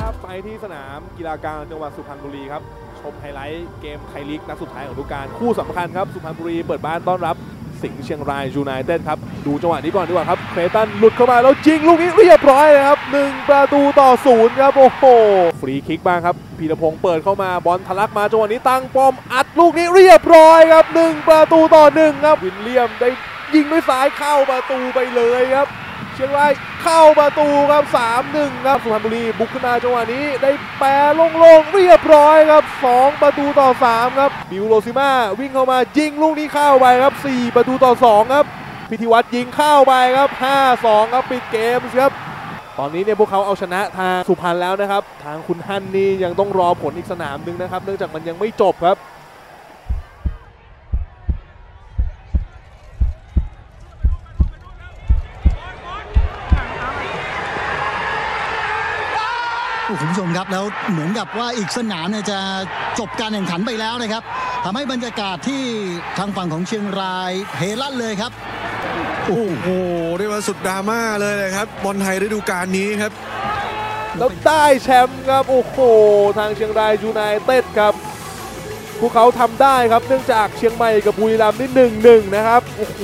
สนามกีฬากลางจังหวัดสุพรรณบุรีครับ ชมไฮไลท์เกมไทยลีกนัดสุดท้ายของฤดูกาลคู่สำคัญครับ สุพรรณบุรีเปิดบ้านต้อนรับสิงห์เชียงรายยูไนเต็ดครับ ดูจังหวะนี้ก่อนดีกว่าครับ เคลตันหลุดเข้ามาแล้วจริงลูกนี้เรียบร้อยเลยครับ 1 ประตูต่อศูนย์ครับ โอ้โห ฟรีคิกบ้างครับพีรพงศ์เปิดเข้ามาบอลทะลักมาจังหวะนี้ตั้งป้อมอัดลูกนี้เรียบร้อยครับหนึ่งประตูต่อหนึ่งครับวินเลียมได้ยิงด้วยซ้ายเข้าประตูไปเลยครับ เชียงรายเข้าประตูครับ 3-1 ครับสุพรรณบุรีบุกขึ้นมาจังหวะนี้ได้แปรโล่งๆเรียบร้อยครับ 2 ประตูต่อ 3 ครับ บิวโรซิมาวิ่งเข้ามายิงลูกนี้เข้าไปครับ 4 ประตูต่อ 2 ครับ พิธีวัตรยิงเข้าไปครับ 5-2 ครับปิดเกมครับ ตอนนี้เนี่ยพวกเขาเอาชนะทางสุพรรณแล้วนะครับ ทางคุณฮั่นนี่ยังต้องรอผลอีกสนามหนึ่งนะครับ เนื่องจากมันยังไม่จบครับ โอ้โหคุณผู้ชมครับแล้วเหมือนกับว่าอีกสนามเนี่ยจะจบการแข่งขันไปแล้วนะครับทำให้บรรยากาศที่ทางฝั่งของเชียงรายเฮลั่นเลยครับโอ้โห โอ้โหเรียกว่าสุดดราม่าเลยนะครับบอลไทยฤดูกาลนี้ครับ แล้วได้แชมป์ครับ โอ้โห ทางเชียงรายยูไนเต็ดครับ พวกเขาทำได้ครับ เนื่องจากเชียงใหม่กับบุรีรัมย์นี่หนึ่งหนึ่งนะครับ โอ้โห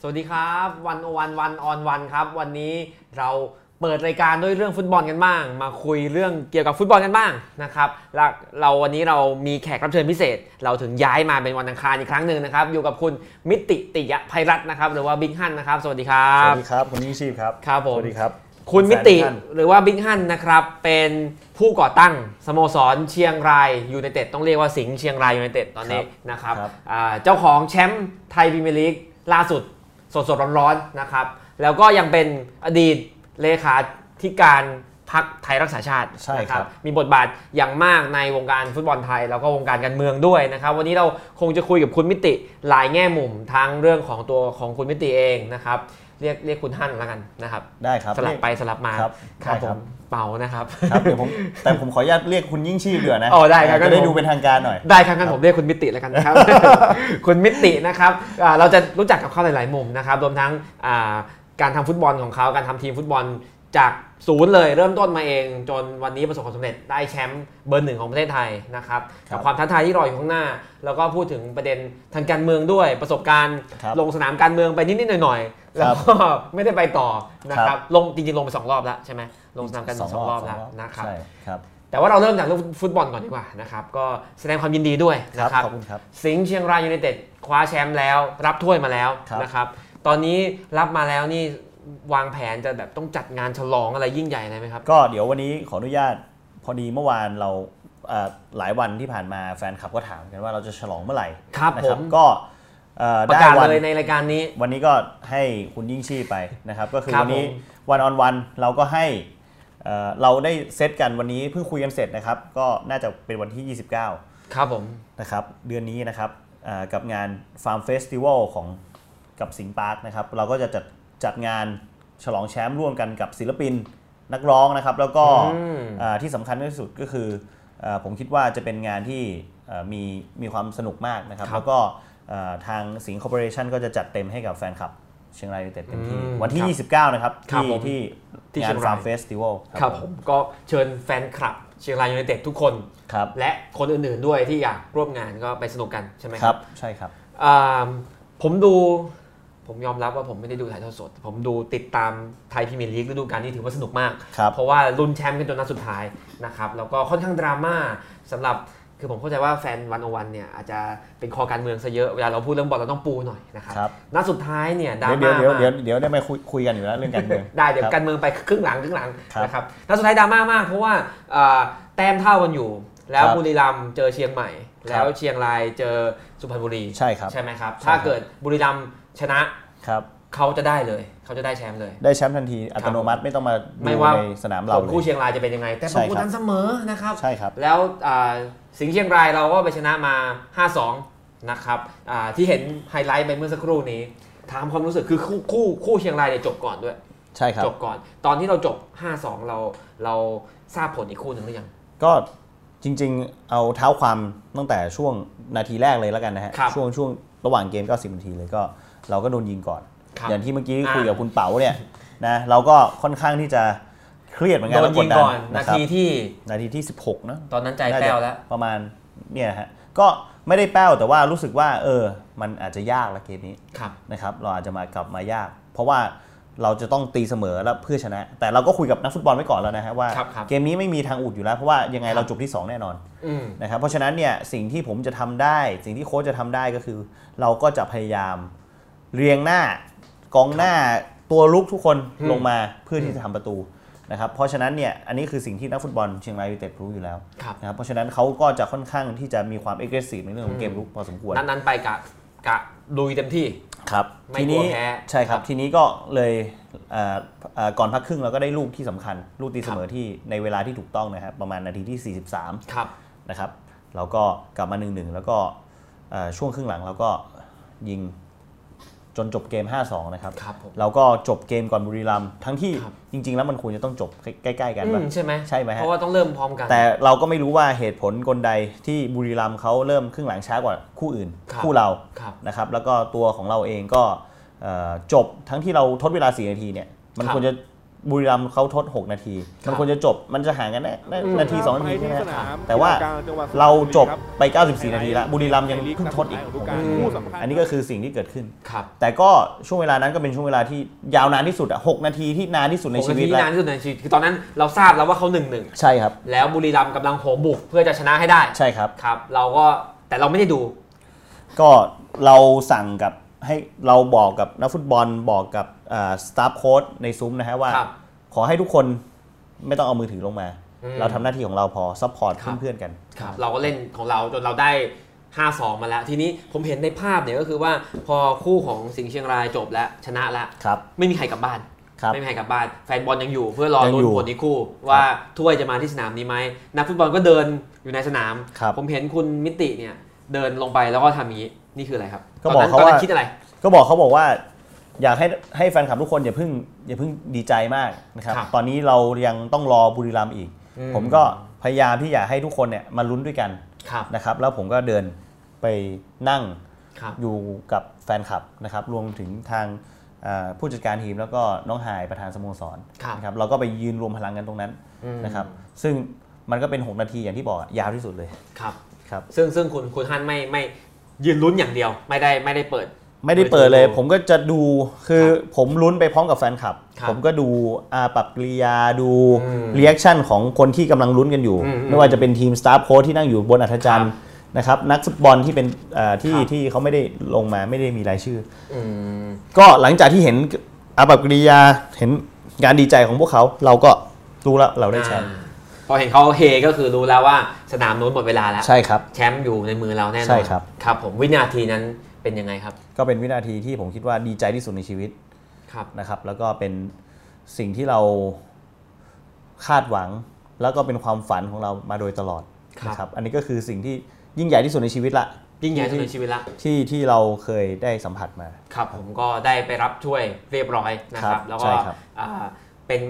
สวัสดีครับวันวันวันออนวันครับ วันนี้เราเปิดรายการด้วยเรื่องฟุตบอลกันบ้าง มาคุยเรื่องเกี่ยวกับฟุตบอลกันบ้างนะครับแล้วเราวันนี้เรามีแขกรับเชิญพิเศษ เราถึงย้ายมาเป็นวันอังคารอีกครั้งหนึ่งนะครับ อยู่กับคุณมิติติยะภัยรัตน์นะครับ หรือว่าบิ๊กฮันนะครับ สวัสดีครับสวัสดีครับคุณยิ่งชีพครับ ครับผม สวัสดีครับ คุณมิติ แฟนทุกท่าน หรือว่าบิ๊กฮันนะครับเป็นผู้ก่อตั้งสโมสรเชียงรายยูไนเต็ดต้องเรียกว่าสิงห์เชียงรายยูไนเต็ดตอนนี้นะครับ ครับ อ่าเจ้าของแชมป์ไทยพรีเมียร์ลีกล่าสุดสดสดๆร้อนๆนะครับ แล้วก็ยังเป็นอดีตเลขาธิการพักไทยรักษาชาติ ใช่ครับ นะมีบทบาทอย่างมากในวงการฟุตบอลไทย แล้วก็วงการการเมืองด้วยนะครับ วันนี้เราคงจะคุยกับคุณมิติหลายแง่มุมทั้งเรื่องของตัวของคุณมิติเองนะครับเรียกเรียกคุณฮั่นแล้วกันนะครับ ได้ครับ สลับไปสลับมา ครับ ครับ ได้ ผ ครับ มเป่านะครับ ครับเดี๋ยวผมแต่ผมขออนุญาตเรียกคุณยิ่งชีพเดือนะ อ๋อได้ครับ จะได้ ครับผม ดูเป็นทางการหน่อย ได้ครับงั้นผมเรียกคุณมิติแล้วกันครับ คุณมิตินะครับอ่าเราจะรู้จักกับเขาหลาย ๆ มุมนะครับรวมทั้งอ่าการทำฟุตบอลของเขาการทำทีมฟุตบอลจากศูนย์เลยเริ่มต้นมาเอง จนวันนี้ประสบความสำเร็จได้แชมป์เบอร์หนึ่งของประเทศไทยนะครับ ครั กับบ ความท้าทายที่รออยู่ข้างหน้า แล้วก็พูดถึงประเด็นทางการเมืองด้วย ประสบการณ์ ครับ ลงสนามการเมืองไปนิด ๆ หน่อย ๆ แล้วก็ไม่ได้ไปต่อนะค ครั รับบ ลงจริง ๆ ลงไปสองรอบแล้วใช่ไหมลงสนามการเมืองสองรอบแล้วนะครับ ใช่ครับ แต่ว่าเราเริ่มจากเรื่องฟุตบอลก่อนดีกว่านะครับ ก็แสดงความยินดีด้วย ค นะ รับ ครับ ขอบคุณครับ สิงห์เชียงรายยูไนเต็ดคว้าแชมป์แล้ว รับถ้วยมาแล้ว ครับ นะครับ ตอนนี้รับมาแล้วนี่วางแผนจะแบบต้องจัดงานฉลองอะไรยิ่งใหญ่อะไรไหมครับ ก็เดี๋ยววันนี้ขออนุญาตพอดีเมื่อวานเราเอ่อหลายวันที่ผ่านมาแฟนคลับก็ถามกันว่าเราจะฉลองเมื่อไหร่ ครับ นะ ผม ก็เอ่อ ประ ได้ กาศ วัน เลยในรายการนี้ วันนี้ก็ให้คุณยิ่งชีพไปนะครับก็คือ ครับ วันนี้ ผม วันออนวันเราก็ให้เอ่อเราได้เซตกันวันนี้เพิ่งคุยกันเสร็จนะครับก็น่าจะเป็นวันที่ 29 ครับผม นะครับเดือนนี้นะครับอ่ากับงาน Farm Festival ของกับสิงห์ปาร์คนะครับเราก็จะจัดจัดงานฉลองแชมป์ร่วมกันกับศิลปินนักร้องนะครับ แล้วก็ อืม อ่าที่สำคัญที่สุดก็คืออาผมคิดว่าจะเป็นงานที่เอ่อมีมีความสนุกมากนะครับ แล้วก็เอ่อทางสิงห์คอร์ปอเรชันก็จะจัดเต็มให้กับแฟนคลับเชียงรายยูไนเต็ดเต็มที่ อืม วันที่ 29 นะครับ ครับ ที่ ผม ที่ ที่ งา เชี น ยงราย Farm Festival ครับผมก็เชิญแฟนคลับเชียงรายยูไนเต็ดทุกคน ครับ และคนอื่นๆด้วยที่อยากร่วมงานก็ไปสนุกกันใช่ไหม ค ค รั รั บบ ใช่ครับ อ่าผมดูผมยอมรับว่าผมไม่ได้ดูถ่ายทอดสด ผมดูติดตามไทยพรีเมียร์ลีกฤดูกาลนี้ถือว่าสนุกมาก ครับ เพราะว่าลุ้นแชมป์กันจนนัดสุดท้ายนะครับ แล้วก็ค่อนข้างดราม่าสำหรับคือผมเข้าใจว่าแฟนวันอวันเนี่ยอาจจะเป็นคอการเมืองซะเยอะ เวลาเราพูดเรื่องบอลเราต้องปูหน่อยนะครับ ครับ นัดสุดท้ายเนี่ยดรา เดี๋ยว ม่า เดี๋ยว มาก เดี๋ยวเดี๋ยวได้มาคุยคุยกันอยู่แล้วเรื่องการเมือง ได้เดี๋ยว ครับ การเมืองไปครึ่งหลังครึ่งหลัง ครับ นะครับแล้วสุดท้ายดราม่ามากเพราะว่าเอ่อแต้มเท่ากันอยู่ แล้ว ครับ บุรีรัมย์เจอเชียงใหม่ ครับ แล้วเชียงรายเจอสุพรรณบุรี ใช่ครับ ใช่ไหมครับ ใช่ครับ ถ้าเกิดบุรีรัมย์ชนะครับ เขาจะได้เลย เขาจะได้แชมป์เลย ได้แชมป์ทันทีอัตโนมัติไม่ต้องมา ไม่ ดู ว่า ในสนามเรา ผล เล คู่ ย เชียงรายจะเป็นยังไง แต่ผลใช่ครับ คู่นั้นเสมอนะครับ ใช่ครับ แล้วอ่าสิงห์เชียงรายเราก็ไปชนะมา 5-2 นะครับอ่าที่เห็นไฮไลท์ไปเมื่อสักครู่นี้ถามความรู้สึกคือคู่คู่คู่เชียงรายเนี่ยจบก่อนด้วย ใช่ครับ จบก่อน ตอนที่เราจบ 5-2 เราเราทราบผลอีกคู่หนึ่งหรือยัง ก็จริงๆ เอาเท้าความตั้งแต่ช่วงนาทีแรกเลยแล้วกันนะฮะ ครับ ช่วงช่วงระหว่างเกม 90 นาทีเลยก็เราก็โดนยิงก่อน ครับ อย่างที่เมื่อกี้ อ่า คุยกับคุณเป๋าเนี่ยนะเราก็ค่อนข้างที่จะเครียดเหมือนกัน โดน และ ยิง ดั ก่อนนา นะครับ ทีที่ นาทีที่ 16เนอะ ตอนนั้นใจ น่าจะ แป้วแล้ว ประมาณเนี่ยฮะก็ไม่ได้แป้วแต่ว่ารู้สึกว่าเออมันอาจจะยากละเกมนี้ ครับ นะครับเราอาจจะมากลับมายาก เพราะว่าเราจะต้องตีเสมอแล้วเพื่อชนะ แต่เราก็คุยกับนักฟุตบอลไว้ก่อนแล้วนะฮะว่า ครับครับ เกมนี้ไม่มีทางอุดอยู่แล้วเพราะว่ายังไง ครับ เราจบที่ 2 แน่นอน อืม นะครับเพราะฉะนั้นเนี่ยสิ่งที่ผมจะทำได้ สิ่งที่โค้ชจะทำได้ก็คือ เราก็จะพยายามเรียงหน้ากองหน้าตัวลุกทุกคน อืม ลงมาเพื่อที่จะทำประตูนะครับเพราะฉะนั้นเนี่ยอันนี้คือสิ่งที่นักฟุตบอลเชียงรายยูไนเต็ดรู้อยู่แล้ว ครับ นะครับเพราะฉะนั้นเขาก็จะค่อนข้างที่จะมีความเอ็กซ์เซสซีฟในเรื่องของเกมรุกพอสมควร นัดนั้นไปกะกะลุยเต็มที่ ครับ ไม่ ที กลัว นี้ แพ้ ใช่คครัรับ บ ทีนี้ก็เลยเอ่อเอ่อก่อนพักครึ่งเราก็ได้ลูกที่สำคัญ ลูกตีเสมอที่ในเวลาที่ถูกต้องนะครับประมาณนาทีคที่รับ 43 นะครับ เราก็กลับมา 1-1 แล้วก็เอ่อช่วงครึ่งหลังเราก็ยิงจนจบเกม 5-2 นะครับ ครับผม เราก็จบเกมก่อนบุรีรัมย์ทั้งที่ ครับ จริง ๆ แล้วมันควรจะต้องจบใกล้ๆกัน อื ปะ มใช่ไหม ใช่ไหมฮะ เพราะว่าต้องเริ่มพร้อมกัน แต่เราก็ไม่รู้ว่าเหตุผลกลใดที่บุรีรัมย์เขาเริ่มครึ่งหลังช้ากว่าคู่อื่น ครับ เรา ครับ นะครับแล้วก็ตัวของเราเองก็เอ่อจบทั้งที่เราทดเวลา 4 นาทีเนี่ยมัน ครับ ควรจะบุรีรัมย์เขาทด 6 นาที ครับ มันควรจะจบมันจะห่างกันได้ได้ อืม นาที 2 นา ไป ทีใช่ไหม ที่ส ครั นา บ ม แต่ว่า กีฬกลงจังหวัด เราจบ สุพณ ไป 94 นาทีแล้วบุรีรัมย์ยังเพิ่งทดอีก คู่สำคัญ อันนี้ก็คือสิ่งที่เกิดขึ้น ครับ แต่ก็ช่วงเวลานั้นก็เป็นช่วงเวลาที่ยาวนานที่สุดอะหกนาทีที่นานที่สุดในชีวิต ผมก็ที่ แล้ว นานที่สุดในชีวิตคือตอนนั้นเราทราบแล้วว่าเขาหนึ่งหนึ่ง ใช่ครับ แล้วบุรีรัมย์กำลังโหมบุกเพื่อจะชนะให้ได้ ใช่ครับ ครับ เราก็แต่เราไม่ได้ดู ก็เราสั่งกับให้เราบอกกับนักฟุตบอลบอกกับสตาฟโค้ดในซุ้มนะฮะว่า ครับ ขอให้ทุกคนไม่ต้องเอามือถือลงมา อืม เราทำหน้าที่ของเราพอซัพพอร์ต ครับ เพื่อนๆกัน ครับเราก็เล่นของเราจนเราได้ 5 2 มาแล้ว ทีนี้ผมเห็นในภาพเนี่ยก็คือว่าพอคู่ของสิงห์เชียงรายจบแล้วชนะแล้ว ครับ ไม่มีใครกลับบ้าน ครับ ไม่มีใครกลับบ้าน แฟนบอลยังอยู่เพื่อรอ ยัง ลุ้ อนยู่ ผลอีกคู่ ว่าถ้วยจะมาที่สนามนี้ไหมนักฟุตบอลก็เดินอยู่ในสนาม ครับ ผมเห็นคุณมิติเนี่ยเดินลงไปแล้วก็ทำอย่างนี้นี่คืออะไรครับ ก็บอก ตนนั้น เขา ตน ว่า นั้นคิดอะไร ก็บอกเขาบอกว่า อยากให้ให้แฟนคลับทุกคนอย่าเพิ่งอย่าเพิ่งดีใจมากนะครับ ครับ ตอนนี้เรายังต้องรอบุรีรัมย์อีก อืม ผมก็พยายามที่อยากให้ทุกคนเนี่ยมาลุ้นด้วยกัน ครับ นะครับ แล้วผมก็เดินไปนั่ง ครับ อยู่กับแฟนคลับนะครับรวมถึงทางเอ่อผู้จัดการทีมแล้วก็น้องหายประธานสโมสร ครับ นะครับเราก็ไปยืนรวมพลังกันตรงนั้น อืม นะครับซึ่งมันก็เป็น 6 นาทีอย่างที่บอกอะยาวที่สุดเลย ครับ ครับ ซึ่งซึ่งคุณคุณฮั่นไม่ไม่ยืนลุ้นอย่างเดียว ไม่ได้ไม่ได้เปิด ไม่ได้เปิดเลย ผมก็จะดูคือผมลุ้นไปพร้อมกับแฟนคลับ ครับ ผมก็ดูอาปรับกิริยาดู อืม รีแอคชั่นของคนที่กำลังลุ้นกันอยู่ อืม ไม่ว่าจะเป็นทีมสตาฟโค้ชที่นั่งอยู่บนอัธจันทร์นะครับนักฟุตบอลที่เป็นเอ่อที่ ครับ ที่เขาไม่ได้ลงมาไม่ได้มีรายชื่อ อืม ก็หลังจากที่เห็นอาบับกิริยาเห็นการดีใจของพวกเขาเราก็รู้แล้วเราได้แชมป์ อ่าพอเห็นเขาเฮก็คือรู้แล้วว่าสนามโน้นหมดเวลาแล้ว ใช่ครับ แชมป์อยู่ในมือเราแน่นอน ใช่ครับ ครับผมวินาทีนั้นเป็นยังไงครับ ก็เป็นวินาทีที่ผมคิดว่าดีใจที่สุดในชีวิต ครับ นะครับ แล้วก็เป็นสิ่งที่เราคาดหวัง แล้วก็เป็นความฝันของเรามาโดยตลอด ครับ นะครับ อันนี้ก็คือสิ่งที่ยิ่งใหญ่ที่สุดในชีวิตละ ยิ่งใหญ่ที่สุดในชีวิตละ ที่ที่เราเคยได้สัมผัสมา ครับผมก็ได้ไปรับช่วยเรียบร้อยนะค ครั รับ บ แล้ว ใช่ ก็ ครับ อ่าเป็น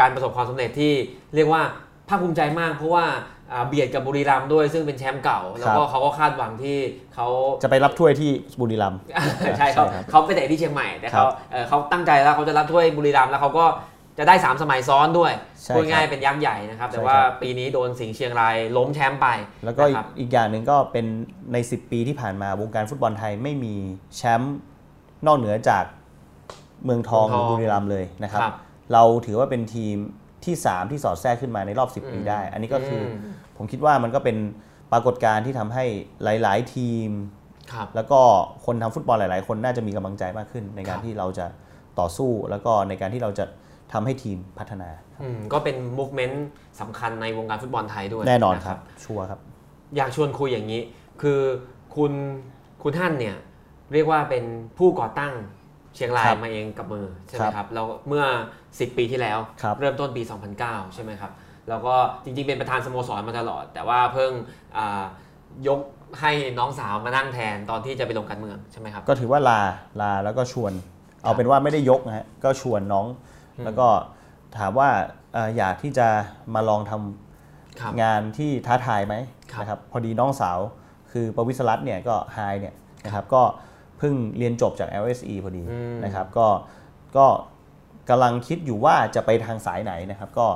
การประสบความสำเร็จที่เรียกว่าภาคภูมิใจมาก เพราะว่าอ่าเบียดกับบุรีรัมย์ด้วยซึ่งเป็นแชมป์เก่า แล้วก็ ครับ เขาก็คาดหวังที่เขา จะไปรับถ้วยที่บุรีรัมย์ ใช่เขา ใช่ครับ เขาไปเตะที่เชียงใหม่แต่เขา ครับ เอ่อเขาตั้งใจแล้วเขาจะรับถ้วยบุรีรัมย์แล้วเขาก็จะได้ 3 สมัยซ้อนด้วย ใช่ พูด ครับ ง่ายๆเป็นยักษ์ใหญ่นะครับ แต่ ใช่ครับ ว่าปีนี้โดนสิงห์เชียงรายล้มแชมป์ไป แล้วก็อี นะค ก รับ อีกอย่างหนึ่งก็เป็นใน 10 ปีที่ผ่านมาวงการฟุตบอลไทยไม่มีแชมป์นอกเหนือจากเมืองทอง เมื ห องท รือ อง บุรีรัมย์เลยนะครับ ครับ เราถือว่าเป็นทีมที่ 3 ที่สอดแทรกขึ้นมาในรอบ 10 ปีได้ อันนี้ก็คืออ ม ผมคิดว่ามันก็เป็นปรากฏการณ์ที่ทำให้หลาย ๆ ทีม ครับ แล้วก็คนทำฟุตบอลหลาย ๆ คนน่าจะมีกำลังใจมากขึ้น ในกา ค ร รับ ที่เราจะต่อสู้แล้วก็ในการที่เราจะทำให้ทีมพัฒนา อืมก็เป็น movement สำคัญในวงการฟุตบอลไทยด้วย แน่นอนะ ครับชัวร์ครับ อยากชวนคุยอย่างนี้ คือคุณคุณท่านเนี่ยเรียกว่าเป็นผู้ก่อตั้งเชียงราย ครับ มาเองกับมือใช่ไหมครับ ครับแล้วเมื่อ 10 ปีที่แล้ว ครับ เริ่มต้นปี 2009 ใช่ไหมครับ แล้วก็จริงๆ เป็นประธานสโมสรมาตลอด แต่ว่าเพิ่งอ่ายกให้น้องสาวมานั่งแทนตอนที่จะไปลงการเมืองใช่ไหมครับ ก็ถือว่าลาลาแล้วก็ชวน เอาเป็นว่าไม่ได้ยกนะฮะก็ชวนน้อง แล้วก็ถามว่าเอ่ออยากที่จะมาลองทำ ครับ งานที่ท้าทายไหม ครับ นะครับพอดีน้องสาวคือประวิศรัตน์เนี่ยก็ไฮเนี่ยนะครับก็ เพิ่งเรียนจบจาก LSE พอดี อืม นะครับก็ก็กำลังคิดอยู่ว่าจะไปทางสายไหนนะครับ ก็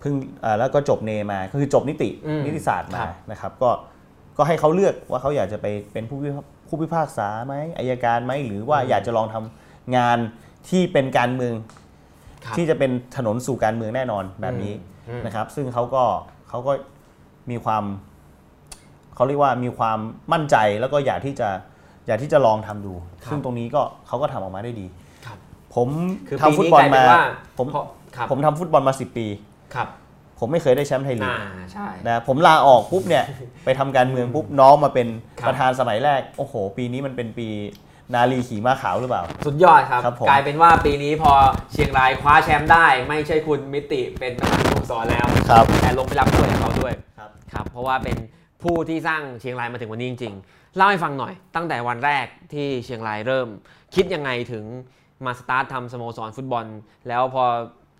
เพิ่งเอ่อแล้วก็จบเนมาก็คือจบนิติ อืม นิติศาสตร์ ค มา รับ นะครับก็ก็ให้เขาเลือกว่าเขาอยากจะไปเป็นผู้พิพากผู้พิพากษาไหมอายการไหมหรือว่าอยากจะลองทำงานที่เป็นการเมือง ครับ ที่จะเป็นถนนสู่การเมืองแน่นอนแบบนี้ อืม นะครับ ซึ่งเขาก็เขาก็มีความเขาเรียกว่ามีความมั่นใจแล้วก็อยากที่จะอยากที่จะลองทำดู ซึ่งตรงนี้ก็เขาก็ทำออกมาได้ดี ครับ ผม คือ ทำ ปี ฟุต นี้ บอกลลายเป็ มาน ว่า ผม เพราะครับ ผมทำฟุตบอลมา 10 ปี ครับ ผมไม่เคยได้แชมป์ไทยลีก อ่าใช่ นะผมลาออกปุ๊บ เนี่ย ไปทำการเมืองปุ๊บน้องมาเป็น ครับ ประธานสมัยแรก โอ้โห ปีนี้มันเป็นปีนาลีขี่ม้าขาวหรือเปล่า สุดยอดครับ ครับผม กลายเป็นว่าปีนี้พอเชียงรายคว้าแชมป์ได้ ไม่ใช่คุณมิติเป็นประธานสโมสรแล้ว ครับ แต่ลงไปรับถ้วยกับเขาด้วย ครับ ครับ เพราะว่าเป็นผู้ที่สร้างเชียงรายมาถึงวันนี้จริงๆ เล่าให้ฟังหน่อย ตั้งแต่วันแรกที่เชียงรายเริ่ม คิดยังไงถึงมาสตาร์ททำสโมสรฟุตบอล แล้วพอ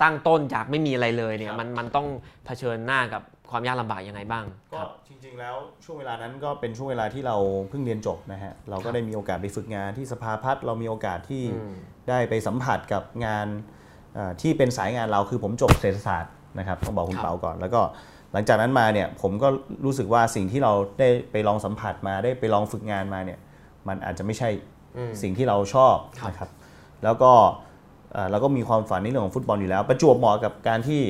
ตั้งต้นจากไม่มีอะไรเลยเนี่ยมันมันต้องเผชิญหน้ากับความยากลำบากยังไงบ้างค ก็ รับ จริงๆแล้วช่วงเวลานั้นก็เป็นช่วงเวลาที่เราเพิ่งเรียนจบนะฮะเราก็ได้มีโอกาสไปฝึกงานที่สภาพัฒน์เรามีโอกาสที่ อืม ได้ไปสัมผัสกับงานเอ่อที่เป็นสายงานเราคือผมจบเศรษฐศาสตร์นะครับต้องบอกคุคณรับ เปาก่อน แล้วก็หลังจากนั้นมาเนี่ยผมก็รู้สึกว่าสิ่งที่เราได้ไปลองสัมผัสมาได้ไปลองฝึกงานมาเนี่ยมันอาจจะไม่ใช่ อืม สิ่งที่เราชอบนะครับ แล้วก็เอ่อเราก็มีความฝันในเรื่องของฟุตบอลอยู่แล้ว ประจวบเหมาะกับการที่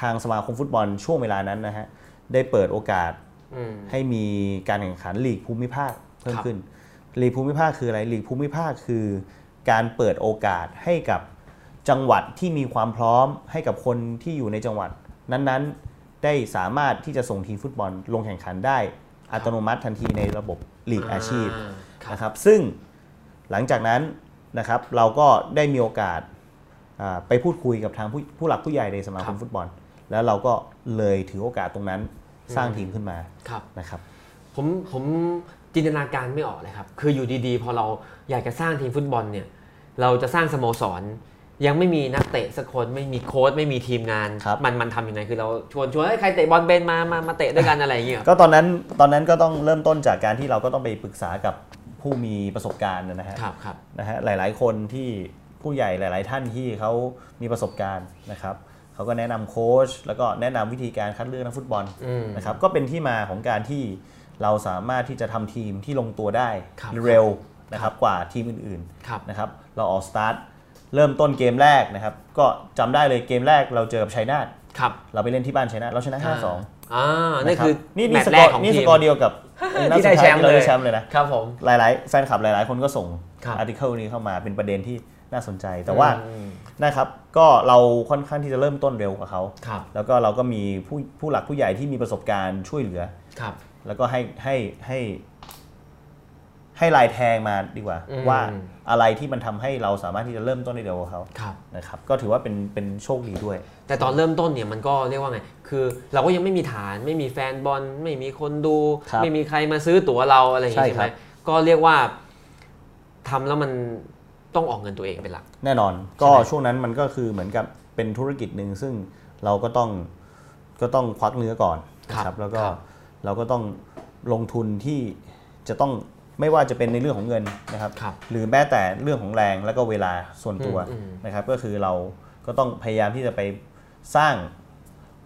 ทางสมาคมฟุตบอลช่วงเวลานั้นนะฮะ ได้เปิดโอกาส อืม ให้มีการแข่งขันลีกภูมิภาคเพิ่ม ครับ ขึ้น ลีกภูมิภาคคืออะไร ลีกภูมิภาคคือการเปิดโอกาสให้กับจังหวัดที่มีความพร้อมให้กับคนที่อยู่ในจังหวัด นั้นๆ ได้สามารถที่จะส่งทีมฟุตบอลลงแข่งขันได้อัตโนมัติทันทีในระบบลีกอาชีพ ครับ นะครับซึ่งหลังจากนั้นนะครับเราก็ได้มีโอกาสอ่าไปพูดคุยกับทางผู้ผู้หลักผู้ใหญ่ในสมา ค ครับ มฟุตบอล แล้วเราก็เลยถือโอกาสตรงนั้นสร้างทีมขึ้นมา ครับ นะครับ ผมผมจินตนาการไม่ออกเลยครับ คืออยู่ดีๆ พอเราอยากจะสร้างทีมฟุตบอลเนี่ย เราจะสร้างสโมสร ยังไม่มีนักเตะสักคนไม่มีโค้ชไม่มีทีมงาน ครับ มันมันทำยังไงคือเราชวนชวนให้ยใครเตะบอลเป็นมามามาเตะด้วยกันอะไรอย่างเงี้ยครับ ก็ตอนนั้นตอนนั้นก็ต้องเริ่มต้นจากการที่เราก็ต้องไปปรึกษากับผู้มีประสบการณ์นะฮะ ครับครับ นะฮะหลาย ๆ คนที่ผู้ใหญ่หลาย ๆ ท่านที่เขามีประสบการณ์นะครับเขาก็แนะนำโค้ชแล้วก็แนะนำวิธีการคัดเลือกนักฟุตบอล อืม นะครับก็เป็นที่มาของการที่เราสามารถที่จะทำทีมที่ลงตัวได้ ครับ เร็วนะครับกว่าทีมอื่น ครับ ๆนะครับเราออกสตาร์ทเริ่มต้นเกมแรกนะครับก็จำได้เลยเกมแรกเราเจอกับชัยนาท ครับ เราไปเล่นที่บ้านชัยนาทเราชนะ 5-2 อ่านี่คือ นี่ แม นี่ ต ส ช์แร กอก ร์ ของ นี่ ที ส ม กอร์เดียวกับนัด ที่ได้ สุท้ายที่เรา แชมป์เลย ได้แชมป์เลยนะ ครับผม หลาย ๆ แฟนคลับหลาย ๆ คนก็ส่ง ครับ อาร์ติเคิลนี้เข้ามาเป็นประเด็นที่น่าสนใจ แต่ว่า อืม นะครับก็เราค่อนข้างที่จะเริ่มต้นเร็วกว่าเขา ครับ แล้วก็เราก็มีผู้ผู้หลักผู้ใหญ่ที่มีประสบการณ์ช่วยเหลือ ครับ แล้วก็ให้ให้ให้ให้ลายแทงมาดีกว่า อืม ว่าอะไรที่มันทำให้เราสามารถที่จะเริ่มต้นได้เร็วกว่าเขา ครับ นะครับก็ถือว่าเป็นเป็นโชคดีด้วย แต่ตอนเริ่มต้นเนี่ยมันก็เรียกว่าไง คือเราก็ยังไม่มีฐาน ไม่มีแฟนบอล ไม่มีคนดู ครับ ไม่มีใครมาซื้อตั๋วเราอะไรอย่างงี้ ใช่ ใช่ไหม ครับ ก็เรียกว่าทำแล้วมันต้องออกเงินตัวเองเป็นหลัก แน่นอนก็ ใช่ไหม ช่วงนั้นมันก็คือเหมือนกับเป็นธุรกิจหนึ่งซึ่งเราก็ต้องก็ต้องควักเนื้อก่อน ครับ นะแล้วก็ ครับ เราก็ต้องลงทุนที่จะต้องไม่ว่าจะเป็นในเรื่องของเงินนะครับ ครับ หรือแม้แต่เรื่องของแรงและก็เวลาส่วนตัว อืมอืม นะครับ ก็คือเราก็ต้องพยายามที่จะไปสร้าง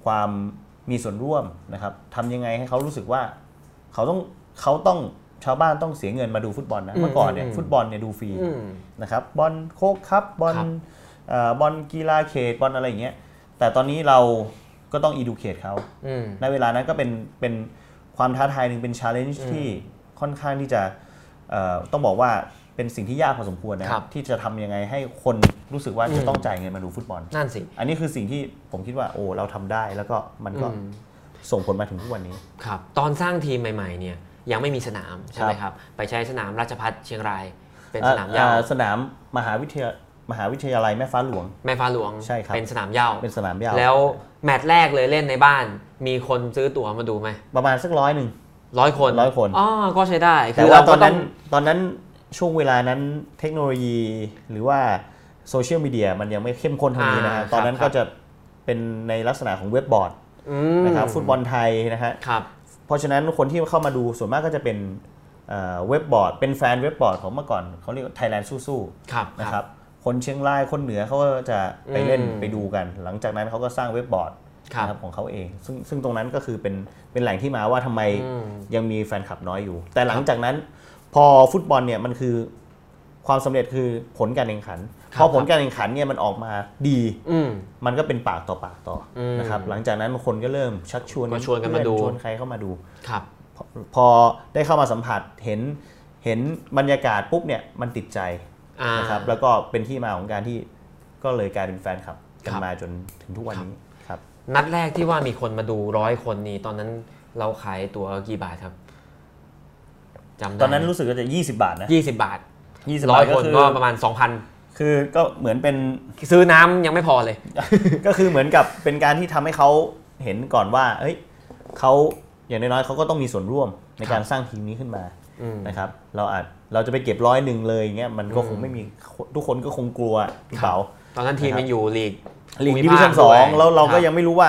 ความมีส่วนร่วมนะครับทำยังไงให้เขารู้สึกว่า เขาต้องเขาต้องชาวบ้านต้องเสียเงินมาดูฟุตบอลนะเมื่อก่อนเนี่ยฟุตบอลเนี่ยดูฟรี อืม นะครับบอลโคกครับบอล ครับ เอ่อบอลกีฬาเขตบอลอะไรอย่างเงี้ยแต่ตอนนี้เราก็ต้อง educate เขา อืม ในเวลานั้นก็เป็นเป็นความท้าทายหนึ่งเป็น challenge ที่ค่อนข้างที่จะเอ่อต้องบอกว่าเป็นสิ่งที่ยากพอสมควรนะครับ ที่จะทำยังไงให้คนรู้สึกว่าจะต้องจ่ายเงินมาดูฟุตบอล นั่นสิ อันนี้คือสิ่งที่ผมคิดว่าโอ้เราทำได้แล้วก็มันก็ อืม ส่งผลมาถึงทุกวันนี้ ครับ ตอนสร้างทีมใหม่ๆ เนี่ยยังไม่มีสนามใช่ไหมครับ ไปใช้สนามราชพัฒเชียงราย เป็นสนามหญ้า อ่อ่สนามมหาวิทยามหาวิทยาลัยแม่ฟ้าหลวง แม่ฟ้าหลวง ใช่ครับ เป็นสนามหญ้า เป็นสนามหญ้า แล้วแมตช์แรกเลยเล่นในบ้าน มีคนซื้อตั๋วมาดูไหม ประมาณสักร้อยหนึ่ง ร้อยคน ร้อยคน อ๋อก็ใช้ได้ แต่ คือ ว่า เรา ต ก็ อน ต้อ นั้ ง นตอนนั้นช่วงเวลานั้นเทคโนโลยีหรือว่าโซเชียลมีเดียมันยังไม่เข้มข้นเท่านี้นะฮะ อ่า ตอนนั้น ครับ ก็จะเป็นในลักษณะของเว็บบอร์ด อืม นะครับฟุตบอลไทยนะฮะ ครับ เพราะฉะนั้นคนที่เข้ามาดูส่วนมากก็จะเป็น เอ่อเว็บบอร์ด เป็นแฟนเว็บบอร์ดของเมื่อก่อนเขาเรียกไทยแลนด์สู้ ครับ ๆนะครับคนเชียงรายคนเหนือเขาก็จะไปเล่น อืม ไปดูกัน หลังจากนั้นเขาก็สร้างเว็บบอร์ด ครับ นะของเขาเอง ซึ่งซึ่งตรงนั้นก็คือเป็นเป็นแหล่งที่มาว่าทำไม อืม ยังมีแฟนคลับน้อยอยู่ แต่หลังจากนั้นพอฟุตบอลเนี่ยมันคือความสำเร็จคือผลการแข่งขัน พอผลการแข่งขันเนี่ยมันออกมาดี อืม มันก็เป็นปากต่อปากต่ออ ม นะครับหลังจากนั้นบางคนก็เริ่มชักชวน ก็ชวนกันมาดู เพื่อชวนใครเข้ามาดู ครับ พอพอได้เข้ามาสัมผัสเห็นเห็นบรรยากาศปุ๊บเนี่ยมันติดใจ อ่าน นะครับแล้วก็เป็นที่มาของการที่ก็เลยกลายเป็นแฟนคลับกัน ครับ มาจนถึงทุกวันนี้ครับ นัดแรกที่ว่ามีคนมาดูร้อยคนนี้ ตอนนั้นเราขายตัวกี่บาทครับจำได้ ตอนนั้นรู้สึกว่าจะ 20 บาทนะ ยี่สิบบาท 20 ร้ บา อย ท คน อ ก็ประมาณสองพัน คือก็เหมือนเป็น ซื้อน้ำยังไม่พอเลย ก็คือเหมือนกับเป็นการที่ทำให้เขาเห็นก่อนว่าเอ้ยเขาอย่างน้อยๆเขาก็ต้องมีส่วนร่วมในการสร้างทีมนี้ขึ้นมา อืม นะครับ เราอาจเราจะไปเก็บร้อยหนึ่งเลยอย่างเงี้ยมันก็ค อื ง ม ไม่มีทุกคนก็คงกลัวพี่เป๋า ตอนนั้นทีม นะครับ ยังอยู่ลีก ลีก ภูมิ ดิวิ ภา ชั่นส ด้ อ วย งแล้วเราก็ คบ ยังไม่รู้ว่า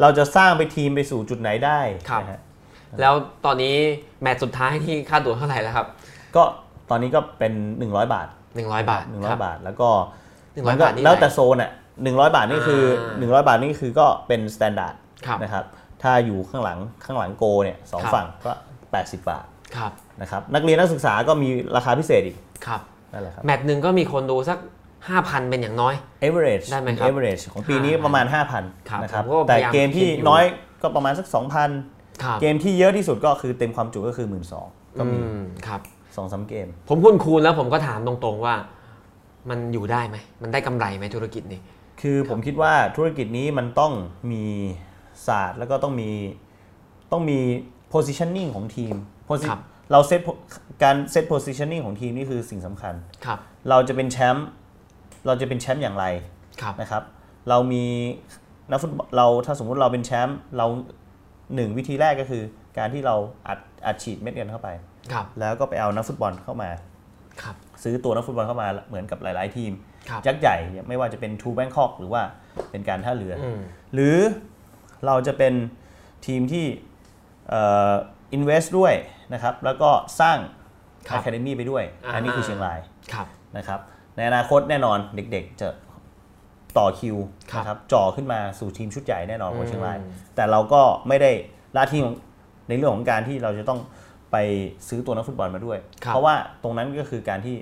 เราจะสร้างไปทีมไปสู่จุดไหนได้ ครับ นะฮะ แล้วตอนนี้แมตช์สุดท้ายที่ค่าตั๋วเท่าไหร่แล้วครับ ก็ตอนนี้ก็เป็น 100 บาท 100 บาทค 100 บาทแล้วก็ 100 มันก็ บาทนี่ แล้วแต่โซนอ่ะ100 บาทนี่คือ อ่า 100 บาทนี่คือก็เป็นสแตนดาร์ด ครับ นะครับถ้าอยู่ข้างหลังข้างหลังโกเนี่ยสองฝั่งก็ 80 บาท ครับ นะครับนักเรียนนักศึกษาก็มีราคาพิเศษอีก ครับ นั่นแหละครับ แมตช์หนึ่งก็มีคนดูสัก 5,000 เป็นอย่างน้อย average ได้ไหมครับ average ของปีนี้ประมาณ 5,000 ครับ นะครับ ผมก็ แต่ พยายาม เกมที่ คิดอยู่ น้อยก็ประมาณสัก ครับ 2,000 เกมที่เยอะที่สุดก็คือเต็มความจุก็คือ 1 2ื่นก็ อื มี มครับ 2อสามเกม ผมคุณคูณแล้วผมก็ถามตรงๆว่า มันอยู่ได้ไหม มันได้กำไรไหมธุรกิจนี้ คือผมคิดว่าธุรกิจนี้มันต้องมีศาสตร์แล้วก็ต้องมีต้องมี positioning ของทีม Posi- ครับ เราเซตการเซต positioning ของทีมนี่คือสิ่งสำคัญ ครับ เราจะเป็นแชมป์เราจะเป็นแชมป์อย่างไร ครับ นะครับ เรามีนักฟุตบอลเราถ้าสมมุติเราเป็นแชมป์เราหนึ่งวิธีแรกก็คือ การที่เราอัดอัดฉีดเม็ดเงินเข้าไป ครับ แล้วก็ไปเอานักฟุตบอลเข้ามา ครับ ซื้อตัวนักฟุตบอลเข้ามาเหมือนกับหลาย ๆ ทีม ครับ ยักษ์ใหญ่ไม่ว่าจะเป็นทูแบงคอกหรือว่าเป็นการท่าเรือ อืม หรือเราจะเป็นทีมที่เอินเวสด้วยนะครับ แล้วก็สร้าง ครั อะ บ คาเดมี่ไปด้วย อ่า อันนี้คือเชียงราย ครับ นะครับในอนาคตแน่นอนเด็กๆ จะต่อคิว ครับ นะครับจ่อขึ้นมาสู่ทีมชุดใหญ่แน่นอนของเชียงราย อืม แต่เราก็ไม่ได้ละทิ้งในเรื่องของการที่เราจะต้องไปซื้อตัวนักฟุตบอลมาด้วย ครับ เพราะว่าตรงนั้นก็คือการที่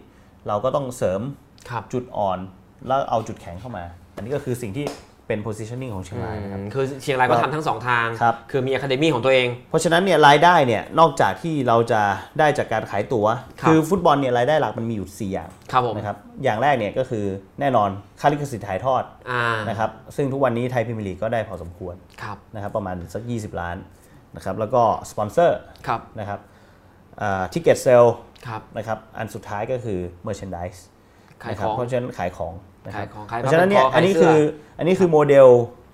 เราก็ต้องเสริม ครับ จุดอ่อน แล้วเอาจุดแข็งเข้ามา อันนี้ก็คือสิ่งที่เป็น positioning ของเชียงรายนะครับ อืมคือเชียงรายก็ ก็ ทำทั้งสองทาง ครับ อมีอะคาเดมี่ของตัวเอง เพราะฉะนั้นเนี่ยรายได้เนี่ยนอกจากที่เราจะได้จากการขายตัว๋ว ครับ อฟุตบอลเนี่ยรายได้หลักมันมีอยู่สี่อย่าง ครับผม นะครับอย่างแรกเนี่ยก็คือแน่นอนค่าลิขสิทธิ์ถ่ายทอด อ่า นะครับซึ่งทุกวันนี้ไทยพรีเมียร์ลีกก็ได้พอสมควร ครับ นะครับประมาณสัก 20 ล้านนะครับแล้วก็สปอนเซอร์ ครับ นะครับทิกเก็ตเซล ครับ นะครับอันสุดท้ายก็คือเมอร์ช n นดิส ขาย นะขครับ อง เพราะฉะนั้นขายของนะครับ ขายของขาย เพราะฉะนั้นเนี่ย ผ้าพันคออั อันนี้ ขายเสื้ คือ อ อันนี้คือโมเดล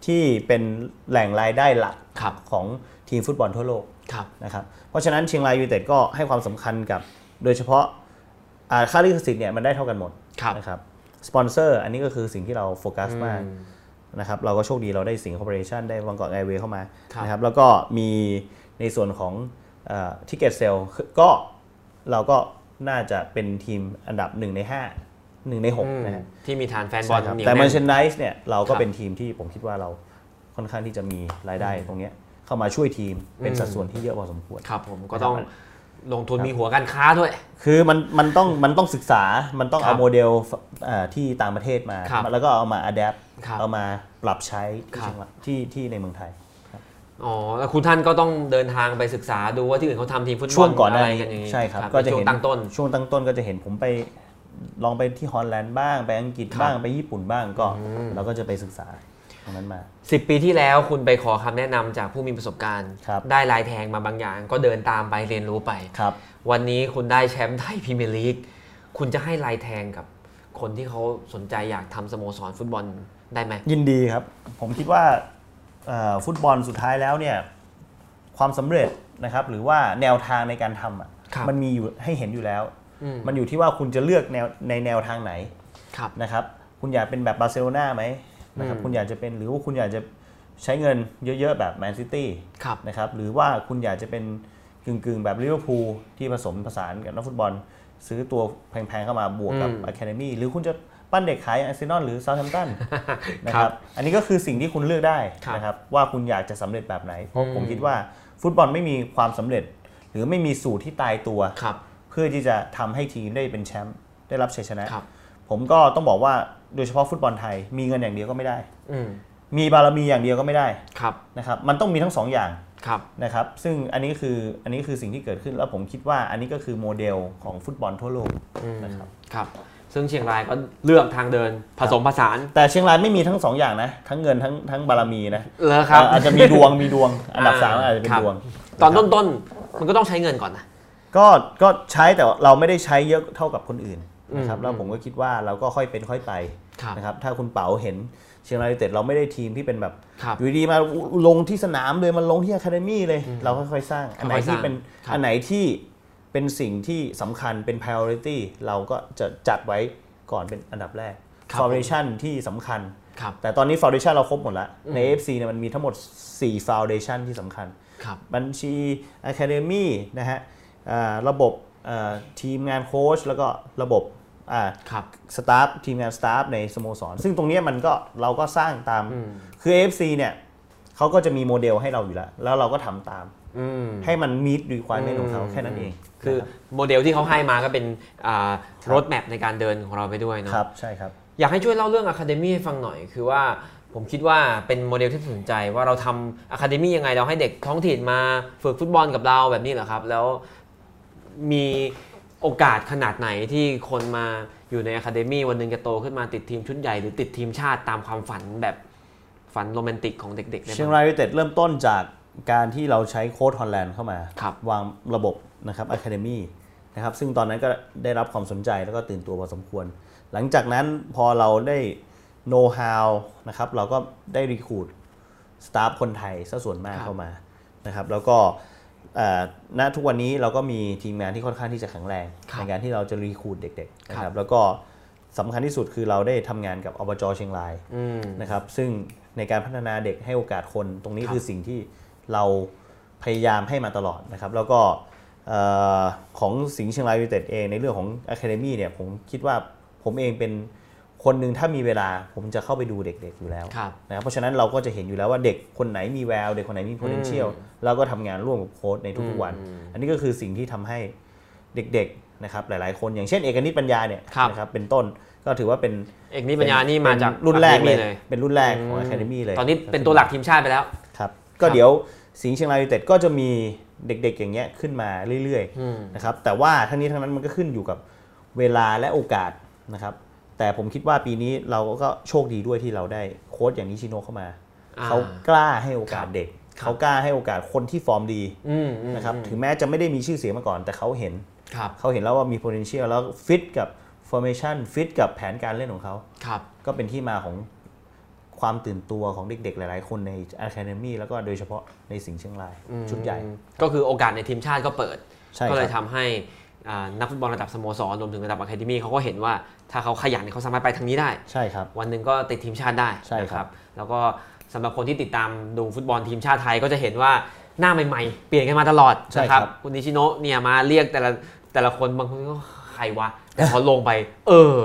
ที่เป็นแหล่งรายได้หลัก ครับ ของทีมฟุตบอลทั่วโลก ครับ นะครับเพราะฉะนั้นเชียงรายยูไนเต็ดก็ให้ความสำคัญกับโดยเฉพาะอ่าค่าลิขสิทธิ์เนี่ยมันได้เท่ากันหมด ครับ นะครับสปอนเซอร์อันนี้ก็คือสิ่งที่เราโฟกัสมาก อืม นะครับเราก็โชคดีเราได้สิงห์คอร์ปอเรชันได้วังกอกแอร์เวย์เข้ามา ครับ นะครับแล้วก็มีในส่วนของทิกเก็ตเซลก็เราก็น่าจะเป็นทีมอันดับ 1 ใน 5 1 ใน อืม 6นะฮะ ที่มีฐานแฟนบอ ใช่ ล ครับ เหนียว แต่เม แน่ อน ร์เชนดิสเนี่ยเราคก็รับ เป็นทีมที่ผมคิดว่าเราค่อนข้างที่จะมีรายได้ตรงเนี้ยเข้ามาช่วยทีมเป็น อืม สัดส่วนที่เยอะพอสมควร ครับผมก็ต้อง ครับ ลงทุนมีหัวการค้าด้วย คือมันมันต้องมันต้องศึกษา มันต้อง ครั เอา บ โมเดลเอ่อที่ต่างประเทศมา ครับ แล้วก็เอามาอัดแอป ครับ เอามาปรับใช้ครับที่เชียงรายที่ที่ในเมืองไทย อ๋อแล้วคุณท่านก็ต้องเดินทางไปศึกษาดูว่าที่อื่นเขาทำทีมฟุตบอล ช่วงก่อนห อะ น้า ไร นี้ กันอย่างนี้ ใช่ครับ ก็ ก็ จะ จะ เห็ เห็ นตั้งต้น ช่วงตั้งต้นก็จะเห็นผมไปลองไปที่ฮอลแลนด์บ้าง ไปอังกฤษ ครับ บ้างไปญี่ปุ่นบ้างก็เราก็จะไปศึกษาตรงนั้นมา 10 ปีที่แล้วคุณไปขอคำแนะนำจากผู้มีประสบการณ์ ครับ ได้ลายแทงมาบางอย่าง ก็เดินตามไปเรียนรู้ไป ครับ วันนี้คุณได้แชมป์ไทยพรีเมียร์ลีก คุณจะให้ลายแทงกับคนที่เขาสนใจอยากทำสโมสรฟุตบอลได้ไหม ยินดีครับ ผมคิดว่าเอ่อฟุตบอลสุดท้ายแล้วเนี่ยความสำเร็จนะครับหรือว่าแนวทางในการทำอ่ะ ครับ มันมีอยู่ให้เห็นอยู่แล้ว อืม มันอยู่ที่ว่าคุณจะเลือกแนวในแนวทางไหน ครับ นะครับคุณอยากเป็นแบบบาร์เซโลนาไหมนะครับ อืม คุณอยากจะเป็นหรือว่าคุณอยากจะใช้เงินเยอะๆแบบแมนซิตี้ ครับ นะครับหรือว่าคุณอยากจะเป็น กึ่งๆ แบบลิเวอร์พูลที่ผสมผสานกับนักฟุตบอล ซื้อตัวแพงๆเข้ามาบวกกับ อืม อะคาเดมี่หรือคุณจะปั้นเด็กขายอาร์เซนอลหรือเซาท์แฮม ป์ตันนะ ค ค รั รั บบ อันนี้ก็คือสิ่งที่คุณเลือกได้ ครับ นะครับว่าคุณอยากจะสำเร็จแบบไหนเพ อื ราะ ม ผมคิดว่าฟุตบอลไม่มีความสำเร็จ หรือไม่มีสูตรที่ตายตัว ครับ เพื่อที่จะทำให้ทีมได้เป็นแชมป์ได้รับชัยชนะ ครับ ผมก็ต้องบอกว่าโดยเฉพาะฟุตบอลไทย มีเงินอย่างเดียวก็ไม่ได้ อืม มีบารมีอย่างเดียวก็ไม่ได้ ครับ นะครับมันต้องมีทั้งสองอย่าง ครับ นะครับซึ่งอันนี้คืออันนี้คือสิ่งที่เกิดขึ้นแล้วผมคิดว่าอันนี้ก็คือโมเดลของฟุตบอลทั่วโลกนะครับ ครับ ซึ่งเชียงรายก็เลือกทางเดินผสมผสาน แต่เชียงรายไม่มีทั้งสองอย่างนะทั้งเงินทั้งทั้งบารมีนะ เลยครับ อ่าอาจจะมีดวงมีดวง อันดับ อ่า สามอาจจะเป็ คน รับ ดวง ตอนต้นๆ มันก็ต้องใช้เงินก่อนนะ ก็ก็ใช้แต่เราไม่ได้ใช้เยอะเท่ากับคนอื่นนะครับ อืม แล้วผมก็คิดว่าเราก็ค่อยเป็นค่อยไป ครับ นะครับถ้าคุณเป๋าเห็นเชียงรายยูไนเต็ดเราไม่ได้ทีมที่เป็นแบบ ครับ อยู่ดีมาลงที่สนามเลยมันลงที่อะคาเดมี่เลย เราค่อยๆสร้าง อันไหน ค่อยๆสร้าง ที่เป็น ครับ อันไหนที่เป็นสิ่งที่สำคัญเป็น priority เราก็จะจัดไว้ก่อนเป็นอันดับแรก foundation ที่สำคัญ ครับ แต่ตอนนี้ foundation เราครบหมดแล้ว ใน FC เนี่ยมันมีทั้งหมด 4 foundation ที่สำคัญ ครับ บัญชี Academy นะฮะอ่าระบบอ่าทีมงานโค้ชแล้วก็ระบบอ่า ครับ สตาฟทีมงานสตาฟในสโมสร ซึ่งตรงเนี้ยมันก็เราก็สร้างตาม คือ AFC เนี่ยเขาก็จะมีโมเดลให้เราอยู่แล้ว แล้วเราก็ทำตาม อืม ให้มันมีดดีควายเมนของเขา อืม แค่นั้นเอง คือโมเดลที่เขาให้มาก็เป็นรถแมพในการเดินของเราไปด้วย นะ เนาะ ครับ ใช่ครับ อยากให้ช่วยเล่าเรื่อง Academy ให้ฟังหน่อย คือว่าผมคิดว่าเป็นโมเดลที่น่าสนใจว่าเราทำ Academy ยังไงเราให้เด็กท้องถิ่นมาฝึกฟุตบอลกับเราแบบนี้เหรอครับ แล้วมีโอกาสขนาดไหนที่คนมาอยู่ใน Academy วันหนึ่งจะโตขึ้นมาติดทีมชุดใหญ่ หรือติดทีมชาติตามความฝันแบบฝันโรแมนติกของเด็กๆได้บ้ เชียงรายยูไนเต็ดเริ่มต้นจากการที่เราใช้โค้ชฮอลแลนด์เข้ามา ครับ วางระบบนะครับอะคาเดมีนะครับซึ่งตอนนั้นก็ได้รับความสนใจแล้วก็ตื่นตัวพอสมควร หลังจากนั้นพอเราได้โน้ตฮาวนะครับเราก็ได้รีคูดสตาฟคนไทยซะส่วนมาก ครับ เข้ามานะครับแล้วก็เอ่อณทุกวันนี้เราก็มีทีมงานที่ค่อนข้างที่จะแข็งแรง ครับ ในการที่เราจะรีคูดเด็กๆนะคครั รับบ แล้วก็สำคัญที่สุดคือเราได้ทำงานกับอบจเชียงราย อืม นะครับซึ่งในการพัฒนาเด็กให้โอกาสคนตรงนี้ ครับ คือสิ่งที่เราพยายามให้มาตลอดนะครับแล้วก็เอ่อของสิงห์เชียงรายยูไนเต็ดเองในเรื่องของ Academy เนี่ยผมคิดว่าผมเองเป็นคนหนึ่งถ้ามีเวลาผมจะเข้าไปดูเด็กๆอยู่แล้ว ครับ นะครับเพราะฉะนั้นเราก็จะเห็นอยู่แล้วว่าเด็กคนไหนมีแววเด็กคนไหนมี potential แล้วก็ทำงานร่วมกับโค้ชในทุกๆวัน อืม อันนี้ก็คือสิ่งที่ทำให้เด็กๆนะครับหลายๆคนอย่างเช่นเอกนิตปัญญาเนี่ย ครับ นะครับเป็นต้นก็ถือว่าเป็น เอกนิปัญญานี่มาจาก รุ่นแรกเลย Academy เป็นรุ่นแรกของ Academy เลย ตอนนี้เป็นตัวหลักทีมชาติไปแล้ว ครับ ก็เดี๋ยวสิงห์เชียงรายยูไนเต็ดก็จะมีเด็กๆ อย่างเงี้ยขึ้นมาเรื่อย อืม ๆนะครับแต่ว่าทั้งนี้ทั้งนั้นมันก็ขึ้นอยู่กับเวลาและโอกาสนะครับแต่ผมคิดว่าปีนี้เราก็โชคดีด้วยที่เราได้โค้ชอย่างนิชิโนะเข้ามา อ่ เขากล้าให้โอกาสเด็ก ครับ เขากล้าให้โอกาสคนที่ฟอร์มดี อืมอืม นะครับถึงแม้จะไม่ได้มีชื่อเสียงมาก่อน แต่เขาเห็น ครับ เขาเห็นแล้วว่ามี potential แล้วฟิตกับ formation ฟิตกับแผนการเล่นของเขา ครับ ก็เป็นที่มาของความตื่นตัวของเด็กๆ หลายๆ คนใน Academy แล้วก็โดยเฉพาะในสิงห์เชียงราย ชุดใหญ่ ก็คือโอกาสในทีมชาติก็เปิด ใช่ ก็เลย ค ทำ รับ ให้อ่านักฟุตบอลระดับสโมสรรวมถึงระดับอะคาเดมี่เขาก็เห็นว่าถ้าเขาขยันเขาสามารถไปทางนี้ได้ ใช่ครับ วันหนึ่งก็ติดทีมชาติได้ ใช่ครับ นะแล้วก็สำหรับคนที่ติดตามดูฟุตบอลทีมชาติไทยก็จะเห็นว่าหน้าใหม่ๆ เปลี่ยนกันมาตลอดนะครับ คุณนิชิโนะเนี่ยมาเรียกแต่ละแต่ละคนบางคนก็ใครวะ แต่พอลงไป เออ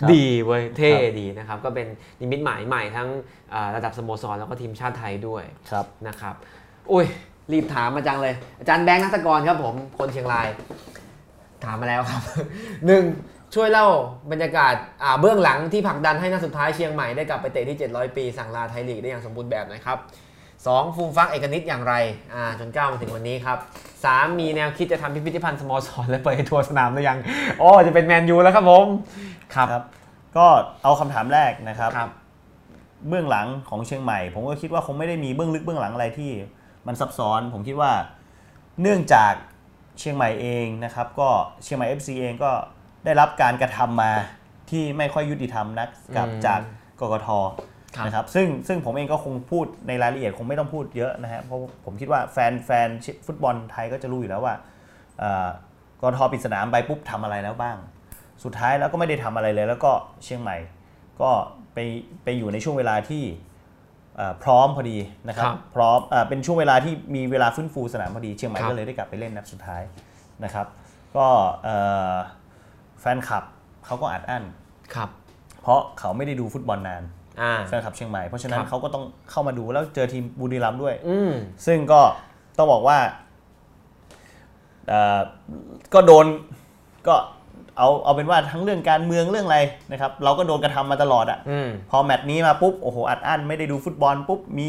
ครับ ดีเว้ยเท่ ครับ ดีนะครับ ก็เป็นนิมิตหมายใหม่ทั้งอ่าระดับสโมสรแล้วก็ทีมชาติไทยด้วย ครับ นะครับอุ้ย รีบถามมาจังเลย อาจารย์แบงค์นักตะกรครับผม คนเชียงราย ถามมาแล้วครับ หนึ่งช่วยเล่าบรรยากาศอ่าเบื้องหลังที่ผลักดันให้นัดสุดท้ายเชียงใหม่ได้กลับไปเตะที่ 700 ปีสั่งลาไทยลีกได้อย่างสมบูรณ์แบบหนะครับ 2. ฟูมฟักเอกนิตอย่างไรอ่าจนก้าวมาถึงวันนี้ครับ 3. มีแนวคิดจะทำพิพิธภัณฑ์สโมสรและเปิดให้ทัวร์สนามหรือยังโอ้จะเป็นแมนยูแล้วครับผมครับ ครับ ก็เอาคำถามแรกนะครับ ครับ เบื้องหลังของเชียงใหม่ ผมก็คิดว่าคงไม่ได้มีเบื้องลึกเบื้องหลังอะไรที่มันซับซ้อน ผมคิดว่าเนื่องจากเชียงใหม่เองนะครับ ก็เชียงใหม่ FC เองก็ได้รับการกระทำมาที่ไม่ค่อยยุติธรรมนักกับ อืม จากกกท ครับ นะครับซึ่งซึ่งผมเองก็คงพูดในรายละเอียดคงไม่ต้องพูดเยอะนะฮะเพราะผมคิดว่าแฟนแฟนฟุตบอลไทยก็จะรู้อยู่แล้วว่าเอ่อกกทปิดสนามไปปุ๊บทำอะไรแล้วบ้าง สุดท้ายแล้วก็ไม่ได้ทำอะไรเลย แล้วก็เชียงใหม่ ก็ไปไปอยู่ในช่วงเวลาที่ เอ่อพร้อมพอดีนะครับ ครับ พร้อมเอ่อเป็นช่วงเวลาที่มีเวลาฟื้นฟูสนามพอดีเชียงใหม่ ครับ ก็เลยได้กลับไปเล่นนัดสุดท้ายนะครับ ก็เอ่อแฟนคลับเขาก็อัดอั้น ครับ เพราะเขาไม่ได้ดูฟุตบอลนาน อ่า แฟนคลับเชียงใหม่เพราะฉะนั้ คน รับ เขาก็ต้องเข้ามาดูแล้วเจอทีมบุรีรัมย์ด้วย อืม ซึ่งก็ต้องบอกว่าเอ่อก็โดนก็เอาเอาเป็นว่าทั้งเรื่องการเมืองเรื่องอะไรนะครับ เราก็โดนกระทำมาตลอดอะ อืม พอแมตช์นี้มาปุ๊บโอ้โหอัดอั้นไม่ได้ดูฟุตบอลปุ๊บมี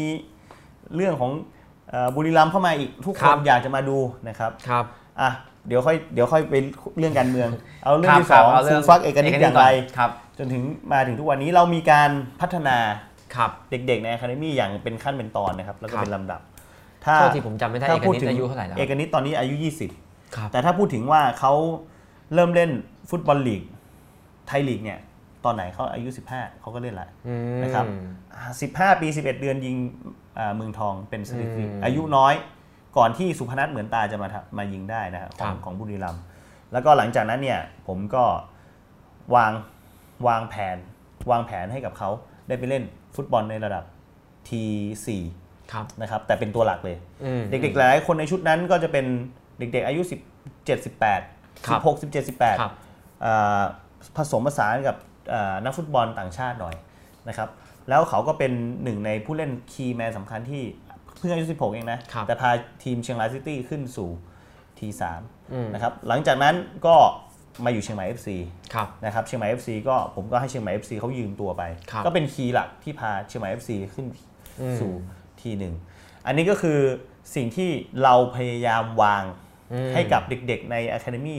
เรื่องของเอ่อบุรีรัมย์เข้ามาอีกทุก ค ค รั น บ อยากจะมาดูนะครับ ครับ อ่ะเดี๋ยวค่อยเดี๋ยวค่อยไปเรื่องการเมือง เอาเรื่องที่ ค สองบา ฟู รื่ ลฟักเอกนิตอย่างไร ก่นครับ จนถึงมาถึงทุกวันนี้เรามีการพัฒนา ครับ เด็กๆใน Academy อย่างเป็นขั้นเป็นตอนนะครับ แล้วก็เป็นลำดับ ถ้า โทษทีผมจำไม่ได้เอกนิตอายุเท่าไหร่แล้ว เอกนิตตอนนี้อายุ 20 ครับ แต่ถ้าพูดถึงว่าเขาเริ่มเล่นฟุตบอลลีกไทยลีกเนี่ย ตอนไหนเขาอายุ 15 เขาก็เล่นละ อืม นะครับอ่า15 ปี 11 เดือนยิงอ่าเมืองทองเป็นสถิติ อืม อายุน้อยก่อนที่สุพนัทเหมือนตาจะมาทำมายิงได้นะครับข ครั อง บ ของบุรีรัมย์แล้วก็หลังจากนั้นเนี่ยผมก็วางวางแผนวางแผนให้กับเขาได้ไปเล่นฟุตบอลในระดับ T4 ครับ นะครับแต่เป็นตัวหลักเลย อืม เด็กๆ หลายๆ คนในชุดนั้นก็จะเป็นเด็กๆ อายุ 17 18 ครับ 16 17 18 ครับ อ่าผสมผสานกับอ่านักฟุตบอลต่างชาติหน่อยนะครับ แล้วเขาก็เป็นหนึ่งในผู้เล่นคีย์แมนสำคัญที่เพิ่งอายุ 16 เองนะ ครับ แต่พาทีมเชียงรายซิตี้ขึ้นสู่ที อืม 3นะครับ หลังจากนั้นก็มาอยู่เชียงใหม่ FC ครับ นะครับเชียงใหม่ FC ก็ผมก็ให้เชียงใหม่ FC เขายืมตัวไป ครับ ก็เป็นคีย์หลักที่พาเชียงใหม่ FC ขึ้น อืม สู่ทีหนึ่งอันนี้ก็คือสิ่งที่เราพยายามวาง อืม ให้กับเด็กๆใน Academy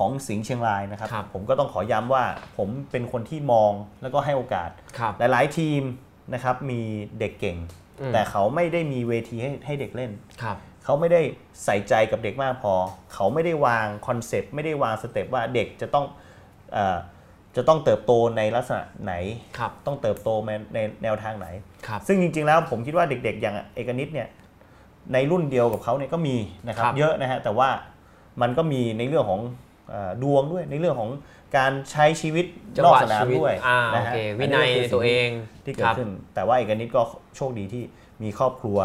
ของสิงห์เชียงรายนะครับ ครับ ผมก็ต้องขอย้ำว่าผมเป็นคนที่มองแล้วก็ให้โอกาส ครับ หลายๆทีมนะครับมีเด็กเก่ง อืม แต่เขาไม่ได้มีเวทีให้ให้เด็กเล่น ครับ เขาไม่ได้ใส่ใจกับเด็กมากพอ เขาไม่ได้วางคอนเซปต์ไม่ได้วางสเต็ปว่าเด็กจะต้องเออจะต้องเติบโตในลักษณะไหน ครับ ต้องเติบโตในในแนวทางไหน ครับ ซึ่งจริงๆแล้วผมคิดว่าเด็กๆ อย่างเอกนิตเนี่ยในรุ่นเดียวกับเขาเนี่ยก็มีนะครับ ครับ เยอะนะฮะแต่ว่ามันก็มีในเรื่องของเอ่อดวงด้วยในเรื่องของการใช้ชีวิต จัง น ห อก วะ สนาม ชีวิต ด้วย อ่า นะฮะ โอเควิ อั นัย ก็คือ ตัวเอง ที่เกิ ครั ด บ ขึ้น แต่ว่าเอกนิตก็โชคดีที่มีครอบครัว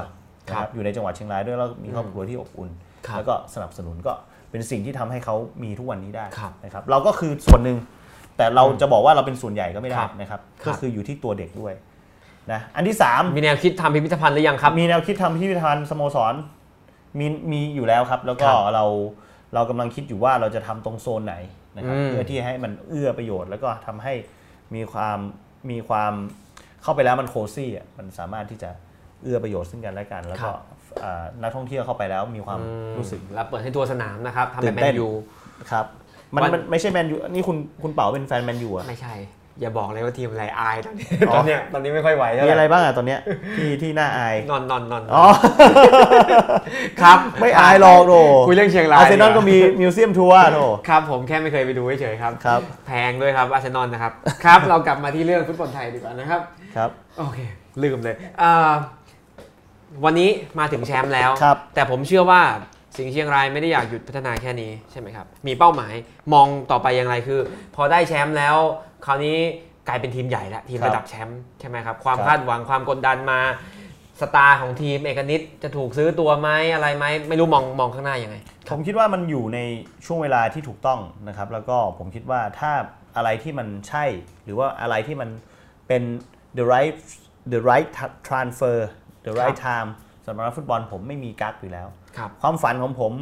นะค ครั รั บบ อยู่ในจังหวัดเชียงรายด้วยแล้วมีครอบครัวที่อบอุ่น ครับ แล้วก็สนับสนุนก็เป็นสิ่งที่ทำให้เขามีทุกวันนี้ได้ ครับ นะครับเราก็คือส่วนหนึ่งแต่เราจะบอกว่าเราเป็นส่วนใหญ่ก็ไม่ได้ ครับ นะครับ ครับ ก็คืออยู่ที่ตัวเด็กด้วยนะอันที่สาม มีแนวคิดทำพิพิธภัณฑ์หรือยังครับ มีแนวคิดทำพิพิธภัณฑ์สโมสรมีมีอยู่แล้วครับ แล้วก็ ครับ เราเรากำลังคิดอยู่ว่าเราจะทำตรงโซนไหนนะครับ อืม เพื่อที่ให้มันเอื้อประโยชน์ แล้วก็ทำให้มีความมีความเข้าไปแล้วมันโคซี่อ่ะมันสามารถที่จะเอื้อประโยชน์ซึ่งกันและกัน แล้วก็อ่านักท่องเที่ยวเข้าไปแล้วมีความรู้สึก แล้วเปิดให้ทัวร์สนามนะครับทำเป็น ตื่ แม นเต้ น น ยู ครับมัน วัน มันไม่ใช่แมนยูนี่คุณคุณเป๋าเป็นแฟนแมนยูอ่ะ ไม่ใช่ อย่าบอกเลยว่าทีมอะไรอายตอนนี้ตอนเนี้ยตอนนี้ไม่ค่อยไหวเท่า มี ไห อะไร ร่ บ้างอ่ะตอนเนี้ยที่ที่น่าอาย นอนนอนนอน อ๋อ ครับ ไม่อายหรอกโด คุยเรื่องเชียงราย อาร์เซนอล ดีว่า ก็มีมิวเซียมทัวร์โด ครับผมแค่ไม่เคยไปดูเฉยๆครับ ครับ แพงด้วยครับอาร์เซนอลนะครับครับ เรากลับมาที่เรื่องฟุตบอลไทยดีกว่านะครับ ครับ โอเค ลืมเลยเอ่อวันนี้มาถึงแชมป์แล้ว ครับ แต่ผมเชื่อว่าสิงห์เชียงรายไม่ได้อยากหยุดพัฒนาแค่นี้ใช่ไหมครับ มีเป้าหมายมองต่อไปอย่างไรคือ พอได้แชมป์แล้ว คราวนี้กลายเป็นทีมใหญ่แล้วทีมระดับแชมป์ใช่ไหมครับ ความ ครับ คาดหวังความกดดันมา สตาร์ของทีมเอกนิตจะถูกซื้อตัวไหมอะไรไหมไม่รู้มองมองข้างหน้ายังไง ผมคิดว่ามันอยู่ในช่วงเวลาที่ถูกต้องนะครับ แล้วก็ผมคิดว่าถ้าอะไรที่มันใช่ หรือว่าอะไรที่มันเป็น the right the right transfer the right time สำหรับนักฟุตบอลผมไม่มีกั๊กอยู่แล้ว ครับ ความฝันของผม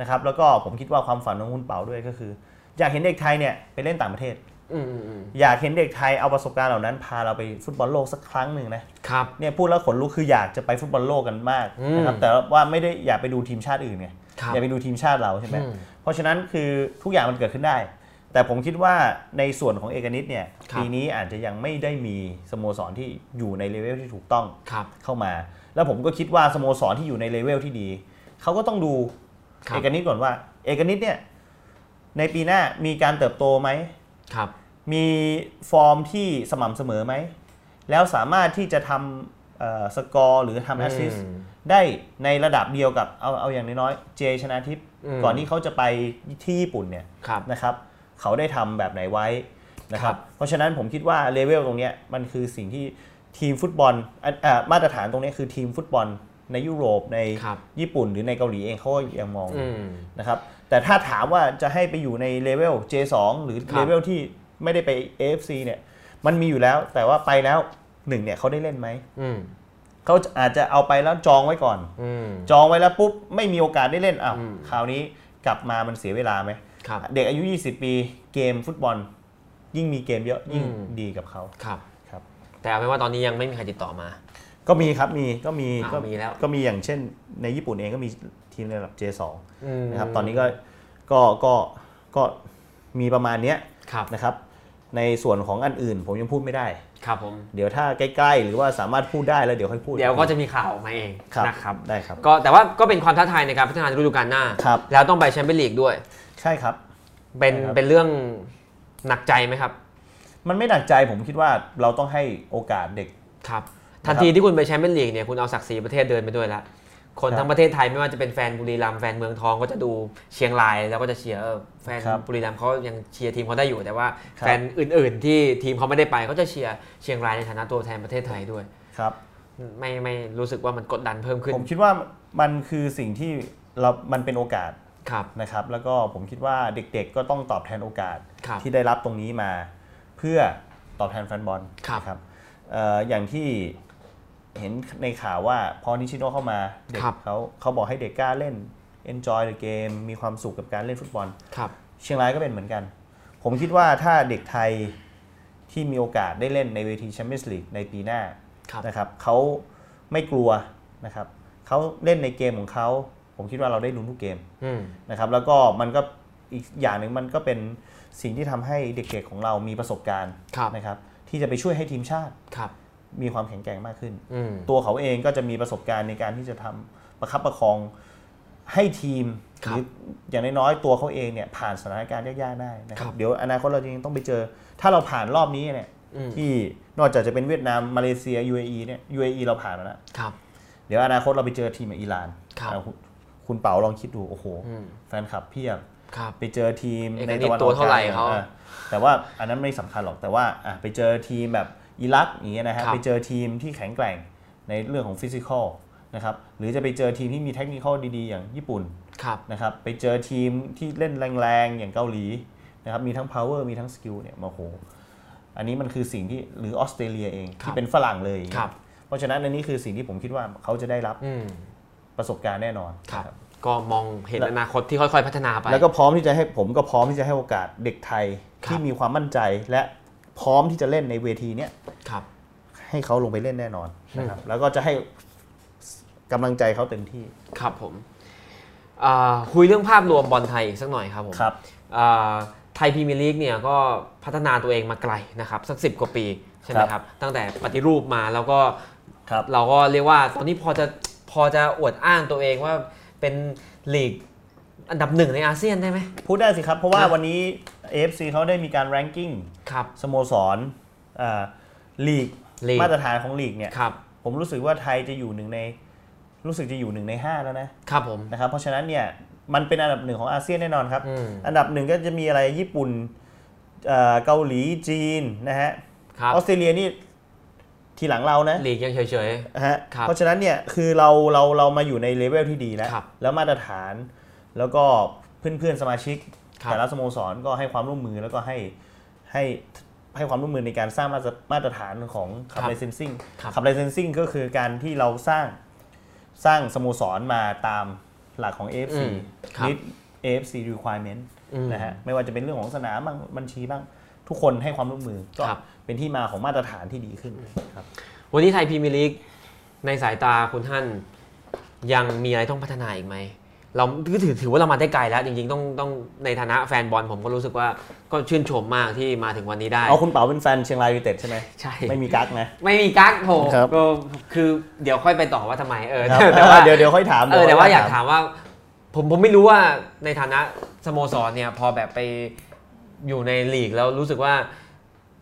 นะครับ แล้วก็ผมคิดว่าความฝันของคุณเปาด้วยก็คือ อยากเห็นเด็กไทยเนี่ยไปเล่นต่างประเทศ อืมอืมอืม อยากเห็นเด็กไทยเอาประสบการณ์เหล่านั้นพาเราไปฟุตบอลโลกสักครั้งหนึ่งนะ ครับ เนี่ยพูดแล้วขนลุกคืออยากจะไปฟุตบอลโลกกันมาก อืม นะครับแต่ว่าไม่ได้อยากไปดูทีมชาติอื่นไง ครับ อยากไปดูทีมชาติเราใช่ไหม อืม เพราะฉะนั้นคือทุกอย่างมันเกิดขึ้นได้ แต่ผมคิดว่าในส่วนของเอกนิตเนี่ยปีนี้อาจจะยังไม่ได้มีสโมสรที่อยู่ในเลเวลที่ถูกต้อง ครับ เข้ามา แล้วผมก็คิดว่าสโมสรที่อยู่ในเลเวลที่ดีเขาก็ต้องดู ครับ เอกนิตก่อนว่า เอกนิตเนี่ยในปีหน้ามีการเติบโตไหม ครับ มีฟอร์มที่สม่ำเสมอไหม แล้วสามารถที่จะทำเอ่อสกอร์หรือทำแอสซิสต์ อืม ได้ในระดับเดียวกับเอาเอาอย่างน้อยๆเจชนะทิพย์ อืม ก่อนที่เขาจะไปที่ญี่ปุ่นเนี่ย ครับ นะครับเขาได้ทำแบบไหนไว้นะครับ ครับ เพราะฉะนั้นผมคิดว่าเลเวลตรงเนี้ยมันคือสิ่งที่ ทีมฟุตบอลอ่ะอ่ะมาตรฐานตรงนี้คือทีมฟุตบอลในยุโรปใน ครับ ญี่ปุ่น หรือในเกาหลีเองเขาก็ยังมอง อืม นะครับแต่ถ้าถามว่าจะให้ไปอยู่ในเลเวล J2 หรือ ครับ เลเวลที่ไม่ได้ไป AFC เนี่ยมันมีอยู่แล้วแต่ว่าไปแล้วหนึ่งเนี่ยเขาได้เล่นไหม อืม เขาอาจจะเอาไปแล้วจองไว้ก่อน อืม จองไว้แล้วปุ๊บ ไม่มีโอกาสได้เล่นอ้าว อืม คราวนี้กลับมามันเสียเวลาไหม ครับ เด็กอายุ 20 ปีเกมฟุตบอล ยิ่งมีเกมเยอะยิ่ง อืม ดีกับเขา ครับ ครับ แต่เอาเป็นว่าตอนนี้ยังไม่มีใครติดต่อมา ก็มีครับมีก็มี อ่ะ ก็ มีแล้ว ก็มีอย่างเช่น ในญี่ปุ่นเองก็มีทีมในระดับ J2 อืม นะครับตอนนี้ก็ก็ก็ก็มีประมาณเนี้ย ครับ นะครับในส่วนของอันอื่นผมยังพูดไม่ได้ ครับผม เดี๋ยวถ้าใกล้ ๆ หรือว่าสามารถพูดได้แล้วเดี๋ยวค่อยพูด เดี๋ยวก็จะมีข่าวออกมาเอง ครับ นะครับ ได้ครับ ก็แต่ว่าก็เป็นความท้าทายในการพัฒนาฤดูกาลหน้า ครับ แล้วต้องไปแชมเปี้ยนลีกด้วย ใช่ครับ เป็น ใช่ครับ เป็นเรื่องหนักใจไหมครับ มันไม่หนักใจผมคิดว่าเราต้องให้โอกาสเด็ก ครับ นะครับ ทันทีที่คุณไปแชมเปี้ยนลีกเนี่ยคุณเอาศักดิ์ศรีประเทศเดินไปด้วยละคน ครับ ทั้งประเทศไทยไม่ว่าจะเป็นแฟนบุรีรัมย์แฟนเมืองทองก็จะดูเชียงรายแล้วก็จะเชียร์เออแฟนบุรีรัมย์เขายังเชียร์ทีมเขาได้อยู่แต่ว่าแฟนอื่น ๆ ที่ทีมเขาไม่ได้ไปเขาจะเชียร์เชียงรายในฐานะตัวแทนประเทศไทยด้วย ครับ ไม่ไม่รู้สึกว่ามันกดดันเพิ่มขึ้น ผมคิดว่ามันคือสิ่งที่เรา มันเป็นโอกาส ครับ นะครับ แล้วก็ผมคิดว่าเด็กๆ ก็ต้องตอบแทนโอกาส ครับ ที่ได้รับตรงนี้มา เพื่อตอบแทนแฟนบอล ครับ นะครับเอ่ออย่างที่เห็นในข่าวว่าพอนิชิโนเข้ามาเด็กเขาเขาบอกให้เด็กกล้าเล่น enjoy the game มีความสุขกับการเล่นฟุตบอล ครับ เชียงรายก็เป็นเหมือนกัน ผมคิดว่าถ้าเด็กไทยที่มีโอกาสได้เล่นในเวทีแชมเปี้ยนส์ลีกในปีหน้า ครับ นะครับเขาไม่กลัวนะครับเขาเล่นในเกมของเขา ผมคิดว่าเราได้ลุ้นทุกเกม อืม นะครับแล้วก็มันก็อีกอย่างหนึ่งมันก็เป็นสิ่งที่ทำให้เด็กๆของเรามีประสบการณ์ ครับ นะครับที่จะไปช่วยให้ทีมชาติ ครับ มีความแข็งแกร่งมากขึ้น อืม ตัวเขาเองก็จะมีประสบการณ์ในการที่จะทำประคับประคองให้ทีม ค ห รับ รืออย่างน้อยๆตัวเขาเองเนี่ยผ่านสถานการณ์ยากๆได้นะค ครั รับบ เดี๋ยวอนาคตเราจะยังต้องไปเจอ ถ้าเราผ่านรอบนี้เนี่ย อืม ที่นอกจากจะเป็นเวียดนามมาเลเซีย UAE เนี่ย UAE เราผ่านมาแล้ว ครับ เดี๋ยวอนาคตเราไปเจอทีมอย่างอิหร่าน ครับ เอาคุณคุณเป๋าลองคิดดูโอ้โห อืม แฟนคลับเพียบ ครับ ไปเจอทีม เอก ใน นิต ตะวันอ ตั อ ว ก เท่าไหร่ กลง เขา อ่ะแต่ว่าอันนั้นไม่สำคัญหรอกแต่ว่าอ่ะไปเจอทีมแบบอิรักอย่างเงี้ยนะฮะ ครับ ไปเจอทีมที่แข็งแกร่งในเรื่องของฟิสิกอลนะครับหรือจะไปเจอทีมที่มีเทคนิคอลดีๆ อย่างญี่ปุ่น ครับ นะครับไปเจอทีมที่เล่นแรงๆ อย่างเกาหลีนะครับมีทั้ง power มีทั้ง skill เนี่ยมาโหอันนี้มันคือสิ่งที่หรือออสเตรเลียเอง ครั ที่ บ เป็นฝรั่งเลยอย่างเงี้ย ครับ เพราะฉะนั้นอันนี้คือสิ่งที่ผมคิดว่าเขาจะได้รับ อืม ประสบการณ์แน่นอน ครับ ก็มองเห็นอนาคตที่ค่อย ๆ พัฒนาไป แล้วก็พร้อมที่จะให้ผมก็พร้อมที่จะให้โอกาสเด็กไทย ครับ ที่มีความมั่นใจและพร้อมที่จะเล่นในเวทีเนี้ย ครับ ให้เขาลงไปเล่นแน่นอนนะครับแล้วก็จะให้กำลังใจเขาเต็มที่ ครับผมอ่าคุยเรื่องภาพรวมบอลไทยอีกสักหน่อยครับผม ครับ อ่าไทยพรีเมียร์ลีกเนี่ยก็พัฒนาตัวเองมาไกลนะครับ สักสิบกว่าปีใช่ไหม ครับ ครับ ตั้งแต่ปฏิรูปมาแล้วก็ ครับ เราก็เรียกว่าตอนนี้พอจะพอจะอวดอ้างตัวเองว่าเป็นลีกอันดับหนึ่งในอาเซียนได้ไหม พูดได้สิครับ เพราะว่า ครับ วันนี้ AFC เขาได้มีการแรงกิ้ง ครับ สโมสรอ่าลีก ลีก มาตรฐานของลีกเนี่ย ครับ ผมรู้สึกว่าไทยจะอยู่หนึ่งในรู้สึกจะอยู่หนึ่งในห้าแล้วนะ ครับผม นะครับเพราะฉะนั้นเนี่ยมันเป็นอันดับหนึ่งของอาเซียนแน่นอนครับ อืม อันดับหนึ่งก็จะมีอะไรญี่ปุ่นเอ่อเกาหลีจีนนะฮะ ครับ ออสเตรเลียนี่ทีหลังเรานะ ลีกยังเฉย นะฮะ ครับ เพราะฉะนั้นเนี่ยคือเราเราเรามาอยู่ในเลเวลที่ดีแล้ว ครับ แล้วมาตรฐานแล้วก็เพื่อนๆสมาชิก ครับ แต่ละสโมสรก็ให้ความร่วมมือแล้วก็ให้ให้ให้ความร่วมมือในการสร้างมาตรมาตรฐานของขับไลเซนซิ่ง ครับ ขับไลเซนซิ่งก็คือการที่เราสร้างสร้างสโมสรมาตามหลักของ AFC อืมครับ need AFC requirement นะฮะไม่ว่าจะเป็นเรื่องของสนามบ้างบัญชีบ้าง ทุกคนให้ความร่วมมือก็ ครับ เป็นที่มาของมาตรฐานที่ดีขึ้นครับ ๆ วันนี้ไทยพรีเมียร์ลีกในสายตาคุณท่านยังมีอะไรต้องพัฒนาอีกไหม เราถือถือว่าเรามาได้ไกลแล้ว จริงๆต้องต้องในฐานะแฟนบอลผมก็รู้สึกว่าก็ชื่นชมมากที่มาถึงวันนี้ได้ เอาคุณเป๋าเป็นแฟนเชียงรายยูไนเต็ดใช่ไหม ใช่ ไม่มีกั๊กนะ ไม่มีกั๊กโถ ครับ ก็คือเดี๋ยวค่อยไปต่อว่าทำไมเออ ครับ แต่ว่า เดี๋ยวเดี๋ยวค่อยถาม เออแต่เดี๋ยวค่ ว่า อย อยาก ถาม ถามว่า ผมผมไม่รู้ว่าในฐานะสโมสรเนี่ยพอแบบไปอยู่ในลีกแล้วรู้สึกว่า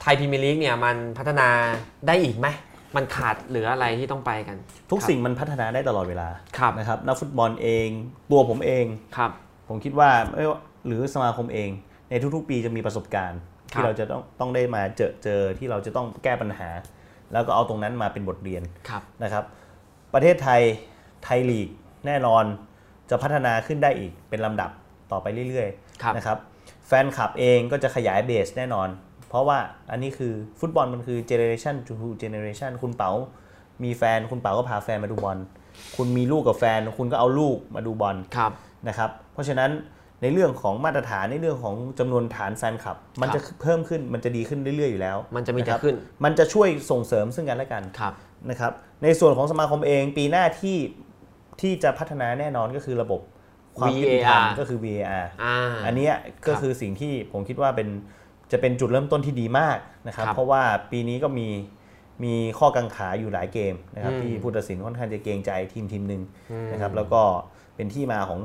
ไทยพรีเมียร์ลีกเนี่ยมันพัฒนาได้อีกไหมมันขาดเหลืออะไรที่ต้องไปกัน ทุกสิ่งมันพัฒนาได้ตลอดเวลา ครับ นะครับนักฟุตบอลเองตัวผมเอง ครับ ผมคิดว่าไม่ว่าหรือสมาคมเองในทุกๆ ปีจะมีประสบการณ์ ครับ ที่เราจะต้องต้องได้มาเจอเจอที่เราจะต้องแก้ปัญหา แล้วก็เอาตรงนั้นมาเป็นบทเรียน ครับ นะครับประเทศไทยไทยลีกแน่นอนจะพัฒนาขึ้นได้อีกเป็นลำดับต่อไปเรื่อย ครับ ๆนะครับแฟนคลับเองก็จะขยายเบสแน่นอน เพราะว่าอันนี้คือฟุตบอลมันคือเจเนเรชัน to เจเนเรชันคุณเป๋ามีแฟนคุณเป๋าก็พาแฟนมาดูบอล คุณมีลูกกับแฟน คุณก็เอาลูกมาดูบอล ครับ นะครับ เพราะฉะนั้นในเรื่องของมาตรฐานในเรื่องของจำนวนฐานแฟนคลับ มันจะเพิ่มขึ้นมันจะดีขึ้นเรื่อยๆอยู่แล้ว มันจะมีแต่ ครับ ขึ้น มันจะช่วยส่งเสริมซึ่งกันและกัน ครับ นะครับในส่วนของสมาคมเองปีหน้าที่ที่จะพัฒนาแน่นอนก็คือระบบความยุติธรรม VAR ก็คือ VAR อ่า อันเนี้ยก็คือสิ่งที่ผมคิดว่าเป็นจะเป็นจุดเริ่มต้นที่ดีมากนะครับ ครับ เพราะว่าปีนี้ก็มีมีข้อกังขาอยู่หลายเกมนะครับ อืม ที่ผู้ตัดสินค่อนข้างจะเกรงใจทีมทีมหนึ่ง อืม นะครับแล้วก็เป็นที่มาของ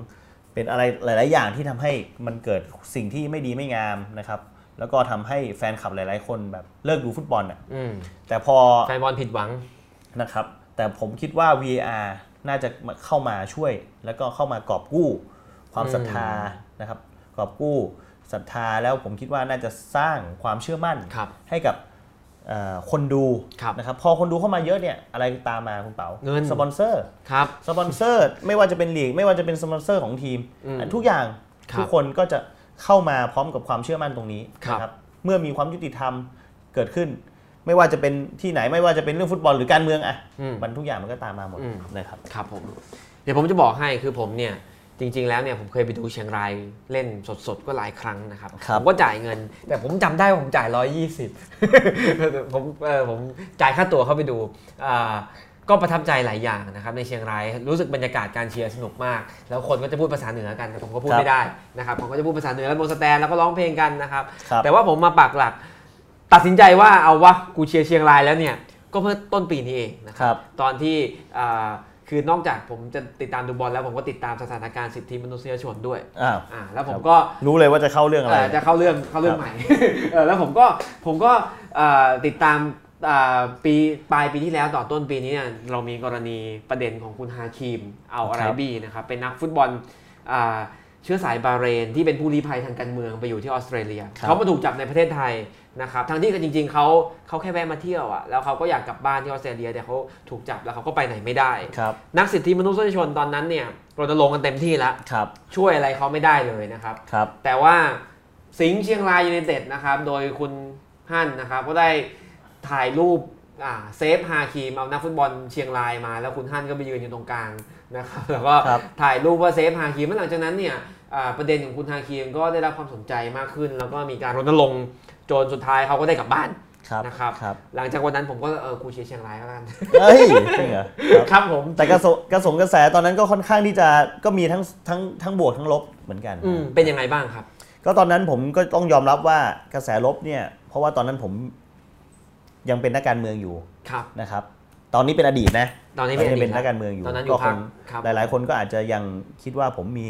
เป็นอะไรหลาย ๆ อย่างที่ทำให้มันเกิดสิ่งที่ไม่ดีไม่งามนะครับแล้วก็ทำให้แฟนคลับหลาย ๆ คนแบบเลิกดูฟุตบอลอ่ะ อืม แต่พอ แฟนบอลผิดหวัง นะครับแต่ผมคิดว่า VAR น่าจะเข้ามาช่วย แล้วก็เข้ามากอบกู้ความศรัทธานะครับกอบกู้ศรัทธาแล้วผมคิดว่าน่าจะสร้างความเชื่อมั่น ครับ ให้กับเอ่อคนดู ครับ นะครับพอคนดูเข้ามาเยอะเนี่ยอะไรตามมาคุณเปา เงิน สปอนเซอร์ ครับ สปอนเซอร์ ไม่ว่าจะเป็นลีกไม่ว่าจะเป็นสปอนเซอร์ของทีม อืม ทุกอย่าง ครับ ทุกคนก็จะเข้ามาพร้อมกับความเชื่อมั่นตรงนี้ ครับ นะเมื่อมีความยุติธรรมเกิดขึ้น ไม่ว่าจะเป็นที่ไหนไม่ว่าจะเป็นเรื่องฟุตบอลหรือการเมืองอะ อืม มันทุกอย่างมันก็ตามมาหมด อืม นะครับ ครับผมเดี๋ยวผมจะบอกให้คือผมเนี่ยจริง ๆ แล้วเนี่ยผมเคยไปดูเชียงรายเล่นสดๆ ก็หลายครั้งนะครับ ครัผบมก็จ่ายเงิน แต่ผมจำได้ว่าผมจ่าย 120 ผมเออผมจ่ายค่าตั๋วเข้าไปดูอ่าก็ประทับใจหลายอย่างนะครับในเชียงรายรู้สึกบรรยากาศการเชียร์สนุกมาก แล้วคนก็จะพูดภาษาเหนือกันแต่ผมก็พูดไม่ได้นะครับผมก็จะพูดภาษาเหนือแล้วโมสแตนแล้วก็ร้องเพลงกันนะครับ ครับ แต่ว่าผมมาปักหลัก ตัดสินใจว่าเอาวะกูเชียร์เชียงรายแล้วเนี่ย ก็เมื่อต้นปีนี้เองนะค ครั รับ บ ตอนที่อ่าคือนอกจากผมจะติดตามดูบอลแล้วผมก็ติดตามสถานการณ์สิทธิมนุษยชนด้วย อ้าว อ่าแล้วผมก็ รู้เลยว่าจะเข้าเรื่องอะไร เอ่อจะเข้าเรื่องเข้าเรื่องใหม่ เออแล้วผมก็ผมก็เอ่อติดตามอ่าปีปลายปีที่แล้วต่อต้นปีนี้เนี่ยเรามีกรณีประเด็นของคุณฮาคิมเอาอา ครั รา บ บีนะครับเป็นนักฟุตบอลอ่าเชื้อสายบาห์เรนที่เป็นผู้ลี้ภัยทางการเมืองไปอยู่ที่ออสเตรเลีย ครับ เขามาถูกจับในประเทศไทยนะครับ ทั้งที่จริงๆ เขาเขาแค่แวะมาเที่ยวอะแล้วเขาก็อยากกลับบ้านที่ออสเตรเลียแต่เขาถูกจับแล้วเขาก็ไปไหนไม่ได้ ครับ นักสิทธิมนุษยชนตอนนั้นเนี่ยรณรงค์กันเต็มที่แล้ว ครับ ช่วยอะไรเขาไม่ได้เลยนะครับ ครับ แต่ว่าสิงห์เชียงรายยูไนเต็ดนะครับ โดยคุณฮั่นนะครับ ก็ได้ถ่ายรูปอ่าเซฟฮาคีมเอานักฟุตบอลเชียงรายมาแล้วคุณฮั่นก็ไปยืนอยู่ตรงกลางนะครับ แล้วก็ ครับ ถ่ายรูปว่าเซฟฮาคีมแล้วหลังจากนั้นเนี่ยอ่าประเด็นของคุณฮาคีมก็ได้รับความสนใจมากขึ้น แล้วก็มีการรณรงค์จนสุดท้ายเขาก็ได้กลับบ้าน ครับ นะครับ ครับ หลังจากวันนั้นผมก็เออกูเชียร์เชียงรายก็แล้วกัน เฮ้ยจริงเหรอครับ ครับผม แต่กระสกระสงกระแสตอนนั้นก็ค่อนข้างที่จะก็มีทั้งทั้งทั้งบวกทั้งลบเหมือนกัน อืมเป็นยังไงบ้างครับ ก็ตอนนั้นผมก็ต้องยอมรับว่ากระแสลบเนี่ยเพราะว่าตอนนั้นผมยังเป็นนักการเมืองอยู่ ครับ นะครับ ตอนนี้เป็นอดีตนะ ตอนนี้ ไม่ได้เป็น ดีค นั รั ก บ การเมืองอยู่ ตอนนั้นอ ก็ ยู่ ค พัก ง ครับ หลาย ๆ คนก็อาจจะยังคิดว่าผมมี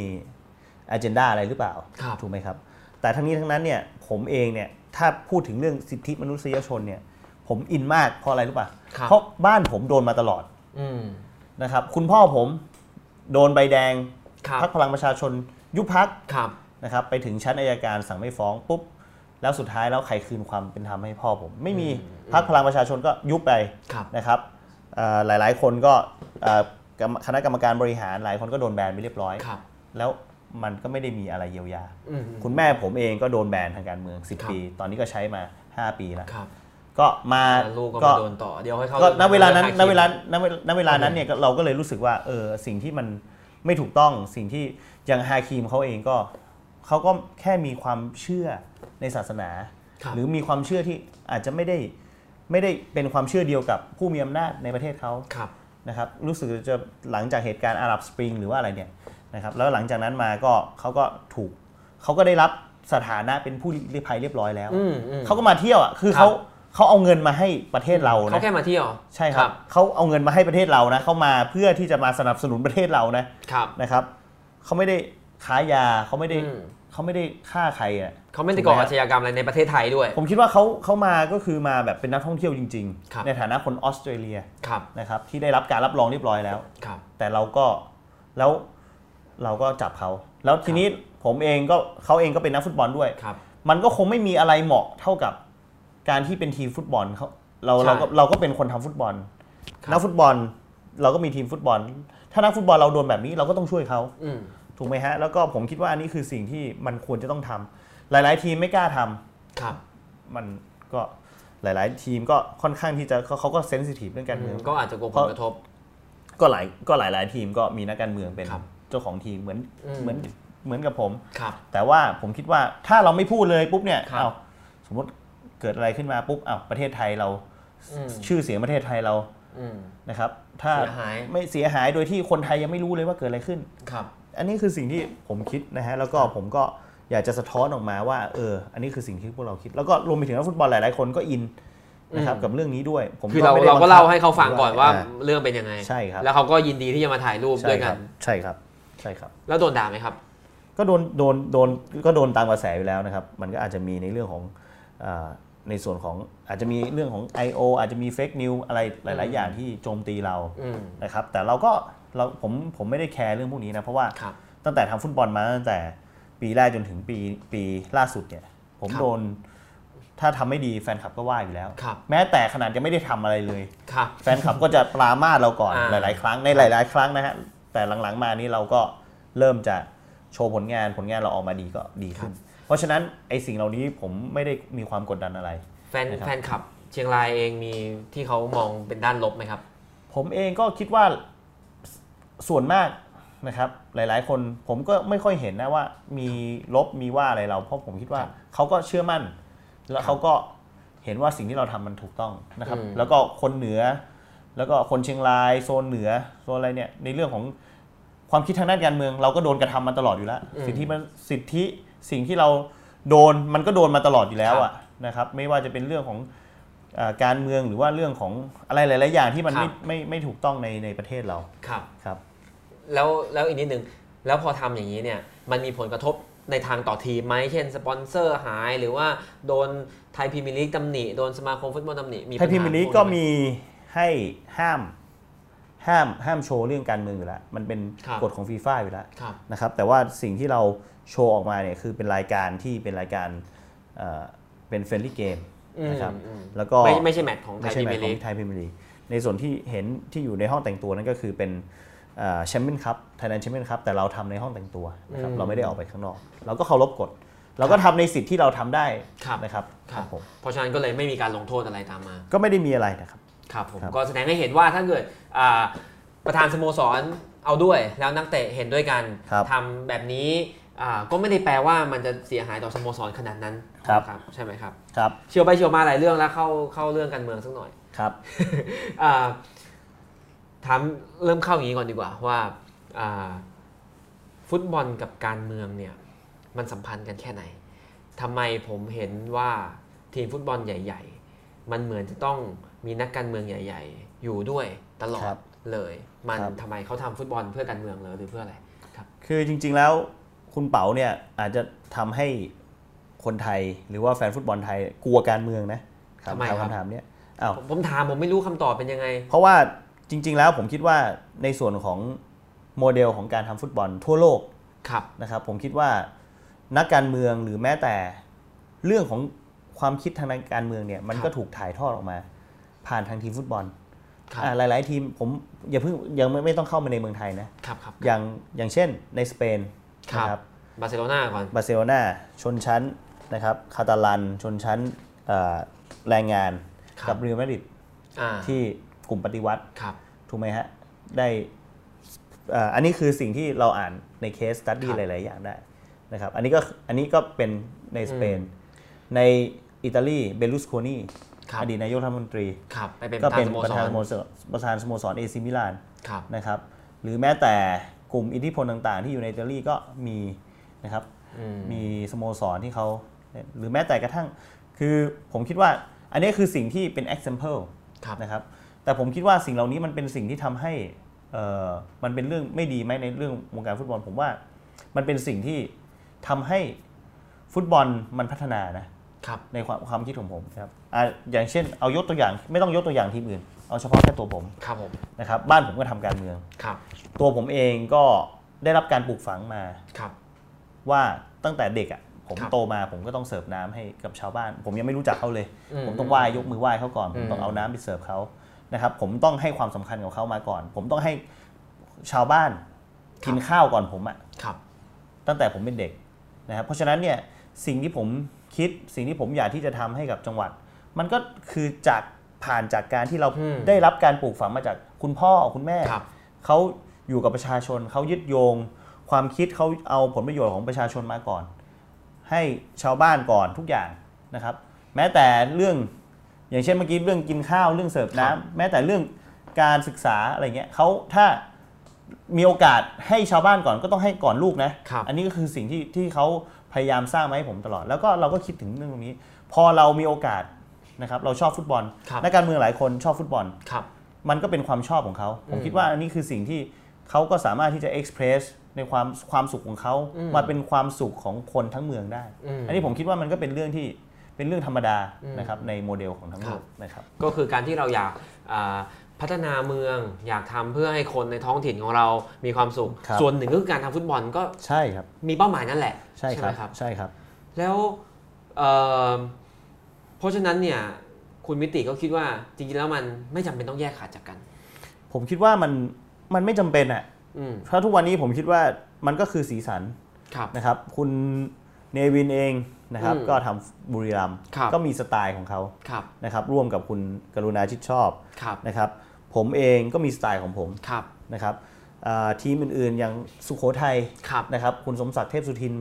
agenda อะไรหรือเปล่า ครับ ถูกไหมครับ แต่ทั้งนี้ทั้งนั้นเนี่ยผมเองเนี่ยถ้าพูดถึงเรื่องสิทธิมนุษยชนเนี่ยผมอินมากเพราะอะไรรู้ป่ะ ครับ เพราะบ้านผมโดนมาตลอด อืม นะครับ คุณพ่อผมโดนใบแดง ครับ พักพลังประชาชนยุบพัก ครับ นะครับไปถึงชั้นอายการสั่งไม่ฟ้องปุ๊บแล้วสุดท้ายแล้วใครคืนความเป็นธรรมให้พ่อผม ไม่มีพักพลังประชาชนก็ยุบไป ครับ นะครับเอ่อหลายๆ คนก็เอ่อกรรมคณะกรรมการบริหารหลายคนก็โดนแบนไปเรียบร้อย ครับ แล้วมันก็ไม่ได้มีอะไรเยียวยา อืม คุณแม่ผมเองก็โดนแบนทางการเมือง ครั 10 บ ปี ตอนนี้ก็ใช้มา 5 ปีแล้ว ครับ ก็มา แล้วลูกก็มาโดนต่อเดี๋ยวให้เขา ก็ณเวลานั้น ให้ ณ เขา เวลาณเวลาณเวลานั้นเนี่ยก็เราก็เลยรู้สึกว่าเออสิ่งที่มันไม่ถูกต้องสิ่งที่อย่างฮาคีมเขาเองก็เขาก็แค่มีความเชื่อในศาสนา ครับ หรือมีความเชื่อที่อาจจะไม่ได้ไม่ได้เป็นความเชื่อเดียวกับผู้มีอำนาจในประเทศเขา ครับ นะครับรู้สึกจะหลังจากเหตุการณ์อาหรับสปริงหรือว่าอะไรเนี่ยนะครับแล้วหลังจากนั้นมาก็เขาก็ถูกเขาก็ได้รับสถานะเป็นผู้ลี้ภัยเรียบร้อยแล้ว อืมอืม เขาก็มาเที่ยวอ่ะคือ ครับ เขาเขาเอาเงินมาให้ประเทศเรา เขา นะ แค่มาเที่ยว ใช่ครับเขาเอาเงินมาให้ประเทศเรานะเขามาเพื่อที่จะมาสนับสนุนประเทศเรานะครับ นะครับเขาไม่ได้ค้ายาเขาไม่ได้ อืม เขาไม่ได้ฆ่าใครอ่ะ เขาไม่ได้ก่ออาชญากรรมอะไรในประเทศไทยด้วย ผมคิดว่าเขาเขามาก็คือมาแบบเป็นนักท่องเที่ยวจริง ครับ ๆ ในฐานะคนออสเตรเลีย ครับ นะครับที่ได้รับการรับรองเรียบร้อยแล้ว ครับ แต่เราก็แล้วเราก็จับเขา แล้วทีนี้ผมเองก็เขาเองก็เป็นนักฟุตบอลด้วย ครับ มันก็คงไม่มีอะไรเหมาะเท่ากับการที่เป็นทีมฟุตบอลเขา เรา ใช่ เราก็เราก็เป็นคนทำฟุตบอล ครับ นักฟุตบอลเราก็มีทีมฟุตบอล ถ้านักฟุตบอลเราโดนแบบนี้เราก็ต้องช่วยเขา อืม ถูกไหมฮะ แล้วก็ผมคิดว่าอันนี้คือสิ่งที่มันควรจะต้องทำหลาย ๆ ทีมไม่กล้าทำ ครับ มันก็หลาย ๆ ทีมก็ค่อนข้างที่จะเขาเขาก็เซนซิทีฟเรื่องการ อื เมือ ม ง ก็อาจจะกลัวผลกระทบ ก็หลายก็หลายหลายๆทีมก็มีนักการเมืองเป็น ครับ เจ้าของทีมเหมือน อืม เหมือนเหมือนกับผม ครับ แต่ว่าผมคิดว่าถ้าเราไม่พูดเลยปุ๊บเนี่ย ครับ เอาสมมติเกิดอะไรขึ้นมาปุ๊บเอาประเทศไทยเรา อืม ชื่อเสียงประเทศไทยเรา อืม นะครับถ้า เสียหาย ไม่เสียหายโดยที่คนไทยยังไม่รู้เลยว่าเกิดอะไรขึ้น ครับ อันนี้คือสิ่งที่ผมคิดนะฮะแล้วก็ผมก็อยากจะสะท้อนออกมาว่าเอออันนี้คือสิ่งที่พวกเราคิด แล้วก็รวมไปถึงนักฟุตบอลหลาย ๆ คนก็อินนะครับกับเรื่องนี้ด้วย ผม คือเรา ไม่ได้ เรา บัง ก็ คับ เล่าให้เขาฟังก่อนว่า า เรื่องเป็นยังไง ใช่ครับ แล้วเขาก็ยินดีที่จะมาถ่ายรูป ใช่ ด้วย ค กั รั น บใช่ครับใช่ครับ แล้วโดนด่าไหมครับ ก็โดนโดนโดนก็โดนตามกระแสอยู่แล้วนะครับ มันก็อาจจะมีในเรื่องของอาในส่วนของอาจจะมีเรื่องของ I.O. อาจจะมีเฟกนิวอะไรหลาย ๆ อย่างที่โจมตีเรา อืม นะครับ แต่เราก็เราผมผมไม่ได้แคร์เรื่องพวกนี้นะ เพราะว่า ครับ ตั้งแต่ทำฟุตบอลมาตั้งแต่ปีแรกจนถึงปีปีล่าสุดเนี่ย ผม ครับ โดน ถ้าทำไม่ดีแฟนคลับก็ว่าอยู่แล้ว ครับ แม้แต่ขนาดจะไม่ได้ทำอะไรเลย ครับ แฟนคลับก็จะปรามาสเราก่อน อ่า หลาย ๆ ครั้งในหลาย ๆ ครั้งนะฮะแต่หลัง ๆ มานี้เราก็เริ่มจะโชว์ผลงานผลงานเราออกมาดีก็ดีขึ้น เพราะฉะนั้นไอ้สิ่งเหล่านี้ผมไม่ได้มีความกดดันอะไร แฟน นะครับ แฟนคลับ เชียงรายเองมีที่เขามองเป็นด้านลบไหมครับ ผมเองก็คิดว่าสส่วนมากนะครับ หลาย ๆ คนผมก็ไม่ค่อยเห็นนะว่ามีลบมีว่าอะไรเรา เพราะผมคิดว่าเขาก็เชื่อมั่น แล้วเขาก็เห็นว่าสิ่งที่เราทำมันถูกต้องนะครับ อืม แล้วก็คนเหนือ แล้วก็คนเชียงรายโซนเหนือโซนอะไรเนี่ยในเรื่องของความคิดทางด้านการเมือง เราก็โดนกระทำมาตลอดอยู่แล้ว สิทธิมันสิทธิสิ่งที่เราโดนมันก็โดนมาตลอดอยู่แล้วอะนะครับ ไม่ว่าจะเป็นเรื่องของ อ่าการเมืองหรือว่าเรื่องของอะไรหลาย ๆ อย่างที่มัน ครั ไม่ บ ไม่ไม่ถูกต้องในในประเทศเรา ครับ ครับ แล้วแล้วอีกนิดหนึ่งแล้วพอทำอย่างนี้เนี่ยมันมีผลกระทบในทางต่อทีมไหมเช่นสปอนเซอร์หายหรือว่าโดนไทยพรีเมียร์ลีกตำหนิโดนสมาคมฟุตบอลตำหนิมี ไทย ญหา พิมพ์นี้ พว ก็ ไห มีให้ห้ามห้ามห้ามโชว์เรื่องการเมืองอยู่แล้ว มันเป็น ครับ กฎของฟีฟ่าอยู่แล้ว ครับ นะครับแต่ว่าสิ่งที่เราโชว์ออกมาเนี่ยคือเป็นรายการที่เป็นรายการเอ่อเป็นเฟรนลี่เกม อืม นะครับ อืม แล้วก็ ไม่ไม่ใช่แมตช์ของไท ไม่ ยพ ใช่ รี แมต เมีย ช์ ร์ลีกของไทยพรีเมียร์ลีกในส่วนที่เห็นที่อยู่ในห้องแต่งตัวนั่นก็คือเป็นแชมเปี้ยนคัพไทยแลนด์แชมเปี้ยนคัพแต่เราทำในห้องแต่งตัวนะครับ อืม เราไม่ได้ออกไปข้างนอก เราก็เคารพกฎเราก็ทำในสิทธิ์ที่เราทำได้ ครับ นะครับ ครับ ผม เพราะฉะนั้นก็เลยไม่มีการลงโทษอะไรตามมา ก็ไม่ได้มีอะไรนะครับ ครับผม ครับ ก็แสดงให้เห็นว่าถ้าเกิดอ่าประธานสโมสรเอาด้วย แล้วนักเตะเห็นด้วยกันทำแบบนี้อ่าก็ไม่ได้แปลว่ามันจะเสียหายต่อสโมสรขนาดนั้นครับใช่ไหมครับ ครับ เชียวไปเชียวมาหลายเรื่องแล้วเข้าเข้าเรื่องการเมืองสักหน่อย ครับ อ่าถามเริ่มเข้าอย่างนี้ก่อนดีกว่าว่าอ่า ฟุตบอลกับการเมืองเนี่ย มันสัมพันธ์กันแค่ไหนทำไมผมเห็นว่าทีมฟุตบอลใหญ่ ๆ มันเหมือนจะต้องมีนักการเมืองใหญ่ ๆ อยู่ด้วยตลอดเลย มันทำไมเขาทำฟุตบอลเพื่อการเมืองเลยหรือเพื่ออะไรครับ คือจริง ๆแล้วคุณเป๋าเนี่ยอาจจะทำให้คนไทยหรือว่าแฟนฟุตบอลไทยกลัวการเมืองนะ ทำไมครับ คำถามเนี้ยอ้าว ผมผมถามผมไม่รู้คำตอบเป็นยังไง เพราะว่าจริง ๆ แล้วผมคิดว่าในส่วนของโมเดลของการทำฟุตบอลทั่วโลก ครับ นะครับผมคิดว่านักการเมืองหรือแม้แต่เรื่องของความคิดทางการเมืองเนี่ยมัน ครับ ก็ถูกถ่ายทอดออกมา ผ่านทางทีมฟุตบอล ครับ อ่าหลาย ๆ ทีมผมอย่าเพิ่งยังไม่ไม่ต้องเข้ามาในเมืองไทยนะครับ ครับ อย่างอย่างเช่นในสเปน ครับ นะครับ บาร์เซโลนาก่อน บาร์เซโลนาชนชั้นนะครับคาตาลัน ชนชั้นเอ่อแรงงาน ครับ กับเรอัลมาดริด อ่า ที่กลุ่มปฏิวัติ ครับ ถูกไหมฮะ ได้เอ่ออันนี้คือสิ่งที่เราอ่านในเคสตัดคดี้รับ หลาย ๆ อย่างได้นะครับ อันนี้ก็อันนี้ก็เป็นในสเปน ในอิตาลีเบลลุสโคนี ครับ อดีตนายกรัฐมนตรี ครับ ไปเป็นป ก็ ระธา เป็น น สโม ปสระธาน ร สโมสรประธานสโมสรเอซิมิลาน ครับ นะครับ หรือแม้แต่กลุ่มอิทธิพลต่าง ๆ ที่อยู่ในอิตาลีก็มีนะครับ อืม มีสโมสรที่เขาหรือแม้แต่กระทั่ง คือผมคิดว่าอันนี้คือสิ่งที่เป็น example ครับ นะครับแต่ผมคิดว่าสิ่งเหล่านี้มันเป็นสิ่งที่ทำให้เอ่อมันเป็นเรื่องไม่ดีไหมในเรื่องวงการฟุตบอล ผมว่ามันเป็นสิ่งที่ทำให้ฟุตบอลมันพัฒนานะครับ ในความความคิดของผมนะครับอ่ะอย่างเช่นเอายกตัวอย่างไม่ต้องยกตัวอย่างทีมอื่น เอาเฉพาะแค่ตัวผม ครับผม นะครับบ้านผมก็ทำการเมือง ครับ ตัวผมเองก็ได้รับการปลูกฝังมา ครับ ว่าตั้งแต่เด็กอะ่ะ ผม ครับ โตมาผมก็ต้องเสิร์ฟน้ำให้กับชาวบ้าน ผมยังไม่รู้จักเขาเลย อืม ผมต้องไหว้ยกมือไหว้เขาก่อน ผมต้อือมงเอาน้ำไปเสิร์ฟเขานะครับ ผมต้องให้ความสำคัญกับเขามาก่อน ผมต้องให้ชาวบ้านกินข้าวก่อนผมอะ ครับ ตั้งแต่ผมเป็นเด็กนะครับ เพราะฉะนั้นเนี่ยสิ่งที่ผมคิดสิ่งที่ผมอยากที่จะทำให้กับจังหวัด มันก็คือจากผ่านจากการที่เรา อืม ได้รับการปลูกฝังมาจากคุณพ่อคุณแม่ ครับ เขาอยู่กับประชาชนเขายึดโยง ความคิดเขาเอาผลประโยชน์ของประชาชนมาก่อน ให้ชาวบ้านก่อนทุกอย่างนะครับ แม้แต่เรื่องอย่างเช่นเมื่อกี้เรื่องกินข้าวเรื่องเสิร์ฟ ครัน้ำบ แม้แต่เรื่องการศึกษาอะไรเงี้ยเขาถ้า มีโอกาสให้ชาวบ้านก่อนก็ต้องให้ก่อนลูกนะ ครับ อันนี้ก็คือสิ่งที่ที่เขาพยายามสร้างมาให้ผมตลอด แล้วก็เราก็คิดถึงเรื่องตรงนี้ พอเรามีโอกาสนะครับเราชอบฟุตบอล ครับ นักการเมืองหลายคนชอบฟุตบอล ครับ มันก็เป็นความชอบของเขา ผมคิดว่าอันนี้คือสิ่งที่เขาก็สามารถที่จะเอ็กซ์เพรสในความความสุขของเขามาเป็นความสุขของคนทั้งเมืองได้ อืม อันนี้ผมคิดว่ามันก็เป็นเรื่องที่เป็นเรื่องธรรมดานะครับในโมเดลของทั้ง ค โล รับ กนะครับ ก็คือการที่เราอยากอ่าพัฒนาเมือง อยากทำเพื่อให้คนในท้องถิ่นของเรามีความสุข ครับ ส่วนหนึ่งก็คือการทำฟุตบอลก็ ใช่ครับ มีเป้าหมายนั่นแหละ ใช่ค ไห รั ม บใช่ครับ แล้วเอ่อเพราะฉะนั้นเนี่ยคุณมิติก็คิดว่าจริงๆแล้วมันไม่จำเป็นต้องแยกขาดจากกัน ผมคิดว่ามันมันไม่จำเป็นอะ อืม เพราะทุกวันนี้ผมคิดว่ามันก็คือสีสัน ครับ นะครับ คุณเนวินเองนะครับ อืม ก็ทำบุรีรัมย์ ครับ ก็มีสไตล์ของเขา ครับ นะครับ ร่วมกับคุณกรุณาชิดชอบ ครับ นะครับ ผมเองก็มีสไตล์ของผม ครับ นะครับอ่าทีมอื่นๆ อย่างสุโขทัย ครับ นะครับ คุณสมศักดิ์เทพสุทิน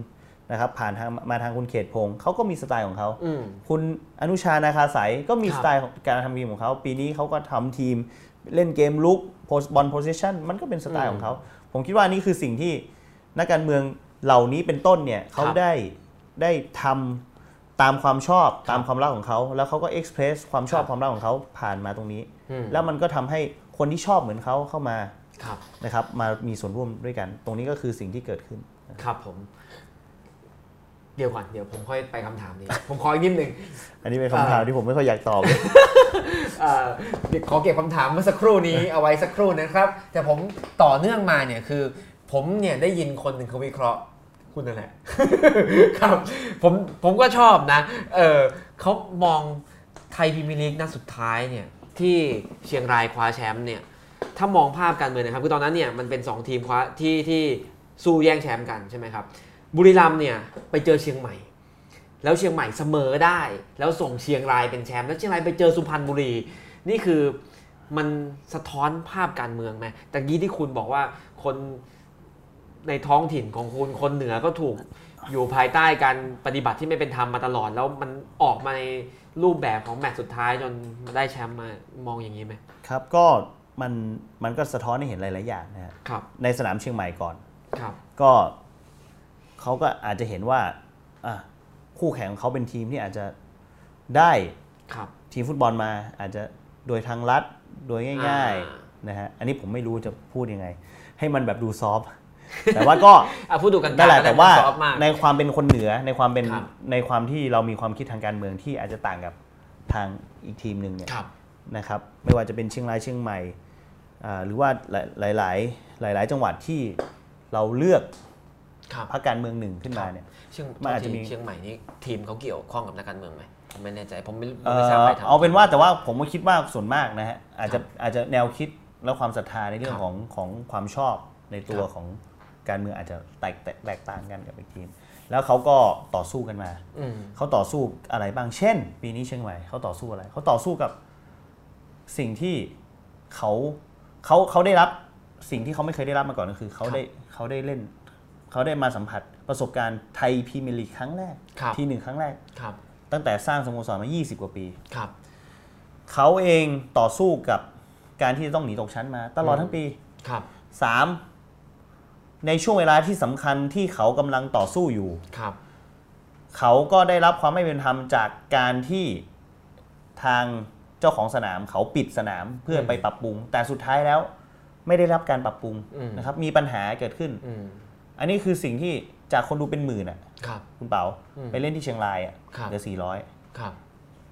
นะครับ ผ่านทางมาทางคุณเขตพงศ์เขาก็มีสไตล์ของเขา อืม คุณอนุชานาคาสายก็มี ครับ สไตล์ของการทำทีมของเขา ปีนี้เขาก็ทำทีมเล่นเกมลุกโพสบอลโพส e ชันมันก็เป็นสไตล์ อืม ของเขา ผมคิดว่านี่คือสิ่งที่นักการเมืองเหล่านี้เป็นต้นเนี่ยเขาได้ได้ทำตามความชอบตามความรักของเขา แล้วเขาก็เอ็กซ์เพรสความชอบ ครับ ความรักของเขาผ่านมาตรงนี้ อืม แล้วมันก็ทำให้คนที่ชอบเหมือนเขาเข้ามา ครับ นะครับมามีส่วนร่วมด้วยกัน ตรงนี้ก็คือสิ่งที่เกิดขึ้น ครับผม เดี๋ยวก่อนเดี๋ยวผมค่อยไปคำถามนี้ ผมขออีกนิดหนึ่ง อันนี้เป็นคำถาม อ่า ที่ผมไม่ค่อยอยากตอบเลย เอ่อเดี๋ยวขอเก็บคำถามเมื่อสักครู่นี้เอาไว้สักครู่นะครับ แต่ผมต่อเนื่องมาเนี่ยคือ ผมเนี่ยได้ยินคนหนึ่งเขาวิเคราะห์คุณนั่นแหละ ครับผมผมก็ชอบนะเออเขามองไทยพรีเมียร์ลีกนัดสุดท้ายเนี่ยที่เชียงรายคว้าแชมป์เนี่ยถ้ามองภาพการเมืองนะครับคือตอนนั้นเนี่ยมันเป็น 2 ทีมคว้าที่ที่สู้แย่งแชมป์กันใช่ไหมครับบุรีรัมย์เนี่ยไปเจอเชียงใหม่ แล้วเชียงใหม่เสมอได้ แล้วส่งเชียงรายเป็นแชมป์แล้วเชียงรายไปเจอสุพรรณบุรี นี่คือมันสะท้อนภาพการเมืองไหมแต่กี้ที่คุณบอกว่าคนในท้องถิ่นของคุณคนเหนือก็ถูกอยู่ภายใต้การปฏิบัติที่ไม่เป็นธรรมมาตลอด แล้วมันออกมาในรูปแบบของแมตช์สุดท้ายจนได้แชมป์มามองอย่างนี้ไหม ครับก็มันมันก็สะท้อนให้เห็นหลาย ๆ อย่างนะฮะ ครับ ในสนามเชียงใหม่ก่อน ครับ ก็เขาก็อาจจะเห็นว่าอ่ะคู่แข่งของเขาเป็นทีมที่อาจจะได้ ครับ ทีมฟุตบอลมา อาจจะโดยทางลัดโดยง่าย อ่า ๆ นะฮะอันนี้ผมไม่รู้จะพูดยังไง ให้มันแบบดูซอฟต์แต่ว่า ก็ อ่ะพูดดูกัน นั่นแหละแต่ว่า ซอฟมาก ในความเป็นคนเหนือในความเป็น ครับ ในความที่เรามีความคิดทางการเมืองที่อาจจะต่างกับทางอีกทีมหนึ่งเนี่ย ครับ นะครับไม่ว่าจะเป็นเชียงรายเชียงใหม่อ่าหรือว่าหลายหลายหลายหลาย ๆ จังหวัดที่เราเลือก ครับ พรรคการเมืองหนึ่งขึ้นมาเนี่ย เชียง มันอาจจะมี เชียงใหม่นี่ทีมเขาเกี่ยวข้องกับนักการเมืองไหมผมไม่แน่ใจผมไม่ผม เอ่ ไม่ทราบ อ ใครทำ เอาเป็นว่าแต่ว่าผมก็คิดว่าส่วนมากนะฮะอาจจะอาจจะแนวคิดและความศรัทธาในเรื่อง ครับ ของของความชอบในตัว ครับ ของการเมืองอาจจะแตกแตกแตกต่างกันกับอีกทีม แล้วเขาก็ต่อสู้กันมา อืม เขาต่อสู้อะไรบ้าง เช่น ปีนี้เชียงใหม่เขาต่อสู้อะไร เขาต่อสู้กับสิ่งที่เขาเขาเขาได้รับสิ่งที่เขาไม่เคยได้รับมาก่อนก็คือเขาได้เขาได้เล่น เขาได้มาสัมผัสประสบการณ์ไทยพรีเมียร์ลีกครั้งแรก ครับ ทีหนึ่งครั้งแรก ครับ ตั้งแต่สร้างสโมสรมา 20 กว่าปี ครับ เขาเองต่อสู้กับการที่จะต้องหนีตกชั้นมา ตลอดทั้งปี ครับ 3 ในช่วงเวลาที่สำคัญที่เขากำลังต่อสู้อยู่ ครับ เขาก็ได้รับความไม่เป็นธรรมจากการที่ทางเจ้าของสนาม เขาปิดสนามเพื่อไปปรับปรุง แต่สุดท้ายแล้วไม่ได้รับการปรับปรุง อืม นะครับ มีปัญหาเกิดขึ้น อืม อันนี้คือสิ่งที่จากคนดูเป็นหมื่นอ่ะ ครับ คุณเปา อืม ไปเล่นที่เชียงรายอ่ะ ครับ เหลือสี่ร้อย ครับ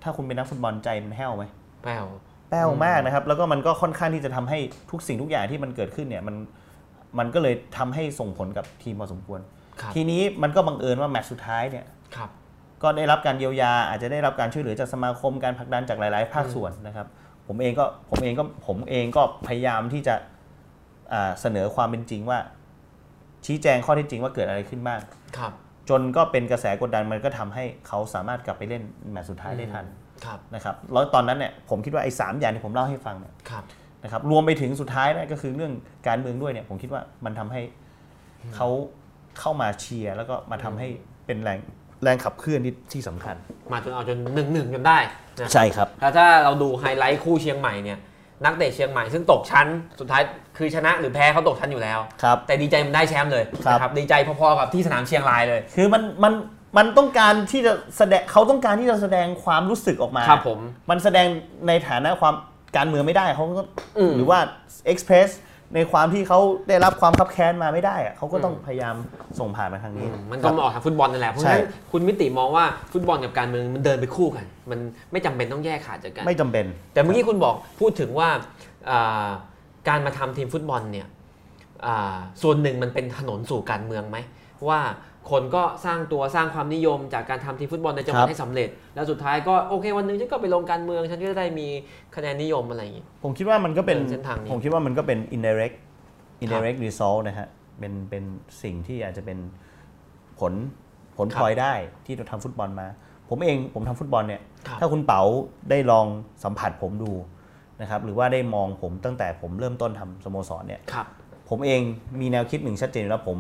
ถ้าคุณเป็นนักฟุตบอลใจมันแห้วไหม แป้ว แป้วมากนะครับ แล้วก็มันก็ค่อนข้างที่จะทำให้ทุกสิ่งทุกอย่างที่มันเกิดขึ้นเนี่ยมันมันก็เลยทำให้ส่งผลกับทีมพอสมควร ครับ ทีนี้มันก็บังเอิญว่าแมตช์สุดท้ายเนี่ย ครับ ก็ได้รับการเยียวยา อาจจะได้รับการช่วยเหลือจากสมาคมการผลักดันจากหลาย ๆ ภาคส่วนนะครับ ผมเองก็ผมเองก็ผมเองก็พยายามที่จะอ่าเสนอความเป็นจริงว่า ชี้แจงข้อเท็จจริงว่าเกิดอะไรขึ้นบ้าง ครับ จนก็เป็นกระแสกดดันมันก็ทำให้เขาสามารถกลับไปเล่นแมตช์สุดท้ายได้ทัน ครับ นะครับแล้วตอนนั้นเนี่ยผมคิดว่าไอ้สามอย่างที่ผมเล่าให้ฟังเนี่ย ครับ นะครับรวมไปถึงสุดท้ายนะก็คือเรื่องการเมืองด้วยเนี่ยผมคิดว่ามันทำให้เขาเข้ามาเชียร์แล้วก็มาทำให้เป็นแรงแรงขับเคลื่อนที่ที่สำคัญ มาจนเอาจนหนึ่งหนึ่งจนได้นะ ใช่ครับ แล้วถ้าเราดูไฮไลท์คู่เชียงใหม่เนี่ยนักเตะเชียงใหม่ซึ่งตกชั้นสุดท้ายคือชนะหรือแพ้เขาตกชั้นอยู่แล้ว ครับ แต่ดีใจมันได้แชมป์เลย ครับ นะดีใจพอๆกับที่สนามเชียงรายเลย คือมันมันมันต้องการที่จะแสดงเขาต้องการที่จะแสดงความรู้สึกออกมา ครับผม มันแสดงในฐานะความการเมืองไม่ได้เขาก็ อืม หรือว่าเอ็กเพรสในความที่เขาได้รับความคับแค้นมาไม่ได้อะเขาก็ต้อง อืม พยายามส่งผ่านมาทางนี้ มันก็มาครับ ออกทางฟุตบอลนั่นแหละเพราะฉะนั้น ใช่ คุณมิติมองว่าฟุตบอลกับการเมืองมันเดินไปคู่กัน มันไม่จำเป็นต้องแยกขาดจากกัน ไม่จำเป็น แต่เมื่อกี้คุณบอกพูดถึงว่าอ่าการมาทำทีมฟุตบอลเนี่ยอ่าส่วนหนึ่งมันเป็นถนนสู่การเมืองไหมว่าคนก็สร้างตัวสร้างความนิยมจากการทำทีมฟุตบอลในจังหวั คดรับ ให้สำเร็จ แล้วสุดท้ายก็โอเควันหนึงฉันก็ไปลงการเมืองฉันก็จะได้มีคะแนนนิยมอะไรอย่างงี้ ผมคิดว่ามันก็เป็น เดินเส้นทางนี้ ผมคิดว่ามันก็เป็น indirect indirect result นะฮะเป็นเป็นสิ่งที่อาจจะเป็นผลผล ครั พ บ ลอยได้ที่เราทำฟุตบอลมา ผมเองผมทำฟุตบอลเนี่ย ครับ ถ้าคุณเป๋าได้ลองสัมผัสผมดูนะครับหรือว่าได้มองผมตั้งแต่ผมเริ่มต้นทำสโมสรเนี่ย ครับ ผมเองมีแนวคิดหนึ่งชัดเจนอยู่แล้วผม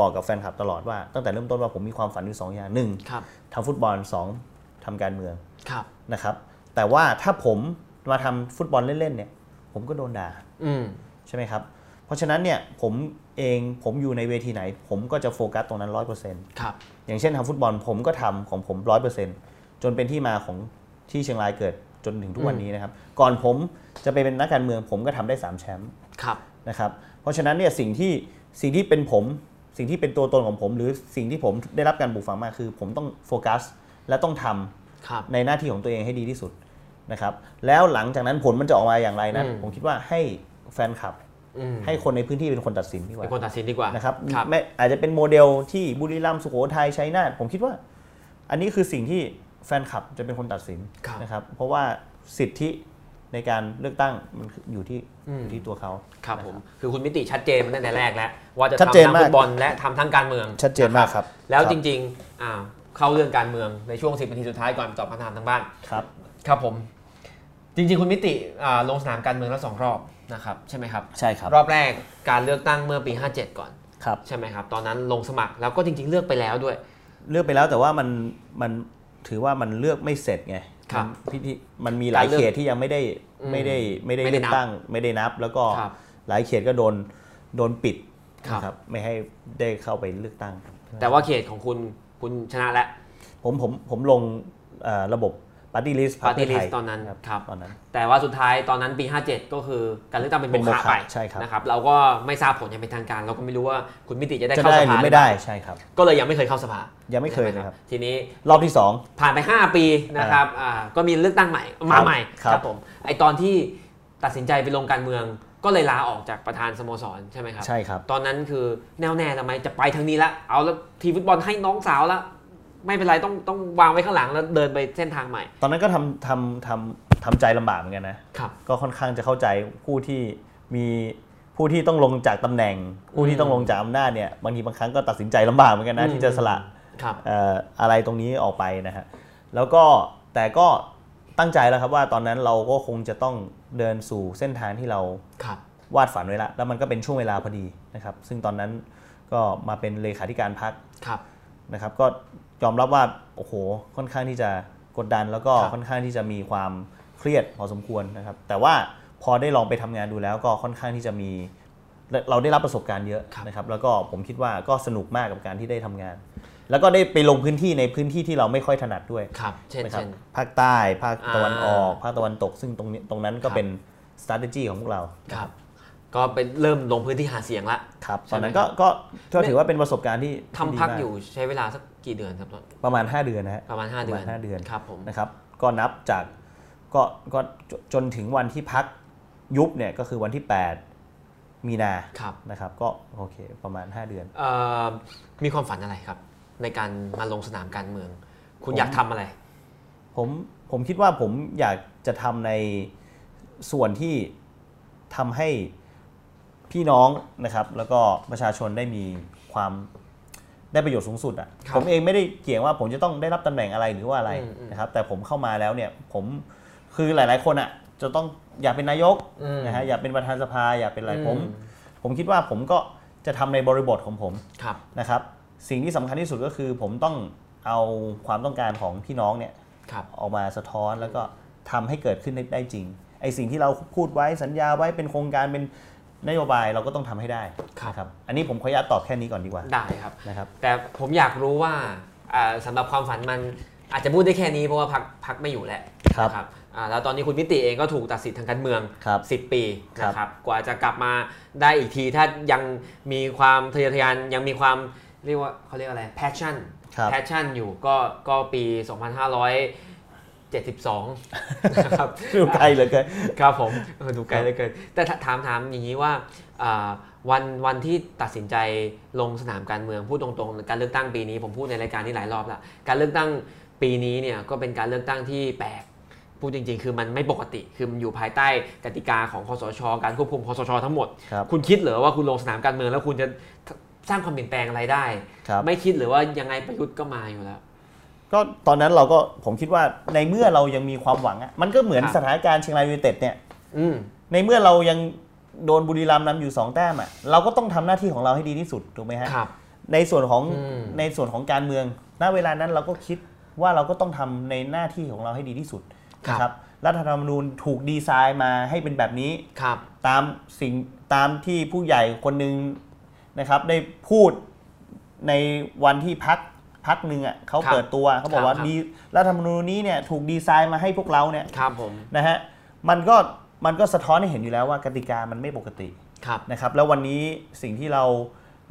บอกกับแฟนคลับตลอดว่าตั้งแต่เริ่มต้นว่าผมมีความฝันอยู่สองอย่างหนึ่ง ครับ ทำฟุตบอลสองทำการเมือง ครับ นะครับแต่ว่าถ้าผมมาทำฟุตบอลเล่น ๆ เนี่ย ผมก็โดนด่า อืม ใช่ไหมครับ เพราะฉะนั้นเนี่ย ผมเองผมอยู่ในเวทีไหน ผมก็จะโฟกัสตรงนั้น 100% ครับ อย่างเช่นทำฟุตบอลผมก็ทำของผม 100%จนเป็นที่มาของที่เชียงรายเกิดจนถึงทุกวันนี้นะครับ ก่อนผมจะไปเป็นนักการเมือง ผมก็ทำได้สามแชมป์ ครับ นะครับเพราะฉะนั้นเนี่ยสิ่งที่สิ่งที่เป็นผมสิ่งที่เป็นตัวตนของผม หรือสิ่งที่ผมได้รับการปลูกฝังมาคือ ผมต้องโฟกัสและต้องทำ ครับ ในหน้าที่ของตัวเองให้ดีที่สุดนะครับแล้วหลังจากนั้นผลมันจะออกมาอย่างไรนั้น อืม ผมคิดว่าให้แฟนคลับ อืม ให้คนในพื้นที่เป็นคนตัดสินดีกว่า เป็นคนตัดสินดีกว่า นะครับ ครับ ไม่อาจจะเป็นโมเดลที่บุรีรัมย์สุโขทัยชัยนาทผมคิดว่า อันนี้คือสิ่งที่แฟนคลับจะเป็นคนตัดสิน ครับ นะครับเพราะว่าสิทธิในการเลือกตั้งมันอยู่ที่อยู่ที่ตัวเขา ครับผม คือคุณมิติชัดเจนมาตั้งแต่แรกแล้ว ว่าจะ ชั ทำ ดเจน ทั้ง มาก ฟุตบอลและทำทั้งการเมือง ชัดเจนมากครับ แล้ว ครับ จริงๆอ่าเข้าเรื่องการเมืองในช่วง 10นาทีสุดท้ายก่อนตอบคำถามทางบ้าน ครับ ครับผม จริงๆ คุณมิติอ่าลงสนามการเมืองแล้วสองรอบนะครับใช่ไหมครับ ใช่ครับ รอบแรกการเลือกตั้งเมื่อปี 57 ก่อน ครับ ใช่ไหมครับตอนนั้นลงสมัครแล้วก็จริง ๆ เลือกไปแล้วด้วย เลือกไปแล้วแต่ว่ามันมันถือว่ามันเลือกไม่เสร็จไง ครับ มันพิธีมันมีหลาย การเลือก เขตที่ยังไม่ได้ อืม ไม่ได้ไม่ได้ ไม่ได้ เลือกตั้งไม่ได้นับ แล้วก็ ครับ หลายเขตก็โดนโดนปิด ครับ นะครับไม่ให้ได้เข้าไปเลือกตั้ง แต่ว่าเขตของคุณคุณชนะแล้ว ผมผมผมลงเอ่อระบบปาร์ตี้ลิสต์ Party List ตอนนั้นครับ ตอนนั้น แต่ว่าสุดท้ายตอนนั้นปี 57 ก็คือการเลือกตั้งเป็นโม เป็นโม ฆะ ฆะ ไป ใช่ครับ นะครับเราก็ไม่ทราบผลอย่างเป็นทางการ เราก็ไม่รู้ว่าคุณมิติจะได้ จะ เข้า ได้ ส ห ภา รือไม่ได้ใช่ครับ ก็เลยยังไม่เคยเข้าสภา ยังไม่เคย ใช่ห เลยครับ ทีนี้ รอบที่สอง ผ่านไป 5 ปีนะครับอ่าก็มีเลือกตั้งใหม่มาใหม่ ครับ ผมไอตอนที่ตัดสินใจไปลงการเมืองก็เลยลาออกจากประธานสโมสรใช่ไหมครับ ใช่ครับ ตอนนั้นคือแน่วแน่ทำไมจะไปทางนี้ละเอาแล้วทีมฟุตบอลให้น้องสาวละไม่เป็นไรต้องต้องวางไว้ข้างหลังแล้วเดินไปเส้นทางใหม่ ตอนนั้นก็ทำทำทำทำใจลำบากเหมือนกันนะ ครับ ก็ค่อนข้างจะเข้าใจผู้ที่มีผู้ที่ต้องลงจากตำแหน่ง ผู้ที่ต้องลงจากอำนาจเนี่ยบางทีบางครั้งก็ตัดสินใจลำบากเหมือนกันนะ อืม ที่จะสละ ครับ เอ่ออะไรตรงนี้ออกไปนะฮะแล้วก็แต่ก็ตั้งใจแล้วครับว่าตอนนั้นเราก็คงจะต้องเดินสู่เส้นทางที่เรา ครับ วาดฝันไว้ละแล้วมันก็เป็นช่วงเวลาพอดีนะครับซึ่งตอนนั้นก็มาเป็นเลขาธิการพัก ครับ นะครับก็ยอมรับว่าโอ้โหค่อนข้างที่จะกดดันแล้วก็ ครับ ค่อนข้างที่จะมีความเครียดพอสมควรนะครับแต่ว่าพอได้ลองไปทำงานดูแล้วก็ค่อนข้างที่จะมีเราเราได้รับประสบการณ์เยอะ ครับ นะครับแล้วก็ผมคิดว่าก็สนุกมากกับการที่ได้ทำงาน แล้วก็ได้ไปลงพื้นที่ในพื้นที่ที่เราไม่ค่อยถนัดด้วย ครับเช่น นะครับ เช่น ภาคใต้ภาคตะวันออก อ่า ภาคตะวันตก ซึ่งตรงนี้ตรงนั้นก็ ครับ เป็น strategy ของพวกเรา ครับ ก็เป็นเริ่มลงพื้นที่หาเสียงละ ครับ ใช่ ตอนนั้น ไหมครั ก็ บ ก็ก็ถือว่าเป็นประสบการณ์ที่ ทำ ดี พัก มา อยู่ใช้เวลาสักกี่เดือนครับตอน ประมาณ 5 เดือนนะฮะ ประมาณ 5 ป เดือระมานณห้าเดือน ครับผม นะครับก็นับจากก็ก็จจนถึงวันที่พักยุบเนี่ยก็คือวันที่ 8 มีนา ครับ นะครับ ก็โอเคประมาณ 5 เดือน เอ่อมีความฝันอะไรครับ ในการมาลงสนามการเมือง คุณ ผม อยากทำอะไร ผมผมคิดว่าผมอยากจะทำในส่วนที่ทำให้พี่น้องนะครับ แล้วก็ประชาชนได้มีความได้ประโยชน์สูงสุดอะ ครับ ผมเองไม่ได้เกี่ยงว่าผมจะต้องได้รับตำแหน่งอะไรหรือว่าอะไร อืมอืม นะครับ แต่ผมเข้ามาแล้วเนี่ยผมคือหลาย ๆ คนอะจะต้องอยากเป็นนายก อืม นะฮะอยากเป็นประธานสภาอยากเป็นอะไร อืม ผม ผมคิดว่าผมก็จะทำในบริบทของผม ครับ นะครับสิ่งที่สำคัญที่สุดก็คือผมต้องเอาความต้องการของพี่น้องเนี่ย ครับ ออกมาสะท้อนแล้วก็ทำให้เกิดขึ้นได้ได้จริงไอสิ่งที่เราพูดไว้สัญญาไว้เป็นโครงการเป็นนโยบายเราก็ต้องทำให้ได้ ครับ นะอันนี้ผมขออนุญาตตอบแค่นี้ก่อนดีกว่า ได้ครับ นะครับ แต่ผมอยากรู้ว่าอ่าสำหรับความฝันมันอาจจะพูดได้แค่นี้เพราะว่าพักพักไม่อยู่แหละ ครับ นะอ่าแล้วตอนนี้คุณมิติเองก็ถูกตัดสิทธิ์ทางการเมือง ครับ 10 ปี ครับ นะครับกว่าจะกลับมาได้อีกที ถ้ายังมีความทะเยอทะยานยังมีความเรียกว่าเขาเรียกอะไร passion ครับ passion อยู่ก็ก็ปี 2572 นะครับ ดูไกลเหลยเกิน ครับผมเออดูไกลเหลยเกิน แต่ถถามถามอย่างนี้ว่าอ่าวันวันที่ตัดสินใจลงสนามการเมืองพูดตรงๆ การเลือกตั้งปีนี้ผมพูดในรายการนี้หลายรอบละการเลือกตั้งปีนี้เนี่ยก็เป็นการเลือกตั้งที่แปลกพูดจริง ๆ คือมันไม่ปกติคือมันอยู่ภายใต้กติกาของคอสช การควบคุมคอสช ทั้งหมด ครับ คุณคิดเหรือว่าคุณลงสนามการเมืองแล้วคุณจะสร้างความเปลี่ยนแปลงอะไรได้ ครับ ไม่คิดหรือว่ายังไงประยุทธ์ก็มาอยู่แล้ว ก็ตอนนั้นเราก็ผมคิดว่าในเมื่อเรายังมีความหวังอะมันก็เหมือน ครับ สถานการณ์เชียงรายยูไนเต็ดเนี่ย อืม ในเมื่อเรายังโดนบุรีรัมย์นำอยู่สองแต้มอะเราก็ต้องทำหน้าที่ของเราให้ดีที่สุดถูกไหมฮะ ครับ ในส่วนของ อืม ในส่วนของการเมือง ณ เวลานั้นเราก็คิดว่าเราก็ต้องทำในหน้าที่ของเราให้ดีที่สุดนะครับ รัฐธรรมนูญถูกดีไซน์มาให้เป็นแบบนี้ ครับ ตามสิ่งตามที่ผู้ใหญ่คนหนึ่งนะครับ ได้พูดในวันที่พักพักหนึ่งอ่ะเขาเปิดตัวเขาบอกว่าดีรัฐธรรมนูญนี้เนี่ยถูกดีไซน์มาให้พวกเราเนี่ย ครับผม นะฮะมันก็มันก็สะท้อนให้เห็นอยู่แล้วว่ากติกามันไม่ปกติ ครับ นะครับแล้ววันนี้สิ่งที่เรา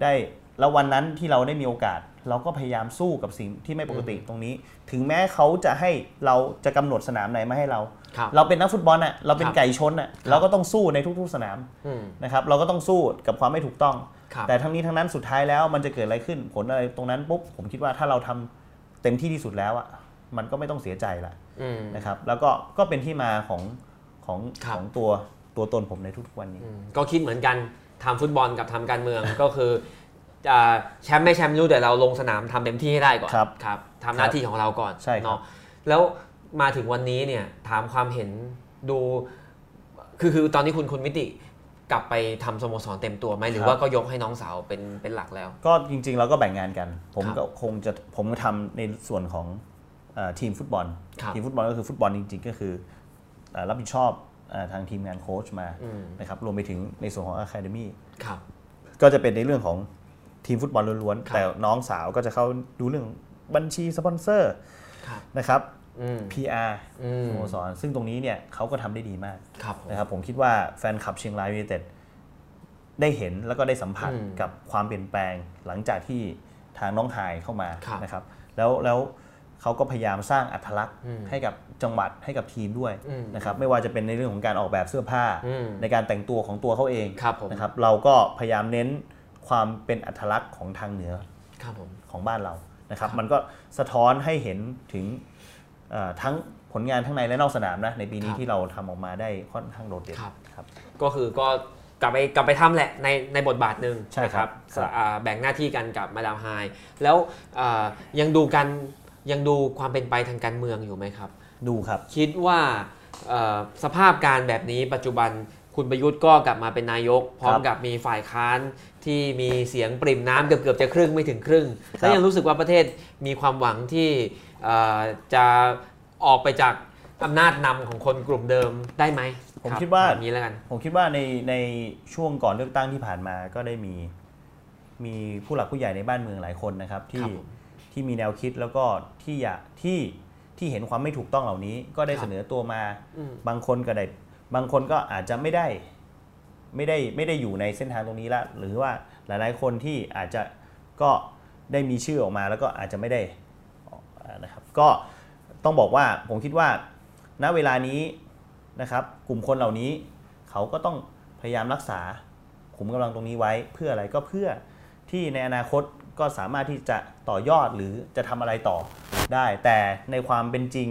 ได้แล้ววันนั้นที่เราได้มีโอกาส เราก็พยายามสู้กับสิ่งที่ไม่ปกติตรงนี้ ถึงแม้เขาจะให้เราจะกำหนดสนามไหนมาให้เรา ครับ เราเป็นนักฟุตบอลน่ะเราเป็น ครับ ไก่ชนน่ะเราก็ต้องสู้ในทุกๆสนาม อืม นะครับเราก็ต้องสู้กับความไม่ถูกต้อง ครับ แต่ทั้งนี้ทั้งนั้นสุดท้ายแล้วมันจะเกิดอะไรขึ้นผลอะไรตรงนั้นปุ๊บผมคิดว่าถ้าเราทำเต็มที่ที่สุดแล้วอ่ะมันก็ไม่ต้องเสียใจละ อืม นะครับแล้วก็ก็เป็นที่มาของของ ครับ ของตัวตัวตนผมในทุกๆวันนี้ อืมก็คิดเหมือนกันทำฟุตบอลกับทำการเมือง ก็คืออ่าแชมป์ไม่แชมป์ไม่รู้แต่เราลงสนามทำเต็มที่ให้ได้ก่อน ครับ ครับทำหน้าที่ของเราก่อน ใช่ครับ เนาะแล้วมาถึงวันนี้เนี่ยถามความเห็นดูคือคือตอนนี้คุณคุณมิติกลับไปทำสโมสรเต็มตัวไหมหรือว่าก็ยกให้น้องสาวเป็นเป็นหลักแล้ว ก็จริงๆเราก็แบ่งงานกัน ผม ครับ ก็คงจะผมก็ทำในส่วนของเอ่อทีมฟุตบอล ครับ ทีมฟุตบอลก็คือฟุตบอลจริงๆ ก็คือเอ่อรับผิดชอบเอ่อทางทีมงานโค้ชมา อืม นะครับรวมไปถึงในส่วนของ Academy ครับ ก็จะเป็นในเรื่องของทีมฟุตบอลล้วน ครับๆแต่น้องสาวก็จะเข้าดูเรื่องบัญชีสปอนเซอร์ ครับ นะครับ อืม PR อืม สโมสรซึ่งตรงนี้เนี่ยเขาก็ทำได้ดีมาก ครับผม นะครับผมคิดว่าแฟนคลับเชียงรายยูไนเต็ดได้เห็นแล้วก็ได้สัมผัส อืม กับความเปลี่ยนแปลงหลังจากที่ทางน้องหายเข้ามา ครับ นะครับแล้วแล้วเขาก็พยายามสร้างอัตลักษณ์ อืม ให้กับจังหวัดให้กับทีมด้วย อืม นะครับไม่ว่าจะเป็นในเรื่องของการออกแบบเสื้อผ้า อืม ในการแต่งตัวของตัวเขาเอง ครับผม นะครับเราก็พยายามเน้นความเป็นอัตลักษณ์ของทางเหนือ ครับผม ของบ้านเรา นะครับ ครับ มันก็สะท้อนให้เห็นถึงเอ่อทั้งผลงานทั้งในและนอกสนามนะ ในปีคนี้รับ ที่เราทำออกมาได้ค่อนข้างโดดเด่น ครับ ครับ ก็คือก็กลับไปกลับไปทำแหละในในบทบาทหนึ่ง ใช่ครับ นะครับ อ่าแบ่งหน้าที่กันกับมาดามไฮแล้วอ่ายังดูกันยังดูความเป็นไปทางการเมืองอยู่ไหมครับ ดูครับ คิดว่าเอ่อสภาพการแบบนี้ปัจจุบันคุณประยุทธ์ก็กลับมาเป็นนายก พร้อม ครับ กับมีฝ่ายค้านที่มีเสียงปริ่มน้ำเกือบเกือบๆจะครึ่งไม่ถึงครึ่ง แล้วยังรู้สึกว่าประเทศมีความหวังที่เอ่อจะออกไปจากอำนาจนำของคนกลุ่มเดิมได้ไหม ผม รับ คิดว่า แบบนี้แล้วกัน ผมคิดว่าในในช่วงก่อนเลือกตั้งที่ผ่านมาก็ได้มีมีผู้หลักผู้ใหญ่ในบ้านเมืองหลายคนนะครับ ค ที่ รับผม ที่มีแนวคิดแล้วก็ที่อยากที่ที่เห็นความไม่ถูกต้องเหล่านี้ ก็ได้ ครับ เสนอตัวมา อืม บางคนก็ได้บางคนก็อาจจะไม่ได้ไม่ได้ไม่ได้อยู่ในเส้นทางตรงนี้ละหรือว่าหลายๆ คนที่อาจจะก็ได้มีชื่อออกมาแล้วก็อาจจะไม่ได้เอ่อนะครับ ก็ต้องบอกว่าผมคิดว่าณเวลานี้ นะครับกลุ่มคนเหล่านี้เขาก็ต้องพยายามรักษา ขุมกำลังตรงนี้ไว้เพื่ออะไรก็เพื่อที่ในอนาคตก็สามารถที่จะต่อยอดหรือจะทำอะไรต่อได้ แต่ในความเป็นจริง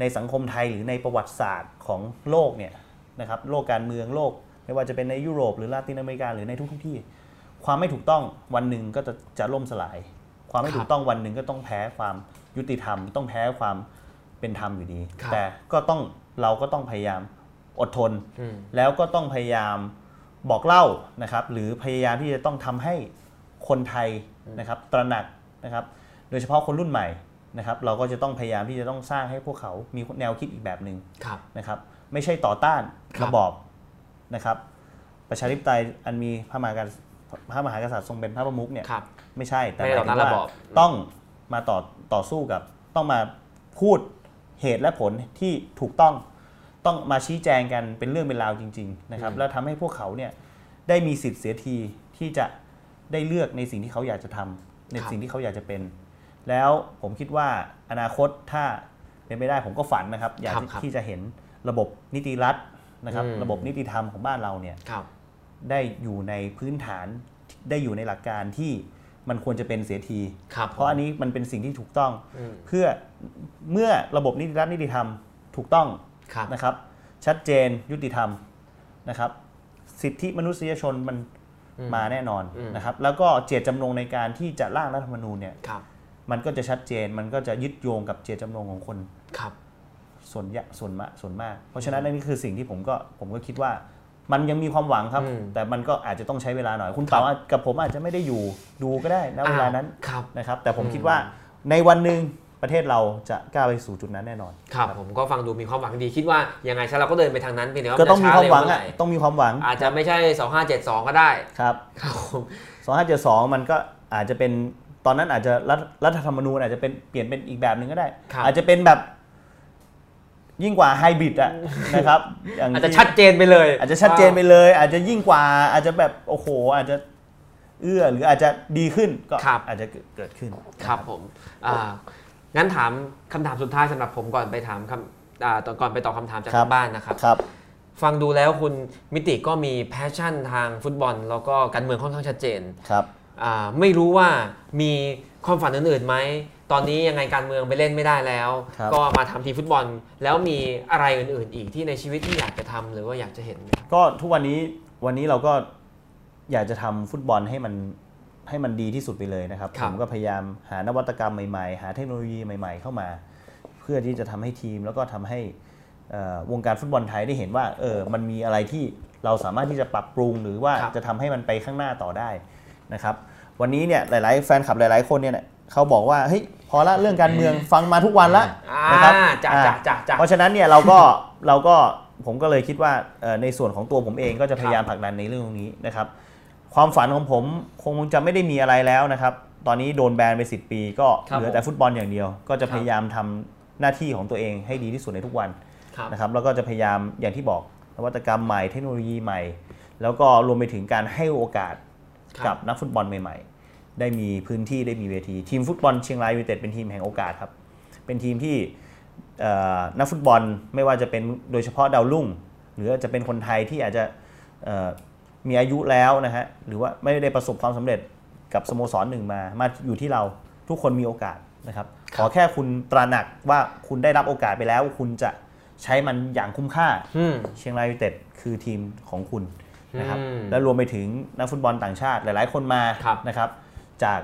ในสังคมไทยหรือในประวัติศาสตร์ของโลกเนี่ยนะครับโลกการเมืองโลก ไม่ว่าจะเป็นในยุโรปหรือลาตินอเมริกาหรือในทุกทที่ ความไม่ถูกต้องวันหนึ่งก็จะจะล่มสลาย ความไม่ถูกต้องวันหนึ่งก็ต้องแพ้ความยุติธรรม ต้องแพ้ความเป็นธรรมอยู่ดี ครับ แต่ก็ต้องเราก็ต้องพยายามอดทน อืม แล้วก็ต้องพยายามบอกเล่านะครับ หรือพยายามที่จะต้องทำให้คนไทยนะครับตระหนักนะครับ โดยเฉพาะคนรุ่นใหม่นะครับ เราก็จะต้องพยายามที่จะต้องสร้างให้พวกเขามีแนวคิดอีกแบบหนึ่ง ครับ นะครับไม่ใช่ต่อต้าน ครับ ระบอบนะครับ ประชาธิปไตยอันมีพระมหากษัตริย์พระมหากษัตริย์ทรงเป็นพระประมุขเนี่ย ครับ ไม่ใช่แต่ห ไม่ มา ได้ ย ต่อต้านระบถึงว่าอบ ต้องมาต่อต่อสู้กับต้องมาพูดเหตุและผลที่ถูกต้องต้องมาชี้แจงกันเป็นเรื่องเป็นราวจริง ๆ นะครับ แล้วทำให้พวกเขาเนี่ยได้มีสิทธิ์เสียทีที่จะได้เลือกในสิ่งที่เขาอยากจะทำในสิ่งที่เขาอยากจะเป็น แล้วผมคิดว่าอนาคตถ้าเป็นไม่ได้ผมก็ฝันนะครับ อยาก ครับครับ ที่จะเห็นระบบนิติรัฐนะครับ อืม ระบบนิติธรรมของบ้านเราเนี่ย ครับ ได้อยู่ในพื้นฐานได้อยู่ในหลักการที่มันควรจะเป็นเสียที ครับ เพราะอันนี้มันเป็นสิ่งที่ถูกต้อง อืม เพื่อเมื่อระบบนิติรัฐนิติธรรมถูกต้อง ครับ นะครับ ชัดเจนยุติธรรมนะครับ สิทธิมนุษยชนมันมาแน่นอน อืม นะครับ แล้วก็เจตจำนงในการที่จะร่างรัฐธรรมนูญเนี่ย ครับ มันก็จะชัดเจน มันก็จะยึดโยงกับเจตจำนงของคน ครับ ส่วนยะส่วนมะส่วนมาก เพราะฉะนั้นอันนี่คือสิ่งที่ผมก็ผมก็คิดว่ามันยังมีความหวังครับ อืม แต่มันก็อาจจะต้องใช้เวลาหน่อย คุณเปาอาจกับผมอาจจะไม่ได้อยู่ดูก็ได้นะเวลานั้น อ่ครับ นะครับ แต่ผม อืม คิดว่าในวันหนึ่งประเทศเราจะก้าวไปสู่จุดนั้นแน่นอน ครับ ผมก็ฟังดูมีความหวังดีคิดว่ายังไงซะเราก็เดินไปทางนั้นเพียงแต่ว่า ก็ต้องมี นจะ ความหวัง ช้เร็ อ่ะ เมื่อไ ต้องมีความหวัง อาจจะไม่ใช่ 2572 ก็ได้ ครับ ครับผม 2572 มันก็อาจจะเป็นตอนนั้นอาจจะรัฐรัฐธรรมนูญอาจจะเป็นเปลี่ยนเป็นอีกแบบหนึ่งก็ได้ ครับ อาจจะเป็นแบบยิ่งกว่าไฮบริดอะ นะครับย่ง อาจจะ ที่ ชัดเจนไปเลย อาจจะชัดเจนไปเลย อาจจะยิ่งกว่าอาจจะแบบโอ้โห อาจจะเอื้อหรืออาจจะดีขึ้นก็อาจจะเกิดขึ้น ครับผมอ่างั้นถามคำถามสุดท้ายสำหรับผมก่อนไปถามคำอ่าตอนก่อนไปตอบคำถามจาก ครับ ทางบ้านนะครับ ครับ ฟังดูแล้วคุณมิติก็มีแพชชั่นทางฟุตบอล แล้วก็การเมืองค่อนข้างชัดเจน ครับ อ่าไม่รู้ว่ามีความฝันอื่นๆไหม ตอนนี้ยังไงการเมืองไปเล่นไม่ได้แล้ว ครับ ก็มาทำทีมฟุตบอล แล้วมีอะไรอื่นๆ อีกที่ในชีวิตที่อยากจะทำหรือว่าอยากจะเห็นไหมครับ ก็ทุกวันนี้วันนี้เราก็อยากจะทำฟุตบอลให้มันให้มันดีที่สุดไปเลยนะครับ ครั ผ บ มก็พยายามหานวัตกรรมใหม่ๆ หาเทคโนโลยีใหม่ๆ เข้ามา เพื่อที่จะทำให้ทีมแล้วก็ทำให้เอ่อวงการฟุตบอลไทยได้เห็นว่าเออมันมีอะไรที่เราสามารถที่จะปรับปรุงหรือว่าจะทำให้มันไปข้างหน้าต่อได้นะครับ วันนี้เนี่ยหลายๆ แฟนคลับหลาย ๆ คนเนี่ยเขาบอกว่าเฮ้ยพอละเรื่องการเมืองฟังมาทุกวันละ อ่า นะครับ จ้ะจ้ะจ้ะจ้ะ เพราะฉะนั้นเนี่ยเราก็ เราก็ผมก็เลยคิดว่าเอ่อในส่วนของตัวผมเองก็จะพยายามผลักดันในเรื่องตรงนี้นะครับ ความฝันของผมคงจะไม่ได้มีอะไรแล้วนะครับ ตอนนี้โดนแบนไป 10 ปีก็ ครับ เหลือแต่ฟุตบอลอย่างเดียว ก็คจะรับ พยายามทำหน้าที่ของตัวเองให้ดีที่สุดในทุกวัน ครับ นะครับแล้วก็จะพยายามอย่างที่บอกนวัตกรรมใหม่เทคโนโลยีใหม่ แล้วก็รวมไปถึงการให้โอกาส ครับ กับนักฟุตบอลใหม่ ๆ ได้มีพื้นที่ได้มีเวที ทีมฟุตบอลเชียงรายยูไนเต็ดเป็นทีมแห่งโอกาสครับ เป็นทีมที่เอ่อนักฟุตบอลไม่ว่าจะเป็นโดยเฉพาะดาวรุ่ง หรือจะเป็นคนไทยที่อาจจะเอ่อมีอายุแล้วนะฮะหรือว่าไม่ได้ประสบความสำเร็จกับสโมสรหนึ่งมามาอยู่ที่เราทุกคนมีโอกาสนะครับ ค ข รับ อแค่คุณตระหนักว่าคุณได้รับโอกาสไปแล้ว คุณจะ ใช้มันอย่างคุ้มค่า อืม เชียงรายยูไนเต็ดคือทีมของคุณนะครับ อืม แล้วรวมไปถึงนักฟุตบอลต่างชาติหลาย ๆ คนมา ครับ นะครับ จาก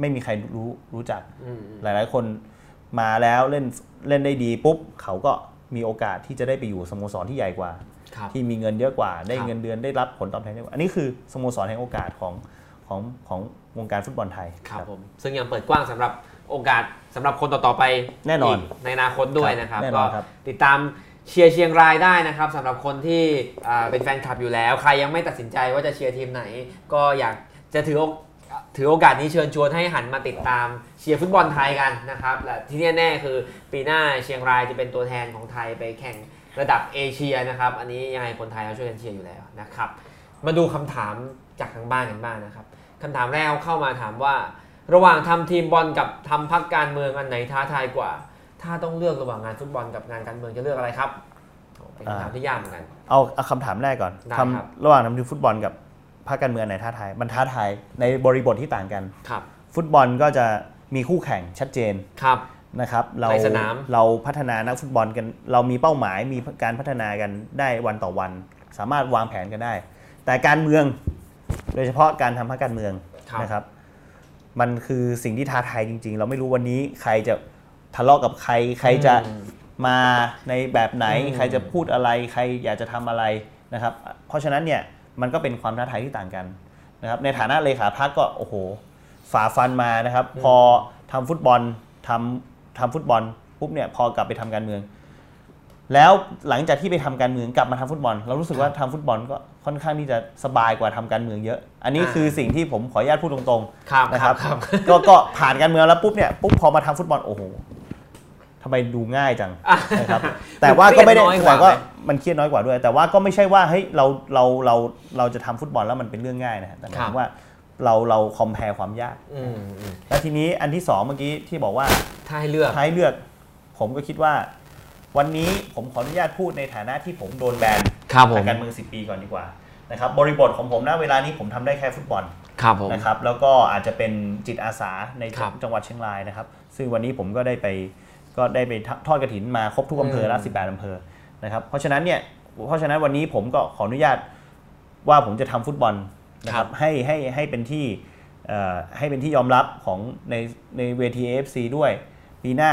ไม่มีใครรู้รู้จัก อืม หลาย ๆ คนมาแล้วเล่นเล่นได้ดีปุ๊บ เขาก็มีโอกาสที่จะได้ไปอยู่สโมสรที่ใหญ่กว่า ครับ ที่มีเงินเยอะกว่า ได้ ครับ เงินเดือนได้รับผลตอบแทนเยอะกว่าอันนี้คือสโมสรแห่งโอกาสของของของวงการฟุตบอลไทย ครับผมซึ่งยังเปิดกว้างสำหรับโอกาสสำหรับคนต่อๆไป แน่นอน กในอนาคตด้วยนะครับ ครับแน่น ก็ อนครับ ติดตามเชียร์เชียงรายได้นะครับสำหรับคนที่อ่าเป็นแฟนคลับอยู่แล้ว ใครยังไม่ตัดสินใจว่าจะเชียร์ทีมไหน ก็อยากจะถือโอกถือโอกาสนี้เชิญชวนให้หันมาติดตามเชียร์ฟุตบอลไทยกันนะครับและที่แน่ๆคือปีหน้าเชียงรายจะเป็นตัวแทนของไทยไปแข่งระดับเอเชียนะครับอันนี้ยังไงคนไทยเราช่วยกันเชียร์อยู่แล้วนะครับ มาดูคำถามจากทางบ้านกันบ้างนะครับคำถามแรกเข้ามาถามว่า ระหว่างทำทีมบอลกับทำพักการเมืองอันไหนท้าทายกว่า ถ้าต้องเลือกระหว่างงานฟุตบอลกับงานการเมืองจะเลือกอะไรครับโอ้เป็นคำถาม อ่า ที่ยากเหมือนกัน เอาเอาคำถามแรกก่อน ได้ครับ ทำระหว่างทำทีมฟุตบอลกับ ภาคการเมืองอันไหนท้าทายมันท้าทายในบริบทที่ต่างกัน ครับ ฟุตบอลก็จะมีคู่แข่งชัดเจน ครับ นะครับเรา ในสนาม เราพัฒนานักฟุตบอลกัน เรามีเป้าหมายมีการพัฒนากันได้วันต่อวัน สามารถวางแผนกันได้ แต่การเมืองโดยเฉพาะการทำพรรคการเมืองนะครับ มันคือสิ่งที่ท้าทายจริง ๆ เราไม่รู้วันนี้ใครจะทะเลาะกับใคร ใครจะมาในแบบไหน ใครจะพูดอะไร ใครอยากจะทำอะไรนะครับ เพราะฉะนั้นเนี่ยมันก็เป็นความท้าทายที่ต่างกันนะครับ ในฐานะเลขาพักก็โอ้โหฝ่าฟันมานะครับ พอทำฟุตบอลทำทำฟุตบอลปุ๊บเนี่ยพอกลับไปทำการเมือง แล้วหลังจากที่ไปทำการเมืองกลับมาทำฟุตบอล เรารู้สึกว่าทำฟุตบอลก็ค่อนข้างที่จะสบายกว่าทำการเมืองเยอะ อันนี้ อ่า คือสิ่งที่ผมขออนุญาตพูดตรงๆ ครับ นะ ค ค รั รั บบ ครับ ก็ก็ผ่านการเมืองแล้วปุ๊บเนี่ยปุ๊บพอมาทำฟุตบอลโอ้โหทำไมดูง่ายจังนะครับ แต่ว่าก็ไม่ได้ นเครียน้อยก แต่ ว่า ก็ ไหม มันเครียดน้อยกว่าด้วย แต่ว่าก็ไม่ใช่ว่าเฮ้ยเราเราเราเราจะทำฟุตบอลแล้วมันเป็นเรื่องง่ายนะฮะแต่หมาย ครั ถึ บ งว่าเราเราคอมเพลความยาก อืมอืม แล้วทีนี้อันที่สองเมื่อกี้ที่บอกว่า ถ้าให้เลือก ท้ายเลือก ผมก็คิดว่า วันนี้ผมขออนุญาตพูดในฐานะที่ผมโดนแบน ครับผม จากการเมือง10 ปีก่อนดีกว่านะครับบริบทของผมณเวลานี้ผมทำได้แค่ฟุตบอล ครับผม นะครับแล้วก็อาจจะเป็นจิตอาสาใน ครับ จังหวัดเชียงรายนะครับ ซึ่งวันนี้ผมก็ได้ไปก็ได้ไปทอดกระถินมาครบทุกอำเภอละ อืม 18อำเภอนะครับเพราะฉะนั้นเนี่ยเพราะฉะนั้นวันนี้ผมก็ขออนุญาตว่าผมจะทำฟุตบอลนะครับให้ให้ให้เป็นที่เอ่อให้เป็นที่ยอมรับของในในเวที AFC ด้วย ปีหน้า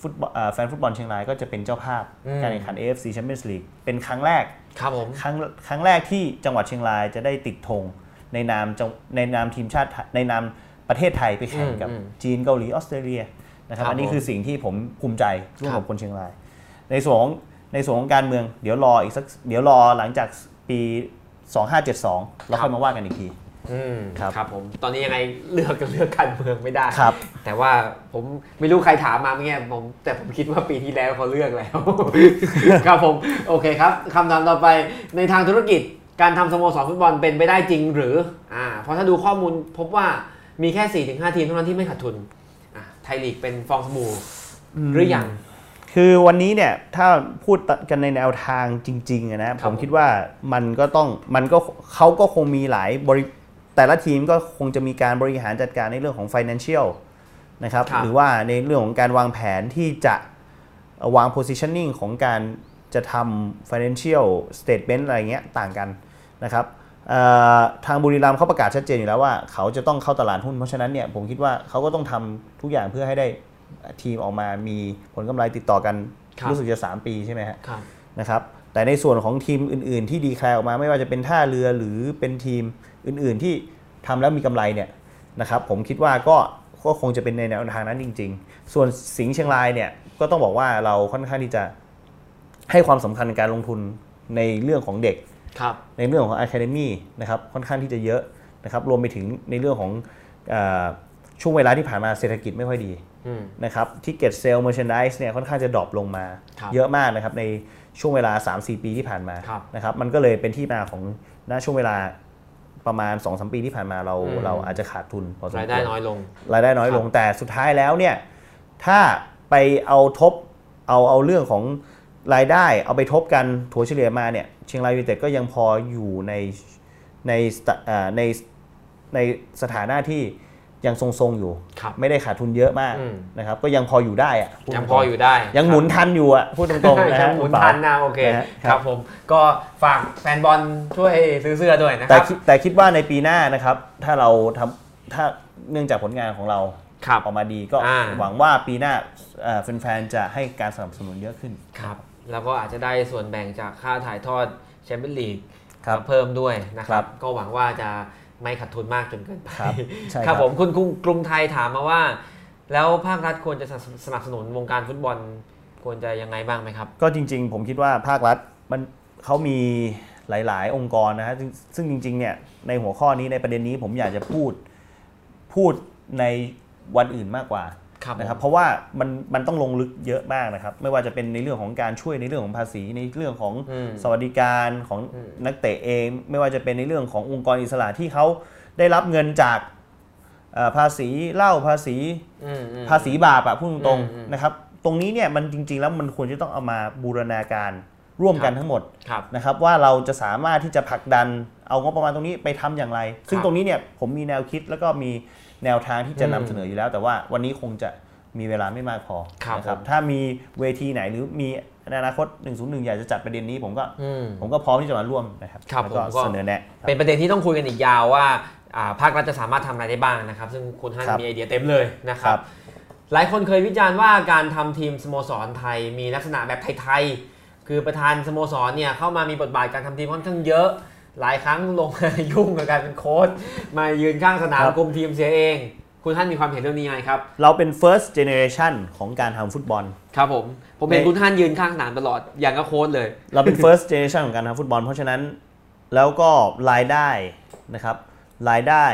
ฟุตบอลเอ่อแฟนฟุตบอลเชียงรายก็จะเป็นเจ้าภาพการแข่งขัน AFC Champions League เป็นครั้งแรก ครับผม ครั้งครั้งแรกที่จังหวัดเชียงรายจะได้ติดธงในนามจังในนามทีมชาติไทยในนามประเทศไทยไปแข่งกับ อืมอืม จีนเกาหลีออสเตรเลียนะครับ ครับ อันนี้คือสิ่งที่ผมภูมิใจร่วม ครั กับบ คนเชียงราย ในส่วนของในส่วนของการเมืองเดี๋ยวรออีกสักเดี๋ยวรอหลังจากปี 2572 แล้วค่อยมาว่ากันอีกที อืม ครับ ครับผมตอนนี้ยังไงเลือกก็เลือกการเมืองไม่ได้ ครับ แต่ว่าผมไม่รู้ใครถามมาเมื่อกี้ผมแต่ผมคิดว่าปีที่แล้วเขาเลือก แล้ว ครับผมโอเคครับคำถามต่อไปในทางธุรกิจการทำสโมสรฟุตบอลเป็นไปได้จริงหรืออ่าเพราะถ้าดูข้อมูลพบว่ามีแค่ 4-5 ทีมเท่านั้นที่ไม่ขาดทุนอ่ะไทยลีกเป็นฟองสบู่หรือยัง คือวันนี้เนี่ยถ้าพูดกันในแนวทางจริงๆอะนะ ครั ผ บ มคิดว่ามันก็ต้องมันก็เขาก็คงมีหลายบริแต่ละทีมก็คงจะมีการบริหารจัดการในเรื่องของ financial นะครับ ครับ หรือว่าในเรื่องของการวางแผนที่จะวาง positioning ของการจะทำ financial statement อะไรเงี้ยต่างกันนะครับเอ่อทางบุรีรัมย์เขาประกาศชัดเจนอยู่แล้วว่า เขาจะต้องเข้าตลาดหุ้นเพราะฉะนั้นเนี่ยผมคิดว่าเขาก็ต้องทำทุกอย่างเพื่อให้ได้ทีมออกมามีผลกำไรติดต่อกัน ครับ รู้สึกจะ 3 ปีใช่ไหมฮะ ครับ นะครับแต่ในส่วนของทีมอื่น ๆ ที่ดีแคลร์ออกมาไม่ว่าจะเป็นท่าเรือหรือเป็นทีมอื่น ๆ ที่ทำแล้วมีกำไรเนี่ยนะครับผมคิดว่าก็ก็คงจะเป็นในแนวทางนั้นจริง ๆ ส่วนสิงห์เชียงรายเนี่ยก็ต้องบอกว่าเราค่อนข้างที่จะให้ความสำคัญในการลงทุนในเรื่องของเด็ก ครับ ในเรื่องของ Academy นะครับค่อนข้างที่จะเยอะนะครับรวมไปถึงในเรื่องของเออช่วงเวลาที่ผ่านมาเศรษฐกิจไม่ค่อยดี อืม นะครับที่เก็ตเซลล์เมอร์ชานดิสเนี่ยค่อนข้างจะดรอปลงมา ครับ เยอะมากนะครับในช่วงเวลา 3-4 ปีที่ผ่านมา ครับ นะครับมันก็เลยเป็นที่มาของณช่วงเวลาประมาณ 2-3 ปีที่ผ่านมาเรา อืม เราอาจจะขาดทุนพอสมควร รายได้น้อยลง รายได้น้อยลงแต่สุดท้ายแล้วเนี่ยถ้าไปเอาทบเอาเอาเรื่องของรายได้เอาไปทบกันถัวเฉลี่ยมาเนี่ยเชียงรายยูไนเต็ดก็ยังพออยู่ในในสตเอ่อในในสถานะที่ยังทรงๆอยู่ ครับ ไม่ได้ขาดทุนเยอะมาก อืม นะครับก็ยังพออยู่ได้อะพูด ยังพตรงๆออยู่ได้ ยังหมุนทันอยู่อะพูดตรงๆนะ ใช่ ฮะ หมุน คุณเปา ทันนะโอเค นะฮะ ค ครั รับบ ผมก็ฝากแฟนบอลช่วยซื้อเสื้อด้วยนะค แต่ รับ คิดแต่คิดว่าในปีหน้านะครับ ถ้าเราทำถ้าเนื่องจากผลงานของเรา ครับ ออกมาดีก็ อ่า หวังว่าปีหน้าเอ่อแฟนๆจะให้การสนับสนุนเยอะขึ้น ครับ แล้วก็อาจจะได้ส่วนแบ่งจากค่าถ่ายทอดแชมเปี้ยนลีก ครับ มาเพิ่มด้วยนะค ครั รับ บ ก็หวังว่าจะไม่ขาดทุนมากจนเกินไป ครับคใช่รับ ครับ ผมคุณกรุงกรุงไทยถามมาว่า แล้วภาครัฐควรจะสนับสนุนวงการฟุตบอลควรจะยังไงบ้างไหมครับ ก็จริง ๆ ผมคิดว่าภาครัฐมันเขามีหลาย ๆ องค์กรนะฮะซึ่งซึ่งจริง ๆ เนี่ยในหัวข้อนี้ในประเด็นนี้ผมอยากจะพูดพูดในวันอื่นมากกว่า ครับผม นะครับ เพราะว่ามันมันต้องลงลึกเยอะมากนะครับ ไม่ว่าจะเป็นในเรื่องของการช่วยในเรื่องของภาษีในเรื่องของ อืม สวัสดิการของนักเตะเอง ไม่ว่าจะเป็นในเรื่องขององค์กรอิสระที่เขาได้รับเงินจากเอ่อภาษีเหล้าภาษี อืมอืม ภาษีบาปอะพูดตรง อืม ๆนะครับ ตรงนี้เนี่ยมันจริงๆแล้วมันควรจะต้องเอามาบูรณาการ ร่วมกันทั้งหมด ครับ นะครับว่าเราจะสามารถที่จะผลักดันเอางบประมาณตรงนี้ไปทำอย่างไร ซึ่ง ครับ ตรงนี้เนี่ยผมมีแนวคิดแล้วก็มีแนวทางที่จะ อืม นำเสนออยู่แล้ว แต่ว่าวันนี้คงจะมีเวลาไม่มากพอ ครับ นะ ผม ถ้ามีเวทีไหนหรือมีในอนาคต 101 อยากจะจัดประเด็นนี้ผมก็ อืม ผมก็พร้อมที่จะมาร่วมนะครับ ครับ แล้วก็ ผมก็ เสนอแนะครับ เป็นประเด็นที่ต้องคุยกันอีกยาวว่าอ่าภาครัฐจะสามารถทำอะไรได้บ้างนะครับ ซึ่งคุณฮัน ครับ มีไอเดียเต็มเลยนะครั ครับ บ หลายคนเคยวิจารณ์ว่าการทำทีมสโมสรไทยมีลักษณะแบบไทยๆ คือประธานสโมสรเนี่ยเข้ามามีบทบาทการทำทีมค่อนข้างเยอะ หลายครั้งลงมา ยุ่งกับการเป็นโค้ชมายืนข้างสนามคุมทีมเสียเอง คุณท่านมีความเห็นเรื่องนี้ยังไงครับ เราเป็น first generation ของการทำฟุตบอล ครับผม ผมเห็น ใน คุณท่านยืนข้างสนามตลอดอย่างกับโค้ชเลย เราเป็น first generation ของการทำฟุตบอล เพราะฉะนั้นแล้วก็รายได้นะครับรายได้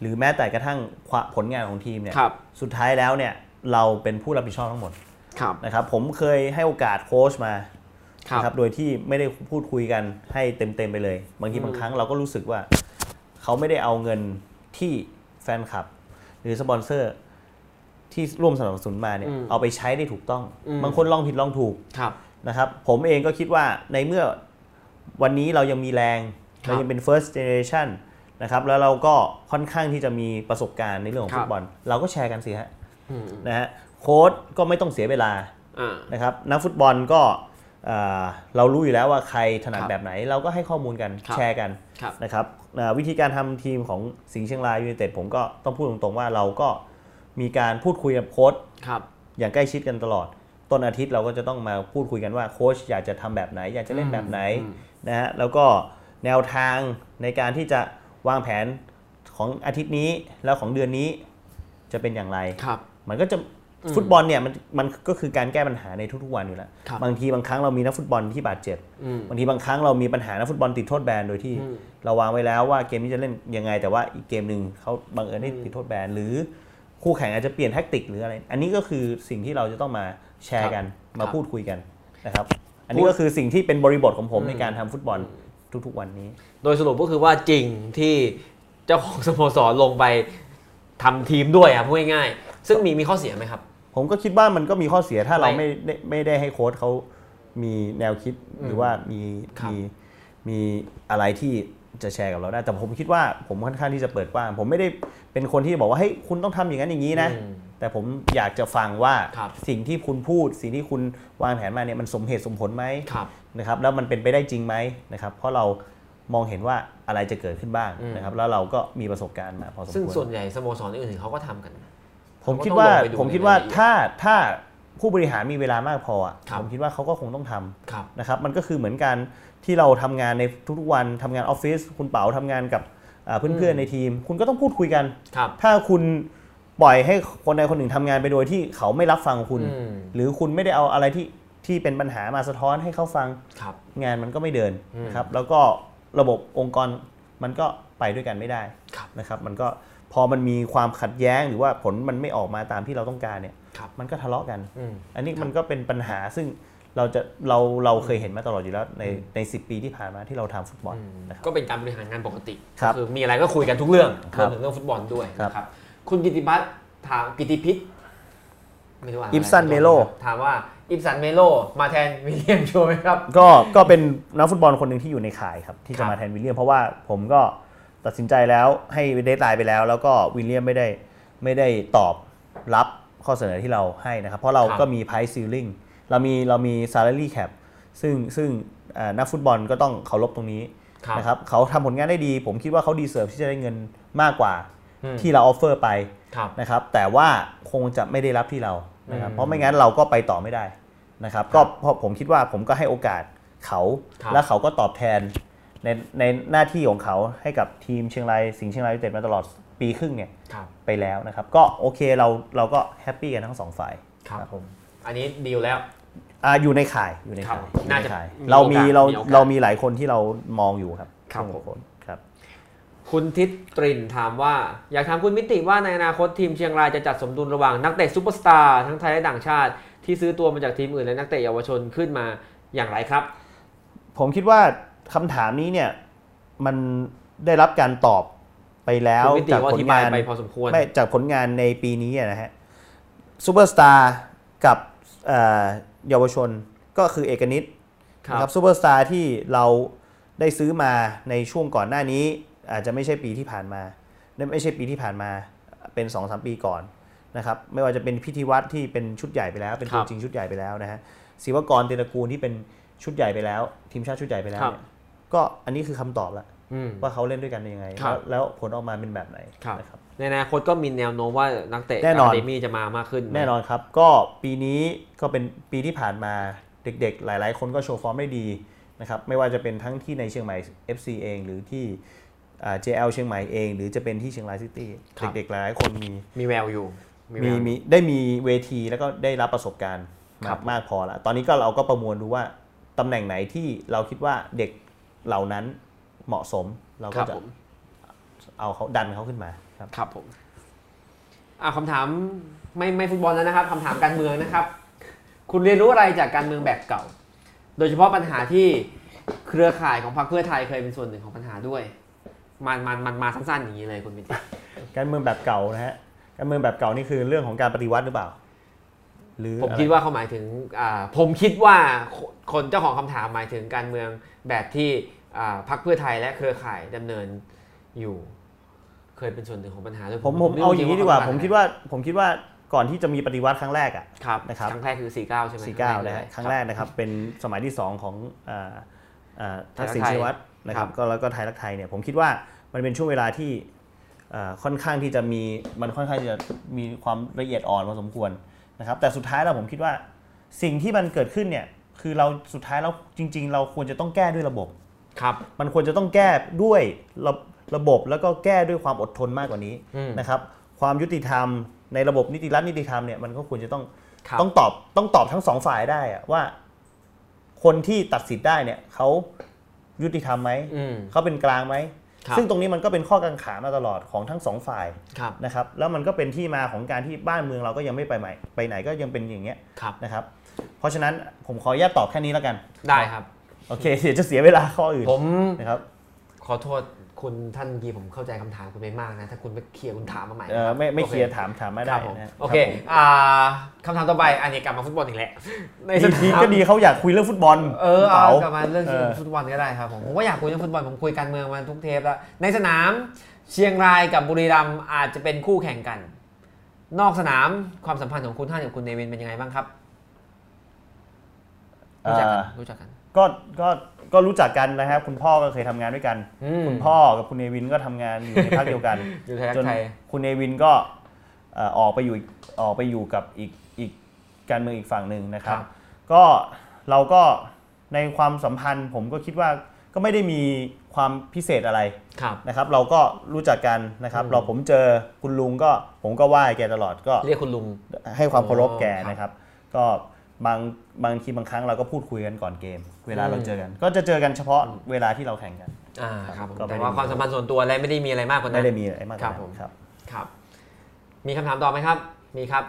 หรือแม้แต่กระทั่งความผลงานของทีมเนี่ย ครับ สุดท้ายแล้วเนี่ยเราเป็นผู้รับผิดชอบทั้งหมด ครับ นะครับผมเคยให้โอกาสโค้ชมา ครับ นะครับโดยที่ไม่ได้พูดคุยกันให้เต็มๆไปเลย บางที อืม บางครั้งเราก็รู้สึกว่า เขาไม่ได้เอาเงินที่แฟนคลับ หรือสปอนเซอร์ที่ร่วมสนับสนุนมาเนี่ย อืม เอาไปใช้ได้ถูกต้อง อืม บางคนลองผิดลองถูก ครับ นะครับผมเองก็คิดว่าในเมื่อวันนี้เรายังมีแรง ครับ เรายังเป็น first generation นะครับแล้วเราก็ค่อนข้างที่จะมีประสบการณ์ในเรื่องของ ครับ ฟุตบอล เราก็แชร์กันสิฮะ อืม นะฮะโค้ดก็ไม่ต้องเสียเวลา อ่า นะครับนักฟุตบอลก็เอ่อเรารู้อยู่แล้วว่าใครถนัด ครับ แบบไหน เราก็ให้ข้อมูลกัน ครับ แชร์กัน ครับ นะครับเอ่อวิธีการทำทีมของสิงห์เชียงรายยูไนเต็ดผมก็ต้องพูดตรงๆว่าเราก็มีการพูดคุยกับโค้ด ครับ อย่างใกล้ชิดกันตลอด ต้นอาทิตย์เราก็จะต้องมาพูดคุยกันว่าโค้ชอยากจะทำแบบไหน อยากจะเล่นแบบไหน อืม นะฮะแล้วก็แนวทางในการที่จะวางแผนของอาทิตย์นี้แล้วของเดือนนี้จะเป็นอย่างไร ครับ มันก็จะฟุตบอลเนี่ยมันมันก็คือการแก้ปัญหาในทุกๆวันอยู่แล้ว ครับ บางทีบางครั้งเรามีนักฟุตบอลที่บาดเจ็บ อืม บางทีบางครั้งเรามีปัญหานักฟุตบอลติดโทษแบนโดยที่ อืม เราวางไว้แล้วว่าเกมนี้จะเล่นยังไง แต่ว่าอีกเกมหนึ่งเขาบังเอิญได้ติดโทษแบนหรือคู่แข่งอาจจะเปลี่ยนแท็กติกหรืออะไร อันนี้ก็คือสิ่งที่เราจะต้องมาแชร์กันมา ครับ พูดคุยกันนะครับ อันนี้ก็คือสิ่งที่เป็นบริบทของผมในการทำฟุตบอลทุกๆวันนี้ โดยสรุปก็คือว่าจริงที่เจ้าของสโมสรลงไปทำทีมด้วยอ่ะพูดง่ายๆซึ่งมีมีข้อเสียไหมครับ ผมก็คิดว่ามันก็มีข้อเสียถ้าเรา ไม่ ไม่ได้ไม่ได้ให้โค้ชเขามีแนวคิดหรือว่ามี ครับ มีมีอะไรที่จะแชร์กับเราได้แต่ผมคิดว่าผมค่อนข้างที่จะเปิดกว้าง ผมไม่ได้เป็นคนที่บอกว่าเฮ้ยคุณต้องทำอย่างนั้นอย่างนี้นะ อืม แต่ผมอยากจะฟังว่า ครับ สิ่งที่คุณพูด สิ่งที่คุณวางแผนมาเนี่ยมันสมเหตุสมผลไหม ครับ นะครับแล้วมันเป็นไปได้จริงไหมนะครับเพราะเรามองเห็นว่าอะไรจะเกิดขึ้นบ้าง อืม นะครับแล้วเราก็มีประสบการณ์มาพอสมควร ซึ่งส่วนใหญ่สโมสรอื่นๆเขาก็ทำกัน ผมคิดว่า ก็ต้องลงไปดู ผมคิดว่า ในรายละเอียด ถ้าถ้าผู้บริหารมีเวลามากพออะ ครับ ผมคิดว่าเขาก็คงต้องทำ ครับ นะครับมันก็คือเหมือนกันที่เราทำงานในทุกๆวันทำงานออฟฟิศคุณเป๋าทำงานกับอ่าเพื่อนๆในทีม คุณก็ต้องพูดคุยกัน ครับ ถ้าคุณปล่อยให้คนใดคนหนึ่งทำงานไปโดยที่เขาไม่รับฟังคุณ อืม หรือคุณไม่ได้เอาอะไรที่ที่เป็นปัญหามาสะท้อนให้เขาฟัง ครับ งานมันก็ไม่เดิน อืม นะครับแล้วก็ระบบองค์กรมันก็ไปด้วยกันไม่ได้ ครับ นะครับมันก็พอมันมีความขัดแย้งหรือว่าผลมันไม่ออกมาตามที่เราต้องการเนี่ย ครับ มันก็ทะเลาะกัน อืม อันนี้มันก็เป็นปัญหาซึ่งเราจะเราเราเคยเห็นมาตลอดอยู่แล้วในในสิปีที่ผ่านมาที่เราทำฟุตบอลนะครับ ก็เป็นการบริหารงานปกติ ครับ ก็คือมีอะไรก็คุยกันทุกเรื่อง ค ร รั ว บ มถึงเรื่องฟุตบอลด้วย ครับ นะครับ คุณกิติพัฒน์ถามกิติพิษไม่รู้อ่านอะไร Ibsen Melo ถามว่าอิปสันเมโลมาแทนวิลเลียมชัวร์ไหมครับ ก็ก็เป็นนักฟุตบอลคนหนึ่งที่อยู่ในข่ายครับที่ ครั จะ บ มาแทนวิลเลียม เพราะว่าผมก็ตัดสินใจแล้วให้เดทไลน์ไปแล้ว แล้วก็วิลเลียมไม่ได้ไม่ได้ตอบรับข้อเสนอที่เราให้นะครับ เพราะเราก็มีไพ c ์ซีลิงเรามีเรามี salary cap ซึ่งซึ่งอ่านักฟุตบอลก็ต้องเคารพตรงนี้นะครับเขาทำผลงานได้ดี ผมคิดว่าเขาดีเซิร์ฟที่จะได้เงินมากกว่า อืม ที่เราออฟเฟอร์ไป ครับ นะครับแต่ว่าคงจะไม่ได้รับที่เรานะครับ อืม เพราะไม่งั้นเราก็ไปต่อไม่ได้ นะครับก็เพราะผมคิดว่าผมก็ให้โอกาสเขา ครับ แล้วเขาก็ตอบแทนในในหน้าที่ของเขาให้กับทีมเชียงรายสิงห์เชียงรายยูไนเต็ดมาตลอดปีครึ่งเนี่ย ครับ ไปแล้วนะครับก็โอเคเราเราก็แฮปปี้กันทั้งสองฝ่าย ครับผม อันนี้ดีลแล้ว อ่าอยู่ในข่ายอยู่ใน ครับ ข่าย น่าจะ อยู่ใข่ย มี เรามี โอกาสมีโอกาสเราเรามีหลายคนที่เรามองอยู่ครับ ครับผม คนครับ คุณทิศตรินถามว่า อยากถามคุณมิติว่าในอนาคตทีมเชียงรายจะจัดสมดุลระหว่างนักเตะซูเปอร์สตาร์ทั้งไทยและต่างชาติ ที่ซื้อตัวมาจากทีมอื่นและนักเตะเยาวชนขึ้นมาอย่างไรครับ ผมคิดว่าคำถามนี้เนี่ยมันได้รับการตอบไปแล้ว คุณมิติ จาก ก็ ผ อ ล ธิบาย งาน ไปพอสมควร ไม่จากผลงานในปีนี้อะนะฮะซูเปอร์สตาร์กับเอ่อเยาวชนก็คือเอกนิต ครับ นะครับซูเปอร์สตาร์ที่เราได้ซื้อมาในช่วงก่อนหน้านี้ อาจจะไม่ใช่ปีที่ผ่านมาไม่ใช่ปีที่ผ่านมาเป็น2อสปีก่อนนะครับไม่ว่าจะเป็นพิธีวัตรที่เป็นชุดใหญ่ไปแล้ว เป็น ครั ตัว บ จริงชุดใหญ่ไปแล้วนะฮะศิวากรเตระกูลที่เป็นชุดใหญ่ไปแล้ว ทีมชาติชุดใหญ่ไปแล้ว ครับ เนี่ยก็อันนี้คือคำตอบละ อืม ว่าเขาเล่นด้วยกันยังไง ครั แล้ว บ แล้วผลออกมาเป็นแบบไหน ครับ นะครับ ในอนาคตก็มีแนวโน้มว่านักเตะ แน่นอน เดมี่จะมามากขึ้นไหม แน่นอนครับ ก็ปีนี้ก็เป็นปีที่ผ่านมาเด็กๆ หลายๆ คนก็โชว์ฟอร์มได้ดีนะครับไม่ว่าจะเป็นทั้งที่ในเชียงใหม่ FC เอง หรือที่อ่า JL เชียงใหม่เอง หรือจะเป็นที่เชียงรายซิตี้ ครับ เด็กๆ หลายๆ คนมี มีแววอยู่แว มี ว มีได้มีเวทีแล้วก็ได้รับประสบการณ์ ครั มา บ มากพอแล้วตอนนี้ก็เราก็ประมวลดูว่าตำแหน่งไหนที่เราคิดว่าเด็กเหล่านั้นเหมาะสมเรา ค ก็ รับ จะ ผม เอาเขาดันเขาขึ้นมาครับ ครับผมอ่ะคำถามไม่ไม่ฟุตบอลแล้วนะครับคำถามการเมืองนะครับ คุณเรียนรู้อะไรจากการเมืองแบบเก่า โดยเฉพาะปัญหาที่เครือข่ายของพรรคเพื่อไทยเคยเป็นส่วนหนึ่งของปัญหาด้วย มันมันมันมาสั้นๆอย่างนี้เลยคุณปิติ การเมืองแบบเก่านะฮะ การเมืองแบบเก่านี่คือเรื่องของการปฏิวัติหรือเปล่า หรือ ผม อะไร คิดว่าเขาหมายถึงอ่าผมคิดว่าคคนเจ้าของคำถามหมายถึงการเมืองแบบที่อ่าพรรคเพื่อไทยและเครือข่ายดำเนินอยู่ เคยเป็นส่วนหนึ่งของปัญหาด้วย ผมผม ไรู้ เอาอย่างนี้ดีกว่า จริๆ ผมคิดว่าผมคิดว่าก่อนที่จะมีปฏิวัติครั้งแรกอ่ะ ครับ นะครับ ครั้งแรกคือ 49 ใช่ไหม 49นะฮะครั้งแรก บ นะครับ เป็นสมัยที่ 2 ของอ่าอ่าทักษิณ ไทยรักไทย ชินวัตรนะครับ ครับ ก็แล้วก็ไทยรักไทยเนี่ยผมคิดว่ามันเป็นช่วงเวลาที่อ่าค่อนข้างที่จะมีมันค่อนข้างที่จะมีความละเอียดอ่อนพอสมควรนะครับแต่สุดท้ายแล้วผมคิดว่าสิ่งที่มันเกิดขึ้นเนี่ยคือเราสุดท้ายแล้วจริง ๆ เราควรจะต้องแก้ด้วยระบบ ครับ มันควรจะต้องแก้ด้วยระระบบแล้วก็แก้ด้วยความอดทนมากกว่านี้ อืม นะครับ ความยุติธรรมในระบบนิติรัฐนิติธรรมเนี่ยมันก็ควรจะต้อง ครับ ต้องตอบต้องตอบทั้งสองฝ่ายได้อะว่า คนที่ตัดสินได้เนี่ยเขายุติธรรมไหม อืม เขาเป็นกลางไหม ครับ ซึ่งตรงนี้มันก็เป็นข้อกังขามาตลอดของทั้งสองฝ่าย ครับ นะครับ แล้วมันก็เป็นที่มาของการที่บ้านเมืองเราก็ยังไม่ไปไหนไปไหนก็ยังเป็นอย่างเงี้ย ครับ นะครับ เพราะฉะนั้นผมขออนุญาตตอบแค่นี้แล้วกัน ได้ครับ โอเคเดี๋ยวจะเสียเวลาข้ออื่น ผม นะครับ ขอโทษคุณท่านเมื่อกี้ผมเข้าใจคำถามคุณไปมากนะ ถ้าคุณไม่เคลียร์คุณถามมาใหม่ เอ่อไม่ไม่เคลียร์ โอ ถามถามไม่ ค ได้ รับผม นะรับ โอเค ผม อ่าคำถามต่อไปอันนี้กลับมาฟุตบอลอีกแล้วในส ดีที นาม ก็ดีเขาอยากคุยเรื่องฟุตบอล เออ เป เอา ล่าก ลับมาเรื่อง ออ ฟุตบอลก็ได้ครับผมผมก็อยากคุยเรื่องฟุตบอลผมคุยการเมืองมาทุกเทปแล้วในสนามเชียงรายกับบุรีรัมย์อาจจะเป็นคู่แข่งกัน นอกสนามความสัมพันธ์ของคุณท่านกับคุณเนวินเป็นยังไงบ้างครับรู้จักกัน เอ่อ รู้จักกัน ก็ก็ก็รู้จักกันนะครับ คุณพ่อก็เคยทำงานด้วยกัน อืม คุณพ่อกับคุณเนวินก็ทำงานอยู่ในภาคเดียวกัน อยู่ไทยรัก จน ไทย คุณเนวินก็เอ่อออกไปอยู่อีกออกไปอยู่กับอีกอีกการเมืองอีกฝั่งหนึ่งนะครับ ครับ ก็เราก็ในความสัมพันธ์ผมก็คิดว่าก็ไม่ได้มีความพิเศษอะไร ครับ นะครับเราก็รู้จักกันนะครับ อืม เราผมเจอคุณลุงก็ผมก็ไหว้แกตลอดก็ เรียกคุณลุง ให้ความเคารพแก อ๋อครับ นะครับ ก็บางบางทีบางครั้งเราก็พูดคุยกันก่อนเกม เวลา อืม เราเจอกัน ก็จะเจอกันเฉพาะเวลาที่เราแข่งกัน อ่าครับผม ก็ไม่ แต่ ได้ ว่าความสัมพันธ์ส่วนตัวอะไรไม่ได้มีอะไรมากกว่านั้ ไม่ น ได้มีอะไรมากกคว่ารับผม นั้นครับ ครับ มีคำถามต่อไหมครับ มีครับ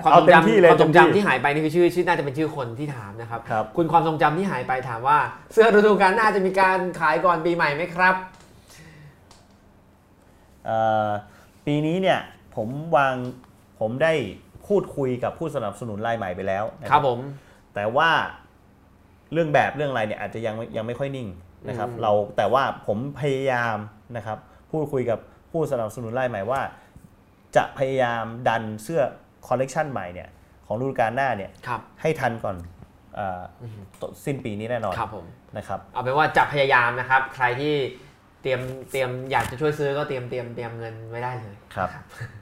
ความ เอา ทรง เต็ม จำ ที่เลย ความทรง เต็มที่ จำที่หายไปนี่คือชื่อชื่อน่าจะเป็นชื่อคนที่ถามนะครับ ครับ ณความทรงจำที่หายไปถามว่า เสื้อฤดูกาลหน้าจะมีการขายก่อนปีใหม่ไหมครับ เอ่อปีนี้เนี่ยผมวางผมได้พูดคุยกับผู้สนับสนุนรายใหม่ไปแล้วนะ ครับผม แต่ว่าเรื่องแบบเรื่องอะไรเนี่ยอาจจะยังไม่ยังไม่ค่อยนิ่งนะครับ อืม เราแต่ว่าผมพยายามนะครับ พูดคุยกับผู้สนับสนุนรายใหม่ว่า จะพยายามดันเสื้อคอลเลกชันใหม่เนี่ยของฤดูกาลหน้าเนี่ย ครับ ให้ทันก่อนเอออต้นสิ้นปีนี้แน่นอน ครับผม นะครับ เอาเป็นว่าจะพยายามนะครับ ใครที่เตรียมเตรียมอยากจะช่วยซื้อก็เตรียมเตรียมเตรียมเงินไว้ได้เลย ครับ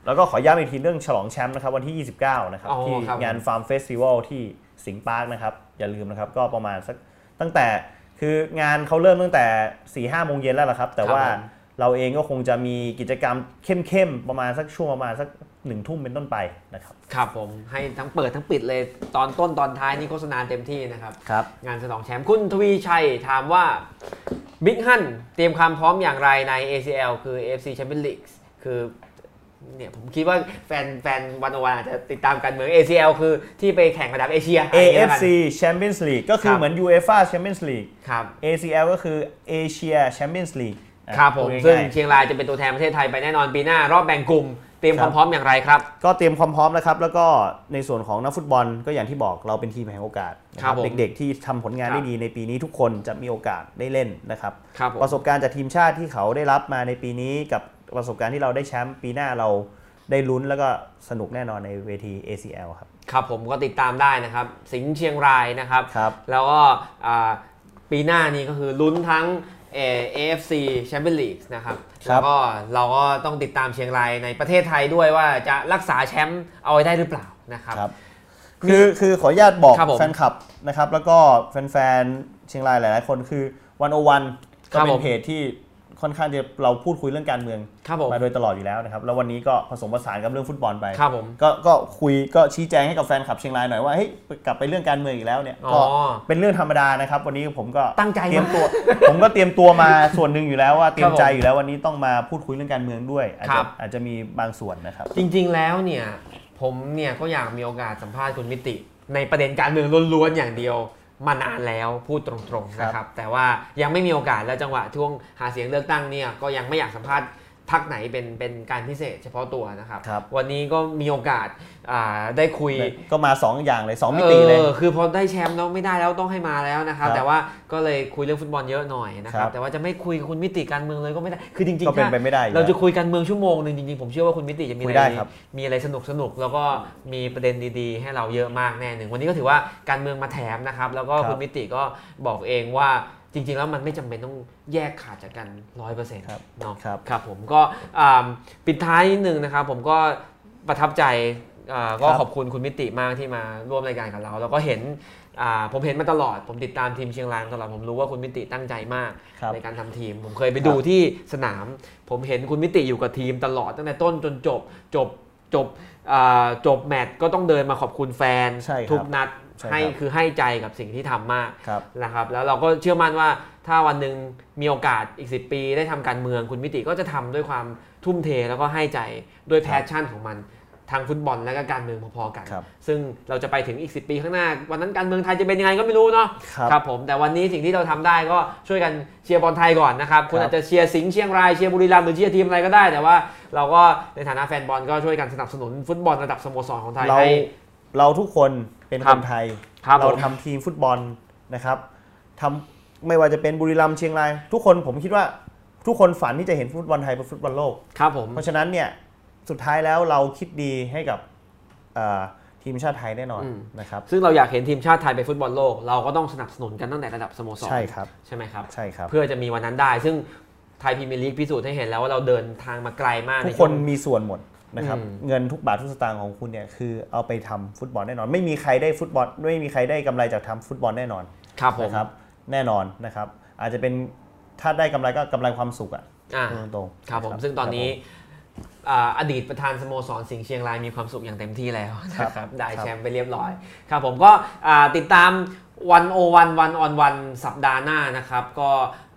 แล้วก็ขอย้ำอีกทีเรื่องฉลองแชมป์นะครับวันที่ 29 นะครับ อ๋อ ที่ ครับผม งานฟาร์มเฟสติวัลที่สิงห์ปาร์คนะครับ อย่าลืมนะครับ ก็ประมาณสักตั้งแต่คืองานเขาเริ่มตั้งแต่4ี่ห้าโมงเย็นแล้วล่ะครับ แต่ว่าเราเองก็คงจะมีกิจกรรมเข้มๆ ประมาณสักช่วงประมาณสักหนึ่งทุ่มเป็นต้นไปนะครับ ครับผมให้ทั้งเปิดทั้งปิดเลยตอนต้นตอนท้ายนี่โฆษณาเต็มที่นะครับ ครับ งานสนองแชมป์คุณทวีชัยถามว่าบิ๊กฮันเตรียมความพร้อมอย่างไรใน ACL คือ AFC Champions League คือเนี่ยผมคิดว่าแฟนแฟนวันวันอาจจะติดตามกันเหมือน ACL คือที่ไปแข่งระดับเอเชียอะไรอย่างเงี้ยแล้วกัน AFC Champions League ก็คื ครัอบ เหมือน UEFA Champions League ครับ ACL ก็คือ Asia Champions League อ่ะ ครับผม พูด ซึ่ง ง่ายๆ เชียงรายจะเป็นตัวแทนประเทศไทยไปแน่นอนปีหน้า รอบแบ่งกลุ่ม เตรียม ค ค รั วา บ มพร้อมอย่างไรครับ ก็เตรียมความพร้อมแล้วครับ แล้วก็ในส่วนของนักฟุตบอลก็อย่างที่บอกเราเป็นทีมแห่งโอกาสนะครับ ผม เด็กๆที่ทำผลงาคนรับ ได้ดีในปีนี้ทุกคนจะมีโอกาสได้เล่นนะครับ ครับผม ประสบการณ์จากทีมชาติที่เขาได้รับมาในปีนี้กับประสบการณ์ที่เราได้แชมป์ปีหน้าเราได้ลุ้นแล้วก็สนุกแน่นอนในเวที ACL ครับ ครับผมก็ติดตามได้นะครับ สิงห์เชียงรายนะครับ ครับ แล้วก็อ่าปีหน้านี้ก็คือลุ้นทั้งเอ่อ AFC Champions League นะครับ ครั แล้ บ วก็เราก็ต้องติดตามเชียงรายในประเทศไทยด้วยว่าจะรักษาแชมป์เอาไว้ได้หรือเปล่านะครับ ครับ คือคือขออนุญาตบอก ครับผม แฟนคลับนะครับ แล้วก็แฟนๆเชียงรายหลายๆ คนคือวันโอวัน ครั ก็ บผเป็น ม เพจที่ค่อนข้างจะเราพูดคุยเรื่องการเมือง ครับผม โดยตลอดอยู่แล้วนะครับ แล้ววันนี้ก็ผสมผสานกับเรื่องฟุตบอลไป ครับผม ก็ก็คุยก็ชี้แจงให้กับแฟนคลับเชียงรายหน่อยว่าเฮ้ยกลับไปเรื่องการเมืองอีกแล้วเนี่ย อ๋อ ก็เป็นเรื่องธรรมดานะครับ วันนี้ผมก็ ตั้งใจมา เตรียมตัว ผมก็เตรียมตัวมาส่วนหนึ่งอ ยู่แล้วว่าเตรียมใจอยู่แล้ววันนี้ต้องมาพูดคุยเรื่องการเมืองด้วยอาจ ครั จะ บ อาจจะมีบางส่วนนะครับ จริงๆแล้วเนี่ยผมเนี่ยก็อยากมีโอกาสสัมภาษณ์คุณมิติ ในประเด็นการเมืองล้วนๆอย่างเดียวมานานแล้วพูดตรงๆนะครับ แต่ว่ายังไม่มีโอกาสแล้วจังหวะช่วงหาเสียงเลือกตั้งเนี่ยก็ยังไม่อยากสัมภาษณ์พักไหนเป็นเป็นการพิเศษเฉพาะตัวนะครับ ครับ วันนี้ก็มีโอกาสอ่าได้คุย ก็มาสองอย่างเลยสองมิติเลย ออคือพอได้แชมป์แล้วไม่ได้แล้วต้องให้มาแล้วนะครับ ครับ แต่ว่าก็เลยคุยเรื่องฟุตบอลเยอะหน่อยนะครั ครับ บ แต่ว่าจะไม่คุยกับคุณมิติการเมืองเลยก็ไม่ได้ คือจริงๆ ก็เป็นไปไม่ได้อยู่ เราจะคุยการเมืองชั่วโมงหนึ่งจริงๆ ผมเชื่อว่าคุณมิติจะมี คุ อะ ยได้ ไร ครับ มีอะไรสนุกสนุกๆแล้วก็มีประเด็นดีๆ ให้เราเยอะมากแน่หนึ่งวันนี้ก็ถือว่าการเมืองมาแถมนะครับ แล้วก็ ครับ คุณมิติก็บอกเองว่าจริง ๆ แล้วมันไม่จำเป็นต้องแยกขาดจากกันร้อยเปอร์เซ็นต์ ครับ เนาะ ครับ ครับผมก็อ่าปิดท้ายนิดนึงนะครับผมก็ประทับใจอ่าก็ ครับ ขอบคุณคุณมิติมากที่มาร่วมรายการกับเรา แล้วก็เห็นอ่าผมเห็นมาตลอด ผมติดตามทีมเชียงรายมาตลอดผมรู้ว่าคุณมิติตั้งใจมาก ครับ ในการทำทีม ผมเคยไปดูที่สนาม ผมเห็นคุณมิติอยู่กับทีมตลอดตั้งแต่ต้นจนจบจบจบอ่าจบแมตช์ก็ต้องเดินมาขอบคุณแฟน ใช่ครับ ทุกนัด ใช่ครับ ให้คือให้ใจกับสิ่งที่ทำมาก ครับ นะครับแล้วเราก็เชื่อมั่นว่าถ้าวันหนึ่งมีโอกาสอีก 10 ปีได้ทำการเมืองคุณมิติก็จะทำด้วยความทุ่มเทแล้วก็ให้ใจด้วยแพชชั่นของมันทางฟุตบอลและก็การเมืองพอๆกัน ครับ ซึ่งเราจะไปถึงอีก 10 ปีข้างหน้า วันนั้นการเมืองไทยจะเป็นยังไงก็ไม่รู้เนาะ ครับ ครับผมแต่วันนี้สิ่งที่เราทำได้ก็ช่วยกันเชียร์บอลไทยก่อนนะครับ คุณ ครับ อาจจะเชียร์สิงห์เชียงรายเชียร์บุรีรัมย์หรือเชียร์ทีมอะไรก็ได้ แต่ว่าเราก็ในฐานะแฟนบอลก็ช่วยกันสนับสนุนฟุตบอลระดับสโมสรของไทย เรา ให้ เราทุกคนเป็น ครั ค บ นไทย ครับ เรา ผม ทำทีมฟุตบอลนะครับทำไม่ว่าจะเป็นบุรีรัมย์เชียงราย ทุกคนผมคิดว่าทุกคนฝันที่จะเห็นฟุตบอลไทยเป็นฟุตบอลโลก ครับผม เพราะฉะนั้นเนี่ยสุดท้ายแล้วเราคิดดีให้กับเอ่อทีมชาติไทยแน่นอน อืม นะครับ ซึ่งเราอยากเห็นทีมชาติไทยไปฟุตบอลโลก เราก็ต้องสนับสนุนกันตั้งแต่ระดับสโมสร ใช่ครับ ใช่ไหมครับ ใช่ครับ เพื่อจะมีวันนั้นได้ ซึ่งไทยพรีเมียร์ลีกพิสูจน์ให้เห็นแล้วว่าเราเดินทางมาไกลมาก ทุก ใช่วง คนมีส่วนหมดนะครับ อืม เงินทุกบาททุกสตางค์ของคุณเนี่ยคือเอาไปทำฟุตบอลแน่นอน ไม่มีใครได้ฟุตบอลไม่มีใครได้กำไรจากทำฟุตบอลแน่นอน ครับผม นะครับ แน่นอนนะครับ อาจจะเป็นถ้าได้กำไรก็กำไรความสุขอะ อ่า พูดตรงๆ ครับผม ครับ ซึ่งตอนนี้ ครับผ อ่าอดีตประธานสโมสรสิงห์เชียงรายมีความสุขอย่างเต็มที่แล้ว ครับ นะครับได้ ครับ แชมป์ไปเรียบร้อย ครับผมก็อ่าติดตามวันโอวันวันออนวันสัปดาห์หน้านะครับ ก็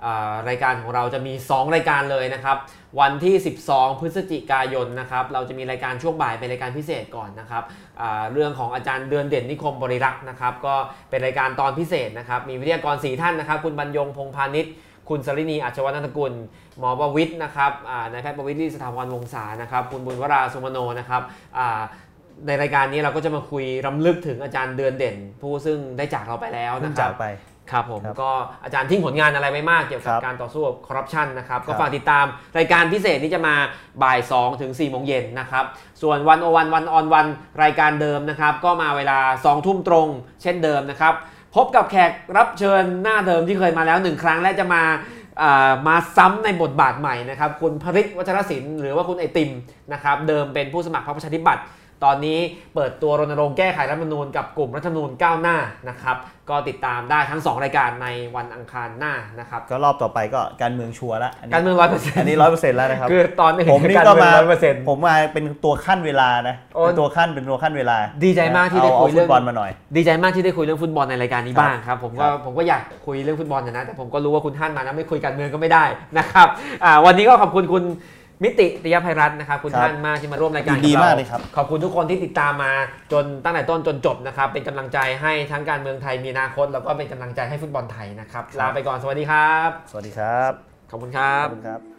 อ่ารายการของเราจะมี 2 รายการเลยนะครับ วันที่ 12 พฤศจิกายนนะครับ เราจะมีรายการช่วงบ่ายเป็นรายการพิเศษก่อนนะครับอ่าเรื่องของอาจารย์เดือนเด่นนิคมบริรักษ์นะครับ ก็เป็นรายการตอนพิเศษนะครับ มีวิทยากรสี่ท่านนะครับ คุณบรรยงพงษ์พาณิชย์ คุณสรินีอัจฉวัฒนกุล หมอประวิทย์นะครับอ่านายแพทย์ประวิทย์ที่สถาพรวงศานะครับ คุณบุญวราสุมโนนะครับอ่าในรายการนี้เราก็จะมาคุยรำลึกถึงอาจารย์เดือนเด่น ผู้ซึ่งได้จากเราไปแล้ว เพิ่ นะ ง ครั จา บ กไป ครับผม ครับ ก็อาจารย์ทิ้งผลงานอะไรไว้มากเกี่ยวกับ ครับ การต่อสู้กับคอร์รัปชันนะครับ ครับ ก็ฝากติดตามรายการพิเศษที่จะมาบ่าย2ถึง4โมงเย็นนะครับ ส่วนวันโอวันวันออนวันรายการเดิมนะครับ ก็มาเวลา 2 ทุ่มตรง เช่นเดิมนะครับ พบกับแขกรับเชิญหน้าเดิมที่เคยมาแล้วหนึ่งครั้งและจะมาอ่ามาซ้ำในบทบาทใหม่นะครับ คุณพริศวัชรศิลป์หรือว่าคุณไอติมนะครับ เดิมเป็นผู้สมัครพรรคประชาธิปัตย์ ตอนนี้เปิดตัวรณรงค์แก้ไขรัฐธรรมนูญกับกลุ่มรัฐธรรมนูญก้าวหน้านะครับ ก็ติดตามได้ทั้ง 2 รายการในวันอังคารหน้านะครับ ก็รอบต่อไปก็การเมืองชัวร์ละนนี้ การเมืองร้อยเปอร์เซ็นต์ อันนี้ร้อยเปอร์เซ็นต์แล้วนะครับ คือตอนอื่ ผมนี่ก็มา ร้อยเปอร์เซ็นต์ ผมมาเป็นตัวขั้นเวลานะ โอ้ เป็นตัวขั้นเป็นตัวขั้นเวลา ดีใจมากที่ได้ า คุยเรื่อง าฟุตบอลมาหน่อย ดีใจมากที่ได้คุยเรื่องฟุตบอลในรายการนี้ ครับ บ้างครับ ผมก็ ครับ ผมก็อยากคุยเรื่องฟุตบอลนะนะแต่ผมก็รู้ว่าคุณท่านมานะไม่คุยการเมืองก็ไม่ได้นะครับอ่าวันนี้ก็ขอบคุณคุณมิติติยภัยรัตน์นะครับคุณท่านมากที่มาร่วมรายการ ยินดี บร มากเลยครับ ขอบคุณทุกคนที่ติดตามมาจนตั้งแต่ต้นจนจบนะครับ เป็นกำลังใจให้ทั้งการเมืองไทยมีอนาคต แล้วก็เป็นกำลังใจให้ฟุตบอลไทยนะครับ ลาไปก่อนสวัสดีครับ สวัสดีครับ ขอบคุณครับ ขอบคุณครับ